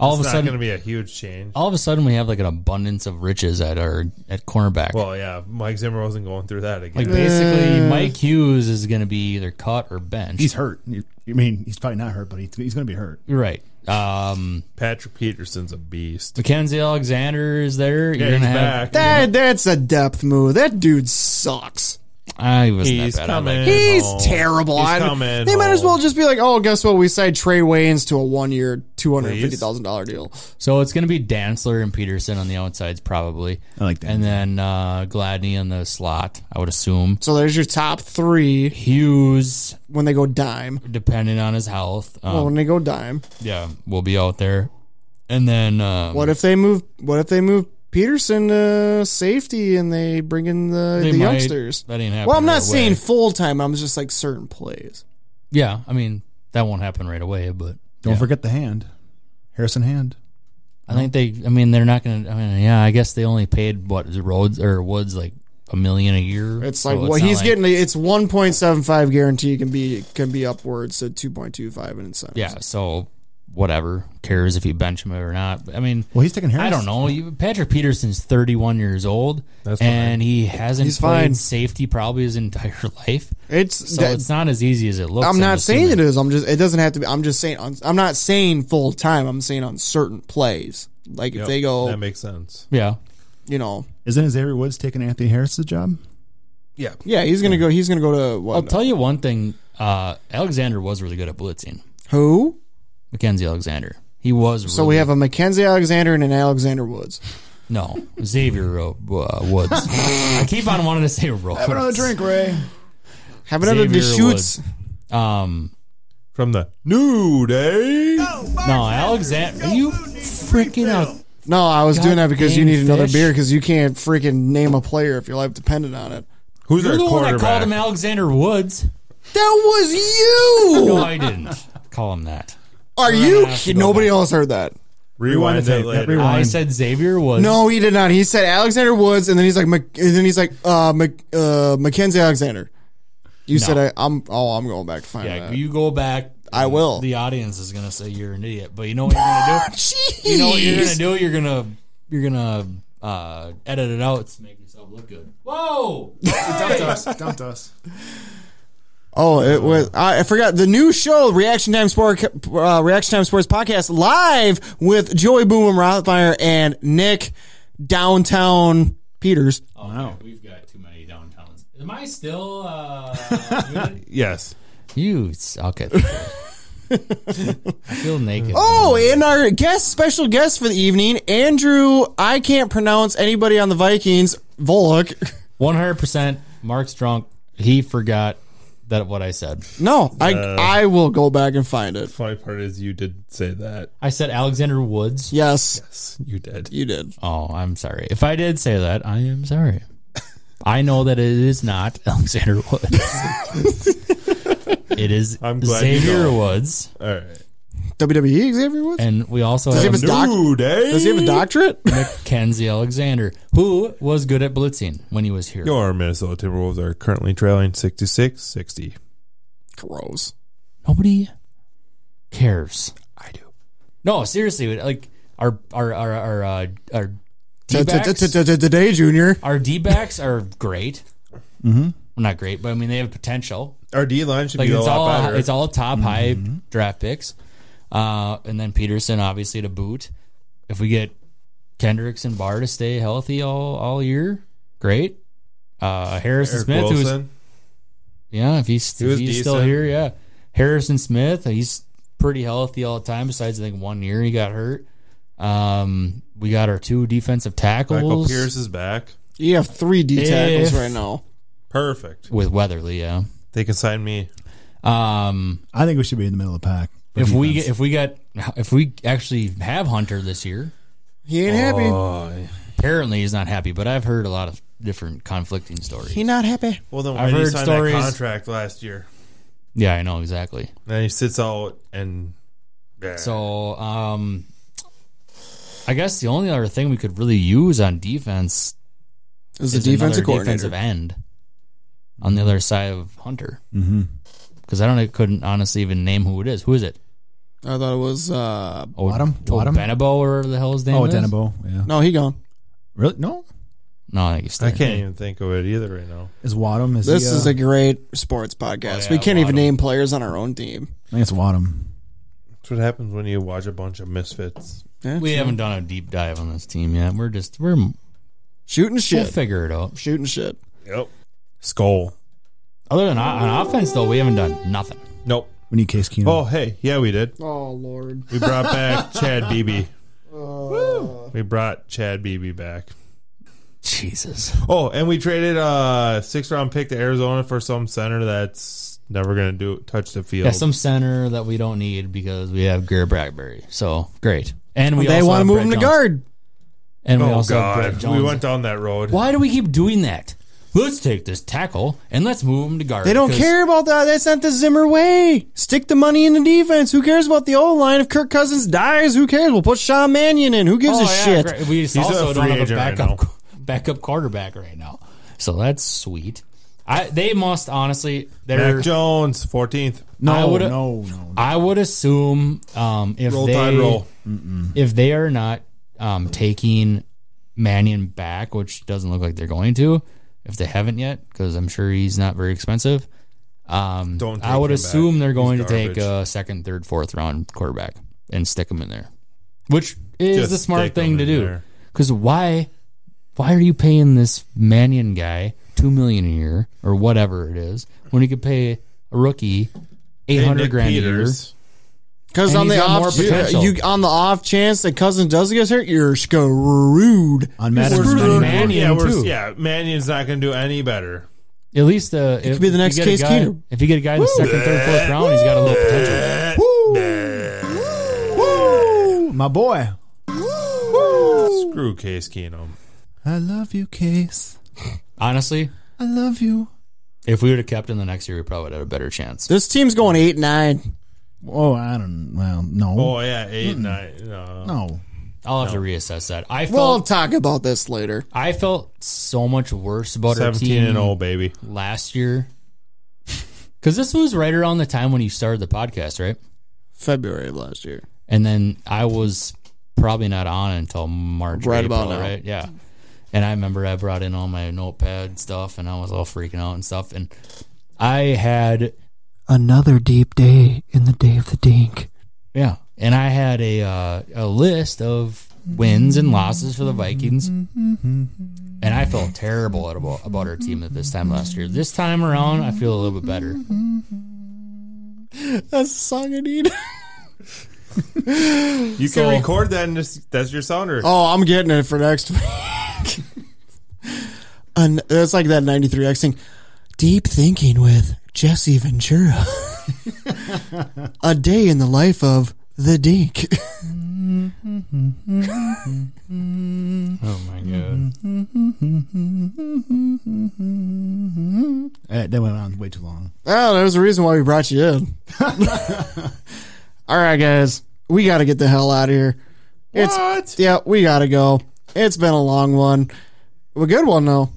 S8: All of
S7: It's not
S8: a sudden,
S7: going to be a huge change.
S8: all of a sudden, we have like an abundance of riches at our at cornerback.
S7: Well, yeah, Mike Zimmer wasn't going through that again.
S8: like basically,
S9: Uh.
S8: Mike Hughes is going to be either cut or benched.
S9: He's hurt. You- I mean, he's probably not hurt, but he's, he's going to be hurt.
S8: You're right. Um,
S7: Patrick Peterson's a beast.
S8: Mackenzie Alexander is there.
S7: Yeah,
S8: You're
S7: he's
S8: gonna
S7: back.
S8: have.
S6: That that's a depth move. That dude sucks.
S8: I was
S7: He's
S8: that bad. I like-
S7: coming.
S6: He's
S7: home.
S6: terrible.
S7: He's
S6: I-
S7: coming.
S6: they might as well
S7: home.
S6: just be like, oh, guess what? We signed Trey Waynes to a one year, two hundred fifty thousand dollar deal.
S8: So it's going to be Dantzler and Peterson on the outsides, probably.
S9: I like that.
S8: And then uh, Gladney on the slot, I would assume.
S6: So there's your top three
S8: Hughes,
S6: when they go dime.
S8: depending on his health, um,
S6: Well, when they go dime,
S8: yeah, will be out there. And then um,
S6: what if they move? What if they move Peterson to safety and they bring in the,
S8: They
S6: the
S8: might.
S6: youngsters?
S8: That ain't happening
S6: Well, I'm not
S8: right
S6: saying
S8: away.
S6: full time. I'm just like certain plays.
S8: Yeah, I mean that won't happen right away, but
S9: Don't forget the hand, Harrison Hand.
S8: I think they. I mean, they're not going to. I mean, yeah, I guess they only paid what Rhodes or Woods like a million a year.
S6: It's
S8: So
S6: like well,
S8: not
S6: he's
S8: like-
S6: getting. It's 1.75 guarantee can be can be upwards to 2.25 in incentives.
S8: Yeah, so whatever cares if you bench him or not. I mean,
S9: Well, he's taking Harris.
S8: I don't know. You, Patrick Peterson's 31 years old, and he hasn't
S6: He's
S8: played
S6: fine.
S8: safety probably his entire life.
S6: It's
S8: So
S6: that-
S8: it's not as easy as it looks.
S6: I'm not saying it
S8: assuming.
S6: is. I'm just. It doesn't have to be. I'm just saying. On, I'm not saying full time. I'm saying on certain plays. Like if
S7: Yep,
S6: they go,
S7: That makes sense.
S8: Yeah,
S6: you know,
S9: Isn't Xavier Woods taking Anthony Harris's job?
S7: Yeah.
S6: yeah, he's gonna go. He's gonna go to
S8: I'll
S6: what?
S8: tell you one thing. Uh, Alexander was really good at blitzing.
S6: who?
S8: Mackenzie Alexander. He was. Really,
S6: So we have a Mackenzie Alexander and an Alexander Woods.
S8: no Xavier Ro- uh, Woods. I keep on wanting to say Rhodes.
S9: Have another drink, Ray.
S6: Have another
S8: Xavier
S6: Deschutes.
S8: Um,
S7: From the New Day.
S8: no, Alexander. You freaking out.
S6: No, I was doing that because you
S8: Goddamn
S6: need another
S8: fish.
S6: beer because you can't freaking name a player if your life depended on it.
S7: Who's
S8: You're
S7: our
S8: the one that
S7: quarterback?
S8: called him Alexander Woods.
S6: That was you.
S8: No, I didn't call him that.
S6: Are you?
S8: I have to
S6: kidding?
S8: go
S6: Nobody
S8: back.
S6: else heard that.
S7: Rewind,
S9: Rewind the
S7: that
S9: tape.
S7: later.
S9: Rewind.
S8: I said Xavier Woods.
S6: No, he did not. He said Alexander Woods, and then he's like, Mc- and then he's like, uh, Mc- uh, Mackenzie Alexander. You said I, I'm. Oh, I'm going back to find
S8: Yeah,
S6: that.
S8: you go back.
S6: I will.
S8: The audience is gonna say you're an idiot, but you know what you're gonna do. You know what you're gonna
S6: Jeez.
S8: do. You're gonna you're gonna uh, edit it out to make yourself look good. Whoa!
S9: dumped us. Dumped us.
S6: Oh, it was. I I forgot the new show, Reaction Time Sport, uh, Reaction Time Sports Podcast, live with Joey Boom and Rothmeyer and Nick Downtown Peters.
S8: Okay, We've got too many downtowns. Am I still? Uh, good?
S7: Yes.
S8: you suck at. this. I feel naked.
S6: Oh, and our guest, special guest for the evening, Andrew. I can't pronounce anybody on the Vikings. Volok.
S8: One hundred percent. Mark's drunk. He forgot that what I said.
S6: No, I I will go back and find it.
S7: Funny part is you did say that.
S8: I said Alexander Woods.
S6: Yes,
S7: You did.
S6: you did.
S8: Oh, I'm sorry. If I did say that, I am sorry. I know that it is not Alexander Woods. it is
S7: I'm glad you
S8: Xavier
S7: know.
S8: Woods,
S7: All right.
S6: WWE E Xavier Woods.
S8: and we also
S6: Does he
S8: have
S6: have a doc-
S7: New Day.
S6: Does he have a doctorate?
S8: Mackenzie Alexander, who was good at blitzing when he was here.
S7: Your Minnesota Timberwolves are currently trailing 66 60.
S6: Gross.
S8: Nobody cares. I do. No, seriously, like our our our our uh, our
S6: T- t-
S8: D-backs-
S6: t- t- t- Today, Junior.
S8: our D backs are great. Mm-hmm. Well, not great, but I mean they have potential.
S7: Our D line should
S8: Like
S7: be a
S8: it's
S7: lot
S8: all
S7: better. Mm-hmm.
S8: it's all top high draft picks, uh, and then Peterson obviously to boot. If we get Kendricks and Barr to stay healthy all all year, great. Uh, Harrison
S7: Eric
S8: Smith, who's
S7: Wilson.
S8: yeah, if he's
S7: was
S8: if he's still
S7: decent.
S8: here, yeah. Harrison Smith, he's pretty healthy all the time. Besides, I think one year he got hurt. Um, we got our two defensive tackles
S7: Michael Pierce is back.
S6: You have three D tackles
S8: If-
S6: right now.
S7: Perfect.
S8: with Weatherly, yeah.
S7: They can sign me.
S8: Um,
S9: I think we should be in the middle of the pack. for
S8: if we
S9: defense.
S8: if we got if we actually have Hunter this year,
S6: He ain't happy.
S8: apparently he's not happy. But I've heard a lot of different conflicting stories.
S6: He not happy.
S7: Well, then why
S8: I've
S7: did he
S8: heard
S7: sign
S8: stories-
S7: that contract last year?
S8: yeah, I know exactly.
S7: Then he sits out and. Yeah.
S8: So, um, I guess the only other thing we could really use on defense
S6: Is the
S8: is
S6: defensive
S8: another
S6: coordinator.
S8: defensive end on the other side of Hunter. Because mm-hmm. I don't, I couldn't honestly even name who it is. Who is it?
S6: I thought it was. uh
S8: Oh,
S9: Wadham? Wadham?
S8: Benabo or the hell his name
S9: Oh,
S8: is?
S9: Denebo. Yeah.
S6: No, he gone.
S9: Really? No.
S8: No, I think he's
S7: I
S8: still.
S7: can't even think of it either right now.
S9: Is Wadham? Is
S6: This
S9: he, uh,
S6: is a great sports podcast.
S8: Oh, yeah,
S6: we can't even
S8: Wadham.
S6: name players on our own team.
S9: I think it's Wadham.
S7: That's what happens when you watch a bunch of misfits.
S8: We haven't done a deep dive on this team yet. We're just we're
S6: Shooting
S8: we'll
S6: shit.
S8: figure it out.
S6: Shooting shit.
S7: Yep. Skull.
S8: Other than on on offense, though, we haven't done nothing.
S7: Nope.
S9: We need Case Keenum.
S7: Oh, hey, yeah, we did.
S6: Oh lord. Uh,
S7: We brought back Chad Beebe. Woo. We brought Chad Beebe back.
S8: Jesus,
S7: Oh, and we traded a six round pick to Arizona for some center that's never gonna do touch the field.
S8: yeah, some center that we don't need because we have Gary Bradbury. So great, and we
S6: they
S8: also
S6: want to
S8: have
S6: move
S8: Brett
S6: him to
S8: Jones.
S6: guard.
S8: And we
S7: oh
S8: also have Brett
S7: god,
S8: Jones.
S7: we went down that road.
S8: Why do we keep doing that? Let's take this tackle and let's move him to guard.
S6: They don't
S8: because
S6: care about that. That's not the Zimmer way. Stick the money in the defense. Who cares about the O line? If Kirk Cousins dies, who cares? We'll put Sean Mannion in. Who gives
S8: Oh,
S6: a
S8: yeah,
S6: shit?
S8: great. We just
S7: He's
S8: also
S7: a
S8: don't
S7: free
S8: have a
S7: agent right
S8: backup
S7: now.
S8: backup quarterback right now, so that's sweet. I they must honestly. They're
S7: Mac Jones, fourteenth.
S8: I
S9: no,
S8: would've-
S9: no, no.
S8: I would assume um, if
S7: Roll
S8: they
S7: tide roll.
S8: if they are not um, taking Mannion back, which doesn't look like they're going to, if they haven't yet, because I'm sure he's not very expensive. Um,
S7: Don't
S8: I
S7: take
S8: would
S7: him
S8: assume
S7: back.
S8: they're going to
S7: He's
S8: take
S7: garbage.
S8: a second, third, fourth round quarterback and stick him in there, which is
S7: Just
S8: the smart
S7: stick him
S8: thing to
S7: in
S8: do.
S7: there.
S8: Because why, why are you paying this Mannion guy two million a year or whatever it is when you could pay a rookie eight
S7: And
S8: hundred
S7: Nick
S8: grand a year?
S7: Peters.
S6: Because
S8: And
S6: on
S8: he's
S6: the
S8: got
S6: off
S8: more potential.
S6: you on the off chance that Cousins does get hurt, you're screwed.
S9: On Madden,
S8: We're-
S9: Madden, Madden.
S8: we're- Mannion,
S7: yeah, we're,
S8: too.
S7: yeah, Mannion's not gonna do any better.
S8: At least uh, it
S6: could be the next Case Keenum.
S8: If you get a guy in the second, third, fourth round, he's got a little potential.
S9: Woo! my boy.
S7: Screw Case Keenum.
S9: I love you, Case.
S8: Honestly,
S9: I love you.
S8: if we would have kept him the next year, we probably would have had a better chance.
S6: This team's going eight nine.
S9: Oh, I don't. Well, no,
S7: Oh yeah,
S6: Hmm.
S7: 8 nine. No.
S9: no.
S8: I'll have to reassess that. I felt
S6: We'll talk about this later.
S8: I felt so much worse about our
S7: Seventeen
S8: team
S7: and oh. old baby.
S8: last year because this was right around the time when you started the podcast, right?
S6: February of last year.
S8: and then I was probably not on until March,
S6: Right
S8: April,
S6: about now.
S8: right? Yeah. And I remember I brought in all my notepad stuff, and I was all freaking out and stuff. And I had
S6: Another deep day in the day of the dink.
S8: yeah, and I had a uh, a list of wins and losses for the Vikings, and I felt terrible at about about our team at this time last year. This time around, I feel a little bit better.
S6: That's the song I need.
S7: You can record that and just, that's your sounder.
S6: oh, I'm getting it for next week. and it's like that 93X thing. Deep thinking with Jesse Ventura. A day in the life of the dink.
S8: Oh my god!
S9: Eh, that went on way too long.
S6: Oh, there's a reason why we brought you in. All right, guys, we got to get the hell out of here. It's,
S7: What?
S6: Yeah, we got to go. It's been a long one, a good one though.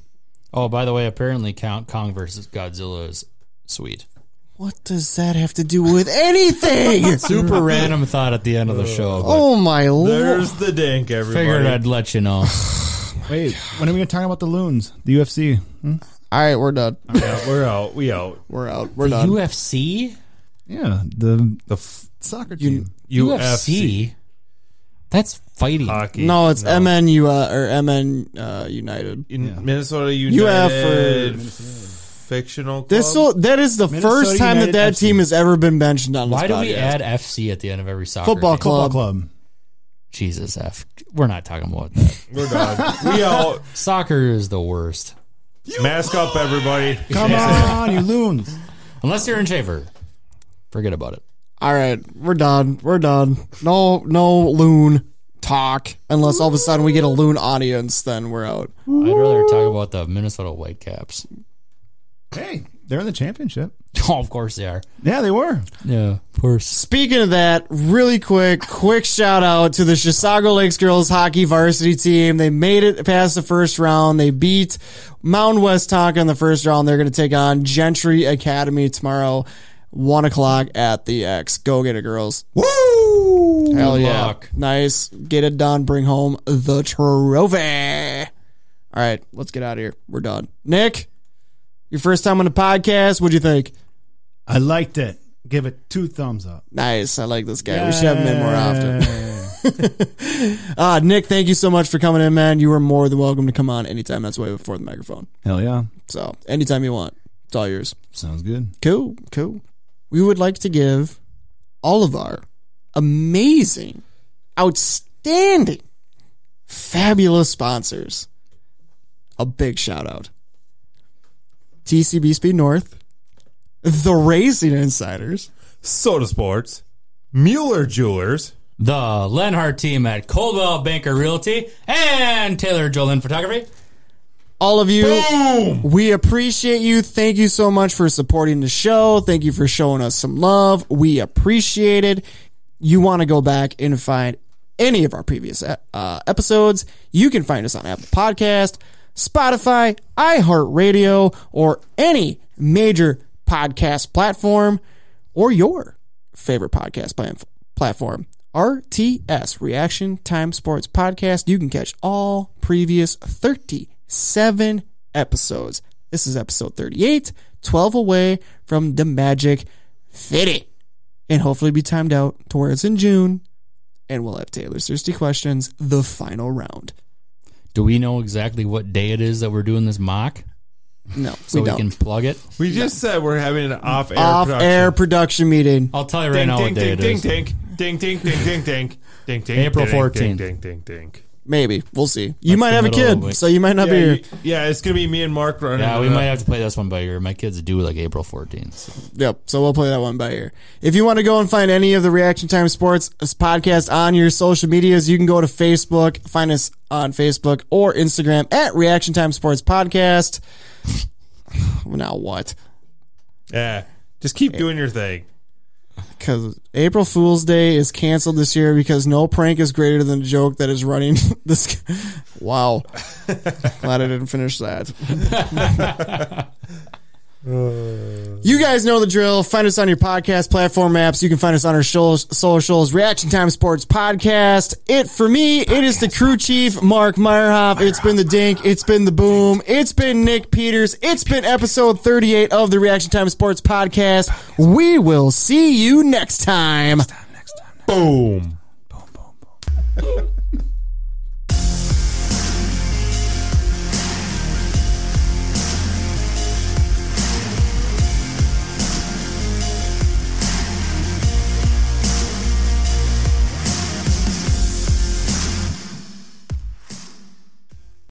S8: Oh, by the way, apparently Count Kong versus Godzilla is sweet.
S6: What does that have to do with anything?
S8: Super random thought at the end of the show. but
S6: oh my lord!
S7: There's the dink, everybody.
S8: figured I'd let you know.
S9: Wait, when are we gonna talk about the loons? The UFC.
S6: All right, we're done.
S7: yeah, we're out. We out.
S6: We're out. We're done.
S8: UFC?
S9: Yeah, the
S7: The f-
S9: soccer team.
S6: You-
S8: UFC? That's fighting.
S7: hockey.
S6: no, it's MNU uh, or MN uh, United.
S7: In Minnesota United.
S6: UF or-
S7: fictional. Club?
S6: This will, that is the
S9: Minnesota
S6: first time
S9: United
S6: that that
S9: FC.
S6: team has ever been mentioned on this
S8: Why do we
S6: podcast.
S8: add FC at the end of every soccer
S6: Football
S8: game?
S9: Football
S6: club.
S9: club.
S8: Jesus F. We're not talking about that.
S7: We're done. we out.
S8: Soccer is the worst.
S7: Mask up, everybody.
S9: Come on, you loons.
S8: Unless you're in Shaver. Forget about it.
S6: All right, we're done. We're done. No, no loon talk. Unless all of a sudden we get a loon audience, then we're out.
S8: I'd rather talk about the Minnesota Whitecaps.
S9: Hey, they're in the championship.
S8: Oh, of course they are.
S9: Yeah, they were.
S8: Yeah, of course.
S6: Speaking of that, really quick, quick shout out to the Chisago Lakes girls hockey varsity team. They made it past the first round. They beat Mound West Tonka in the first round. They're going to take on Gentry Academy tomorrow. One o'clock at the X. Go get it, girls.
S9: Woo!
S6: Hell
S8: Good
S6: yeah.
S8: luck.
S6: Nice. Get it done. Bring home the trophy. All right, let's get out of here. We're done. Nick, your first time on the podcast. What'd you think?
S9: I liked it. Give it two thumbs up.
S6: Nice. I like this guy. We should have him in more often. Uh, Nick, thank you so much for coming in, man. You are more than welcome to come on anytime. That's way before the microphone.
S9: Hell yeah.
S6: So anytime you want, it's all yours.
S9: Sounds good.
S6: Cool, cool. We would like to give all of our amazing, outstanding, fabulous sponsors a big shout out. TCB Speed North, The Racing Insiders,
S7: Soda Sports, Mueller Jewelers,
S8: The Lenhart team at Coldwell Banker Realty and Taylor Jolin Photography.
S6: all of you. We appreciate you. Thank you so much for supporting the show. Thank you for showing us some love. We appreciate it. You want to go back and find any of our previous uh, episodes? You can find us on Apple Podcast, Spotify, iHeartRadio, or any major podcast platform, or your favorite podcast plan- platform. RTS Reaction Time Sports Podcast. You can catch all previous 37 episodes. This is episode 38, 12 away from the Magic 50. And hopefully be timed out to where it's in June. And we'll have Taylor's Thirsty Questions, the final round.
S8: Do we know exactly what day it is that we're doing this mock?
S6: No,
S8: So
S6: we
S8: we,
S6: don't.
S8: can plug it.
S7: We just said we're having an off air
S6: Off air
S7: production.
S6: production meeting.
S8: I'll tell you right
S7: Ding
S8: now
S7: ding
S8: what
S7: ding
S8: day it
S7: ding
S8: is.
S7: ding ding ding ding ding ding ding ding
S8: April
S7: ding, ding,
S8: 14th.
S7: ding ding ding ding.
S6: Maybe. We'll see. You
S8: That's
S6: might
S8: the
S6: have a
S8: middle of the
S6: kid,
S8: week.
S6: so you might not
S7: Yeah,
S6: be here.
S7: you- yeah, it's gonna be me and Mark running.
S8: Yeah, we
S7: it
S8: might
S7: up.
S8: have to play this one by ear. My kids do like April 14th. so.
S6: Yep. So we'll play that one by ear. If you want to go and find any of the Reaction Time Sports uh, podcast on your social medias, you can go to Facebook, find us on Facebook or Instagram at Reaction Time Sports Podcast. now what?
S7: Yeah, just keep doing your thing.
S6: Because April Fool's Day is canceled this year because no prank is greater than the joke that is running this. Wow. Glad I didn't finish that. You guys know the drill. Find us on your podcast platform apps. You can find us on our shows, socials, Reaction Time Sports Podcast. It for me, it is the crew chief, Mark Meyerhoff. It's been the Dink. It's been the Boom. It's been Nick Peters. It's been episode 38 of the Reaction Time Sports Podcast. We will see you next time.
S7: Boom.